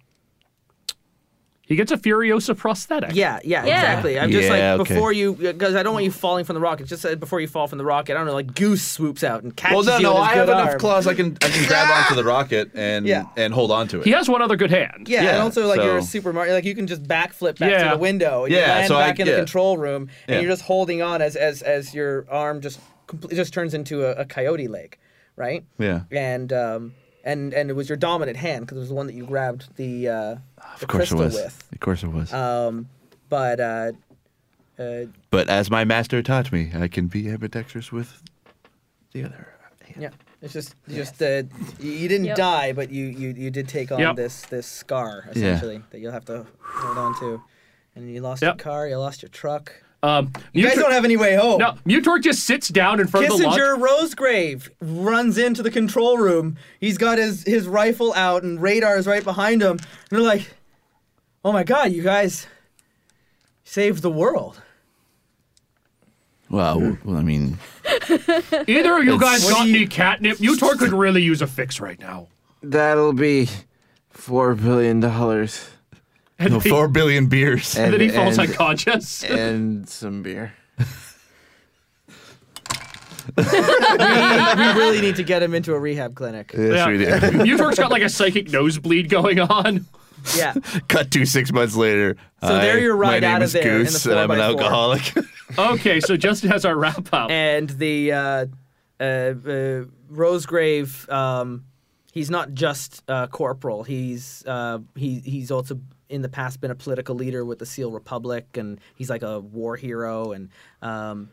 S4: He gets a Furiosa prosthetic.
S16: yeah, yeah,
S5: Yeah.
S16: exactly. I'm just
S6: Yeah,
S16: like
S6: okay.
S16: before you, because I don't want you falling from the rocket. Just uh, before you fall from the rocket, I don't know, like Goose swoops out and
S6: Well,
S16: catches
S6: no,
S16: you.
S6: no,
S16: with his
S6: I have
S16: good
S6: enough
S16: arm.
S6: claws. I can I can grab onto the rocket and
S16: Yeah.
S6: and hold onto it.
S4: He has one other good hand.
S16: Yeah, and
S6: Yeah,
S16: also like you're a
S6: so-
S16: Super Mario, like you can just backflip back to
S4: Yeah.
S16: the window and you
S6: Yeah,
S16: land
S6: so I-
S16: back in the
S6: yeah.
S16: control room, and
S6: Yeah.
S16: you're just holding on as as as your arm just comple- just turns into a, a coyote leg, right?
S6: Yeah.
S16: And um and and it was your dominant hand because it was the one that you grabbed the uh, the
S6: Of course it
S16: crystal
S6: was.
S16: with.
S6: Of course it was.
S4: Uh,
S16: Um, but uh, uh,
S6: but as my master taught me, I can be ambidextrous with the other. hand.
S16: yeah, it's just just uh, you, you didn't
S5: Yep.
S16: die, but you you you did take on
S4: Yep.
S16: this this scar essentially that you'll have to hold on to, and you lost
S4: Yep.
S16: your car, you lost your truck.
S4: Um,
S16: You guys
S4: Mutor-
S16: don't have any way home.
S4: No, Mutor just sits down in front of the launch.
S16: Kissinger Rosegrave runs into the control room. He's got his, his rifle out and radar is right behind him. And they're like, oh my god, you guys saved the world.
S20: Well,
S6: Hmm.
S20: w- well, I
S6: *laughs*
S20: mean,
S4: Either of you guys
S16: What
S4: got
S16: do you-
S4: any catnip? Mutor could really use a fix right now.
S19: That'll be four billion dollars.
S4: And No, he- four
S8: billion
S20: *laughs*
S8: beers.
S4: And then he falls unconscious.
S19: And some beer.
S7: we really need to get him into a rehab clinic.
S6: *laughs*
S4: Mutork's got like a psychic nosebleed going on.
S7: Yeah.
S8: Cut to six months later.
S4: So there
S8: Hi,
S4: you're right
S8: my name
S4: out of
S8: is
S4: there in the
S8: Goose, and I'm an
S4: 4x4.
S8: alcoholic.
S20: *laughs*
S6: *laughs*
S4: okay, so Justin has our wrap up.
S16: And the uh, uh, uh, Rosegrave, um, he's not just uh, corporal. He's uh, he he's also in the past been a political leader with the Seal Republic, and he's like a war hero. And um,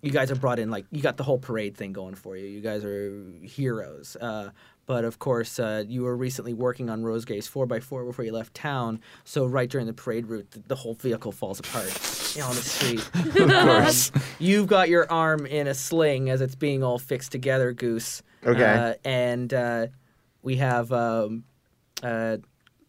S16: you guys are brought in like you got the whole parade thing going for you. You guys are heroes. Uh, but of course, uh, you were recently working on Rosegrave's 4x4 before you left town. So right during the parade route, the, the whole vehicle falls apart you know, on the street.
S7: Of course.
S16: Um, *laughs* you've got your arm in a sling as it's being all fixed together, Goose.
S3: Okay.
S16: Uh, and uh, we have um, uh,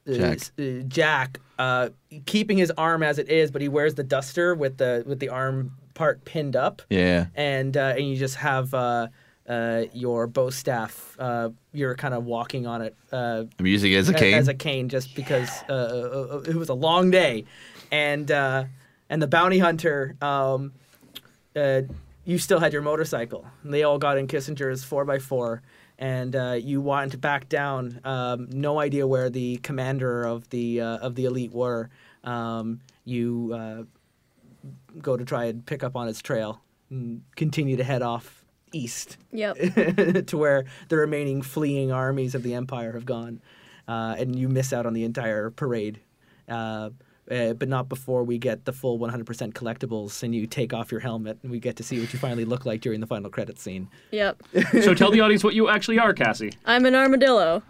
S3: Jack.
S16: Uh, Jack uh, keeping his arm as it is, but he wears the duster with the with the arm part pinned up
S8: yeah.
S16: and uh, and you just have uh, uh, your bow staff. Uh, you're kind of walking on it. Uh,
S8: I'm using it as a
S16: a-
S8: cane.
S6: *laughs*
S16: As a cane, just because uh, uh, uh, it was a long day, and uh, and the bounty hunter. Um, uh, you still had your motorcycle. And they all got in Kissinger's four x four, and uh, you wanted to back down. Um, no idea where the commander of the uh, of the elite were. Um, you uh, go to try and pick up on its trail and continue to head off east
S5: *laughs* Yep.
S16: *laughs* to where the remaining fleeing armies of the empire have gone uh, and you miss out on the entire parade uh, uh, but not before we get the full 100% collectibles and you take off your helmet and we get to see what you finally look like during the final credit scene
S5: Yep.
S4: so tell the audience what you actually are, Cassie.
S5: I'm an armadillo.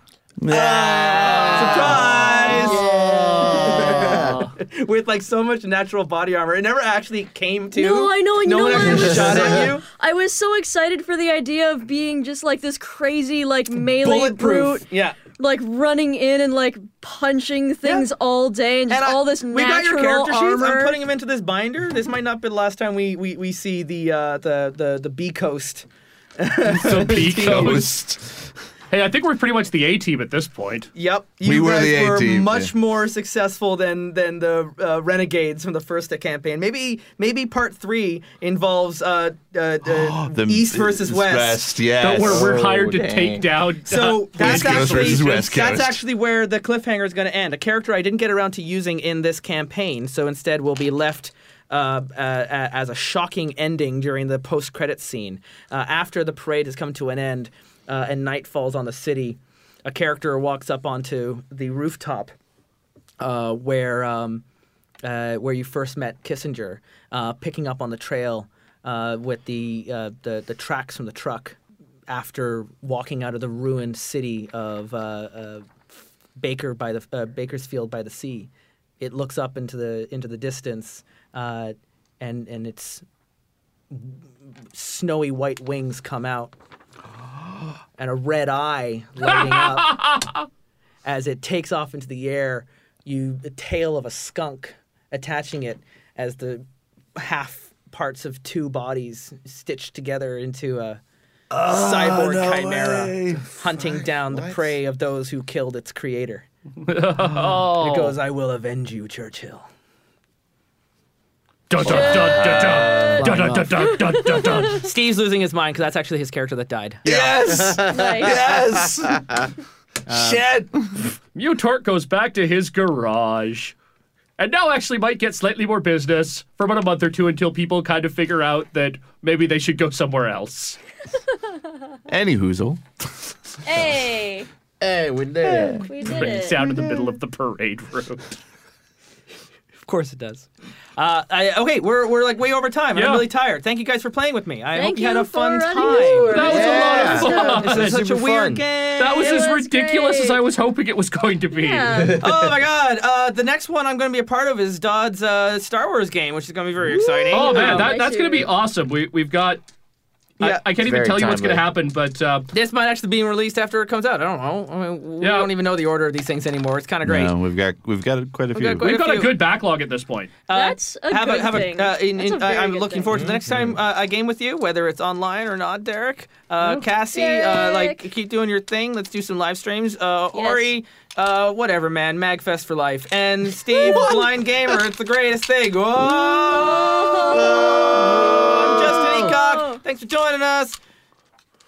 S16: *laughs* with like so much natural body armor it never actually came to
S5: No, I know, I
S16: no
S5: know.
S16: one
S5: I
S16: actually
S5: was
S16: shot at you
S5: I was so excited for the idea of being just like this crazy, like melee brute,
S16: yeah
S5: like running in and like punching things all day and just all this
S16: We got your
S5: natural
S16: character sheets.
S5: armor. *laughs*
S16: I'm putting them into this binder. This might not be the last time we we, we see the uh, the the the B coast.
S4: So B Coast. Hey, I think we're pretty much the A team at this point.
S16: Yep, you guys were much more successful than than the uh, renegades from the first campaign. Maybe maybe part three involves uh, uh, uh, East
S6: uh,
S16: versus West.
S8: West, yes.
S4: Don't worry, we're hired to take down.
S16: *laughs* So
S4: uh,
S16: that's
S4: East Coast
S16: actually
S4: versus West
S16: that's
S4: Coast.
S16: actually where the cliffhanger is going to end. A character I didn't get around to using in this campaign, so instead we'll be left. Uh, uh, a- as a shocking ending during the post-credit scene, uh, after the parade has come to an end uh, and night falls on the city, a character walks up onto the rooftop uh, where um, uh, where you first met Kissinger, uh, picking up on the trail uh, with the, uh, the the tracks from the truck after walking out of the ruined city of uh, uh, Baker by the uh, Bakersfield by the sea. It looks up into the into the distance, uh, and and its snowy white wings come out, *gasps* and a red eye lighting up as it takes off into the air. You the tail of a skunk attaching it as the half parts of two bodies stitched together into a cyborg
S4: Ah, no
S16: chimera hunting down the prey of those who killed its *laughs* creator.
S4: Oh.
S16: It goes, I will avenge you, Churchill.
S4: Dun, dun, dun, dun, dun. Dun, dun, dun, dun, dun, dun, dun.
S16: Steve's losing his mind because that's actually his character that died.
S4: Yes! Nice.
S16: Yes!
S4: Shit! Mutork goes back to his garage. And now actually might get slightly more business for about a month or two until people kind of figure out that maybe they should go somewhere else.
S6: Any hoozle.
S5: Hey.
S3: Hey, we did
S5: it. We did it.
S4: Down in the middle of the parade route.
S16: Of course it does. Uh, I, okay, we're, we're like way over time. and
S4: Yeah.
S16: I'm really tired. Thank you guys for playing with me. I
S4: Thank
S16: hope you, had
S4: you
S16: a fun
S4: for
S16: time.
S4: running over. That was a lot of fun.
S16: This is such a
S4: Super
S16: weird
S4: fun. *laughs*
S16: game.
S4: That was as ridiculous as I was hoping it was going to be.
S16: oh my god! Uh, the next one I'm going to be a part of is Dodd's uh, Star Wars game, which is going to be very exciting.
S4: Oh man, that, that's gonna be awesome. We we've got I, I can't even tell you what's going to happen, but uh,
S16: this might actually be released after it comes out. I don't know. I mean, we
S4: Yeah.
S16: don't even know the order of these things anymore. It's kind of great.
S6: Uh,
S22: No, we've got we've got quite a
S16: We've
S22: few.
S16: got quite We've a got a few. good
S4: backlog at this point.
S16: That's
S5: a
S16: Uh, have
S5: good
S16: a, have
S5: thing.
S16: A, uh, in,
S5: That's a
S16: in-
S5: very
S16: I, I'm
S5: good
S16: looking
S5: thing.
S16: forward to the next time uh, I game with you, whether it's online or not, Derek.
S5: Mm-hmm.
S16: Uh, Cassie, uh, like keep doing your thing. Let's do some live streams. Uh, Ori, uh, whatever, man. Magfest for life.
S5: *laughs*
S16: And Steve, blind gamer. It's the greatest thing. Whoa! I'm Justin Eacock. Thanks for joining us.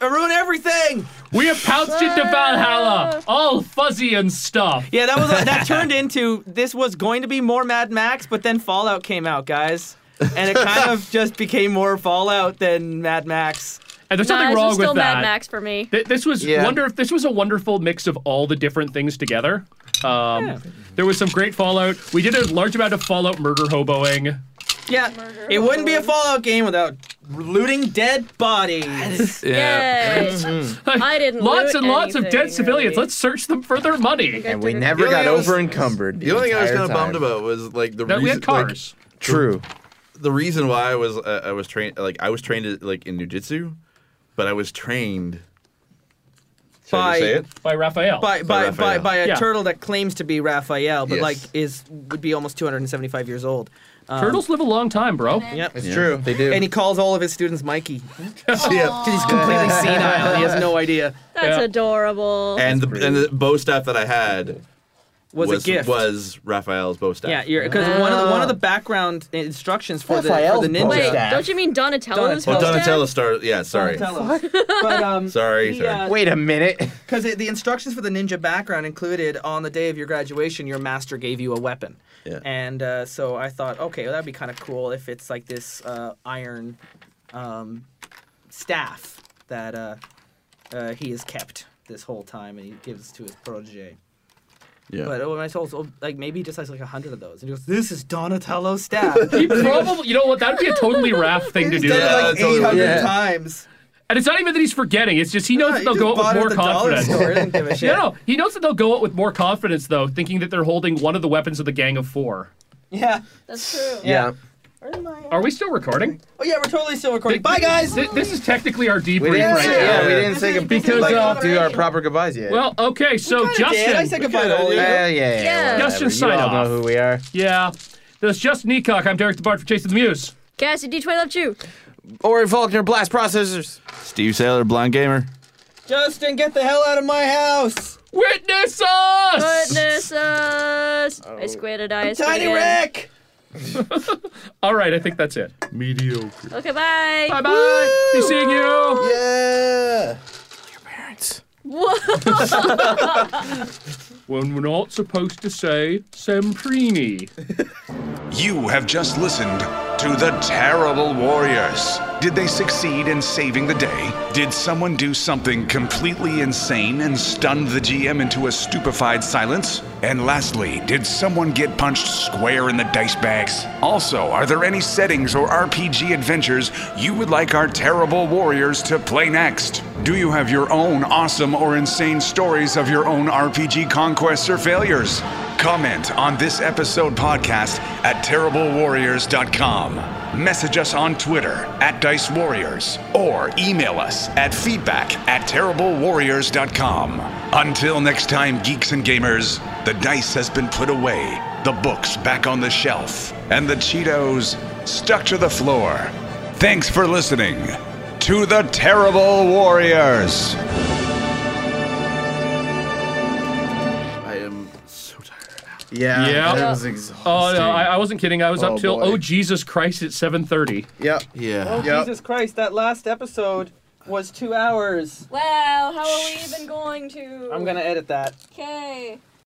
S16: I ruin everything.
S4: We have pounced into Valhalla, all fuzzy and stuff.
S16: Yeah, that was uh, that turned into this was going to be more Mad Max, but then Fallout came out, guys, and it kind of just became more Fallout than Mad Max.
S4: And there's nothing wrong with that.
S5: for me.
S4: Th- this was
S16: Yeah.
S4: wonder if this was a wonderful mix of all the different things together. Um, There was some great Fallout. We did a large amount of Fallout murder hoboing. *laughs*
S16: Yeah, it wouldn't be a Fallout game without looting dead bodies.
S4: Yeah. Yay.
S5: I didn't loot
S4: Lots and lots of
S5: anything,
S4: dead civilians.
S5: really.
S4: Let's search them for their money.
S5: And
S3: we never got over encumbered.
S6: The only thing I was
S3: entire
S6: kind of bummed
S3: time.
S6: about was like the
S4: That
S6: reason.
S4: we had
S6: like,
S4: cars.
S3: True.
S6: The, the reason why I was uh, I was trained like I was trained at, like in jujitsu, but I was trained. Should I just
S16: By-
S6: say it?
S4: By Raphael.
S16: *laughs* By by, by,
S6: Raphael.
S16: by a
S4: Yeah.
S16: turtle that claims to be Raphael, but
S6: Yes.
S16: like is would be almost 275 years old. Um,
S4: Turtles live a long time, bro.
S16: Yep,
S3: It's true. They do.
S16: and he calls all of his students Mikey.
S6: *laughs* Yeah.
S16: He's completely senile. He has no idea.
S5: That's
S6: Yeah.
S5: adorable.
S6: And the, and the bow staff that I had
S16: Was a gift.
S6: Was Raphael's bow staff?
S16: Yeah, you're because one of the one of the background instructions for the, for
S6: Raphael's
S16: the ninja.
S6: bow
S5: Wait,
S6: Staff.
S5: don't you mean Donatello's
S6: Oh,
S5: bow staff?
S6: Donatello star. Yeah, sorry.
S16: but
S6: *laughs*
S16: um,
S6: Sorry,
S16: the,
S6: sorry.
S16: uh,
S3: Wait a minute.
S16: Because the instructions for the ninja background included on the day of your graduation, your master gave you a weapon.
S6: Yeah.
S16: And uh, so I thought, okay, well, that'd be kind of cool if it's like this uh, iron um, staff that uh, uh, he has kept this whole time and he gives to his protege.
S6: Yeah.
S16: But when I told, so, like, maybe he just has like a hundred of those. And he goes, this is Donatello's
S6: *laughs*
S16: staff.
S4: He probably, you know what? That'd be a totally Raph thing to do.
S16: done it like Yeah, totally. 800 Yeah.
S4: times. And it's not even that he's forgetting. It's just he knows that they'll
S16: just
S4: go out
S16: bought it
S4: with more
S16: at the dollar
S4: confidence.
S16: store. He
S4: *laughs*
S16: doesn't give a shit.
S4: No, no, he knows that they'll go out with more confidence though, thinking that they're holding one of the weapons of the gang of four.
S16: yeah.
S5: That's true.
S4: Yeah.
S16: Where's my
S4: Are we still recording?
S16: Oh yeah, we're totally still recording. Bye guys.
S4: Th- this is technically our debrief
S3: We didn't
S4: right
S3: say,
S4: now.
S3: yeah, we didn't say goodbye.
S4: because
S3: like,
S4: uh,
S3: do our proper goodbyes yet.
S4: Well, okay, so
S16: kinda
S4: Justin,
S16: did. I said goodbye to all of you.
S3: Yeah, yeah, yeah.
S4: Justin,
S3: whatever.
S4: sign
S3: you all
S4: off.
S3: know who we are.
S4: Yeah, this is Justin Eacock. I'm Derek the Bard for Chasing the Muse.
S5: Cassie, D20 left you.
S3: Ori Faulkner, Blast Processors.
S22: Steve Sailor, blind gamer.
S16: Justin, get the hell out of my house.
S4: Witness us.
S5: Goodness us. I squinted eyes.
S16: Tiny
S5: again.
S16: Rick.
S4: All right, I think that's it.
S6: Mediocre.
S5: Okay, bye.
S4: Bye bye. Be seeing you.
S3: Yeah.
S4: When we're not supposed to say Semprini.
S1: You have just listened to The Terrible Warriors. Did they succeed in saving the day? Did someone do something completely insane and stunned the GM into a stupefied silence? And lastly, did someone get punched square in the dice bags? Also, are there any settings or RPG adventures you would like our Terrible Warriors to play next? Do you have your own awesome or insane stories of your own RPG conquests or failures? Comment on this episode podcast at terriblewarriors.com. Message us on Twitter at Dice Warriors or email us at feedback at terriblewarriors.com. Until next time, geeks and gamers, the dice has been put away, the books back on the shelf, and the Cheetos stuck to the floor. Thanks for listening to the Terrible Warriors.
S6: I am so
S3: Yeah.
S4: Yeah.
S3: That was
S4: Oh
S3: exhausting.
S4: no, I, I wasn't kidding. I was
S3: Oh,
S4: up till
S3: boy.
S4: oh Jesus Christ at 7:30.
S3: Yep.
S6: Yeah.
S3: Yep.
S16: Jesus Christ, that last episode was two hours.
S5: Wow, how are we even going to?
S16: I'm gonna edit that.
S5: Okay.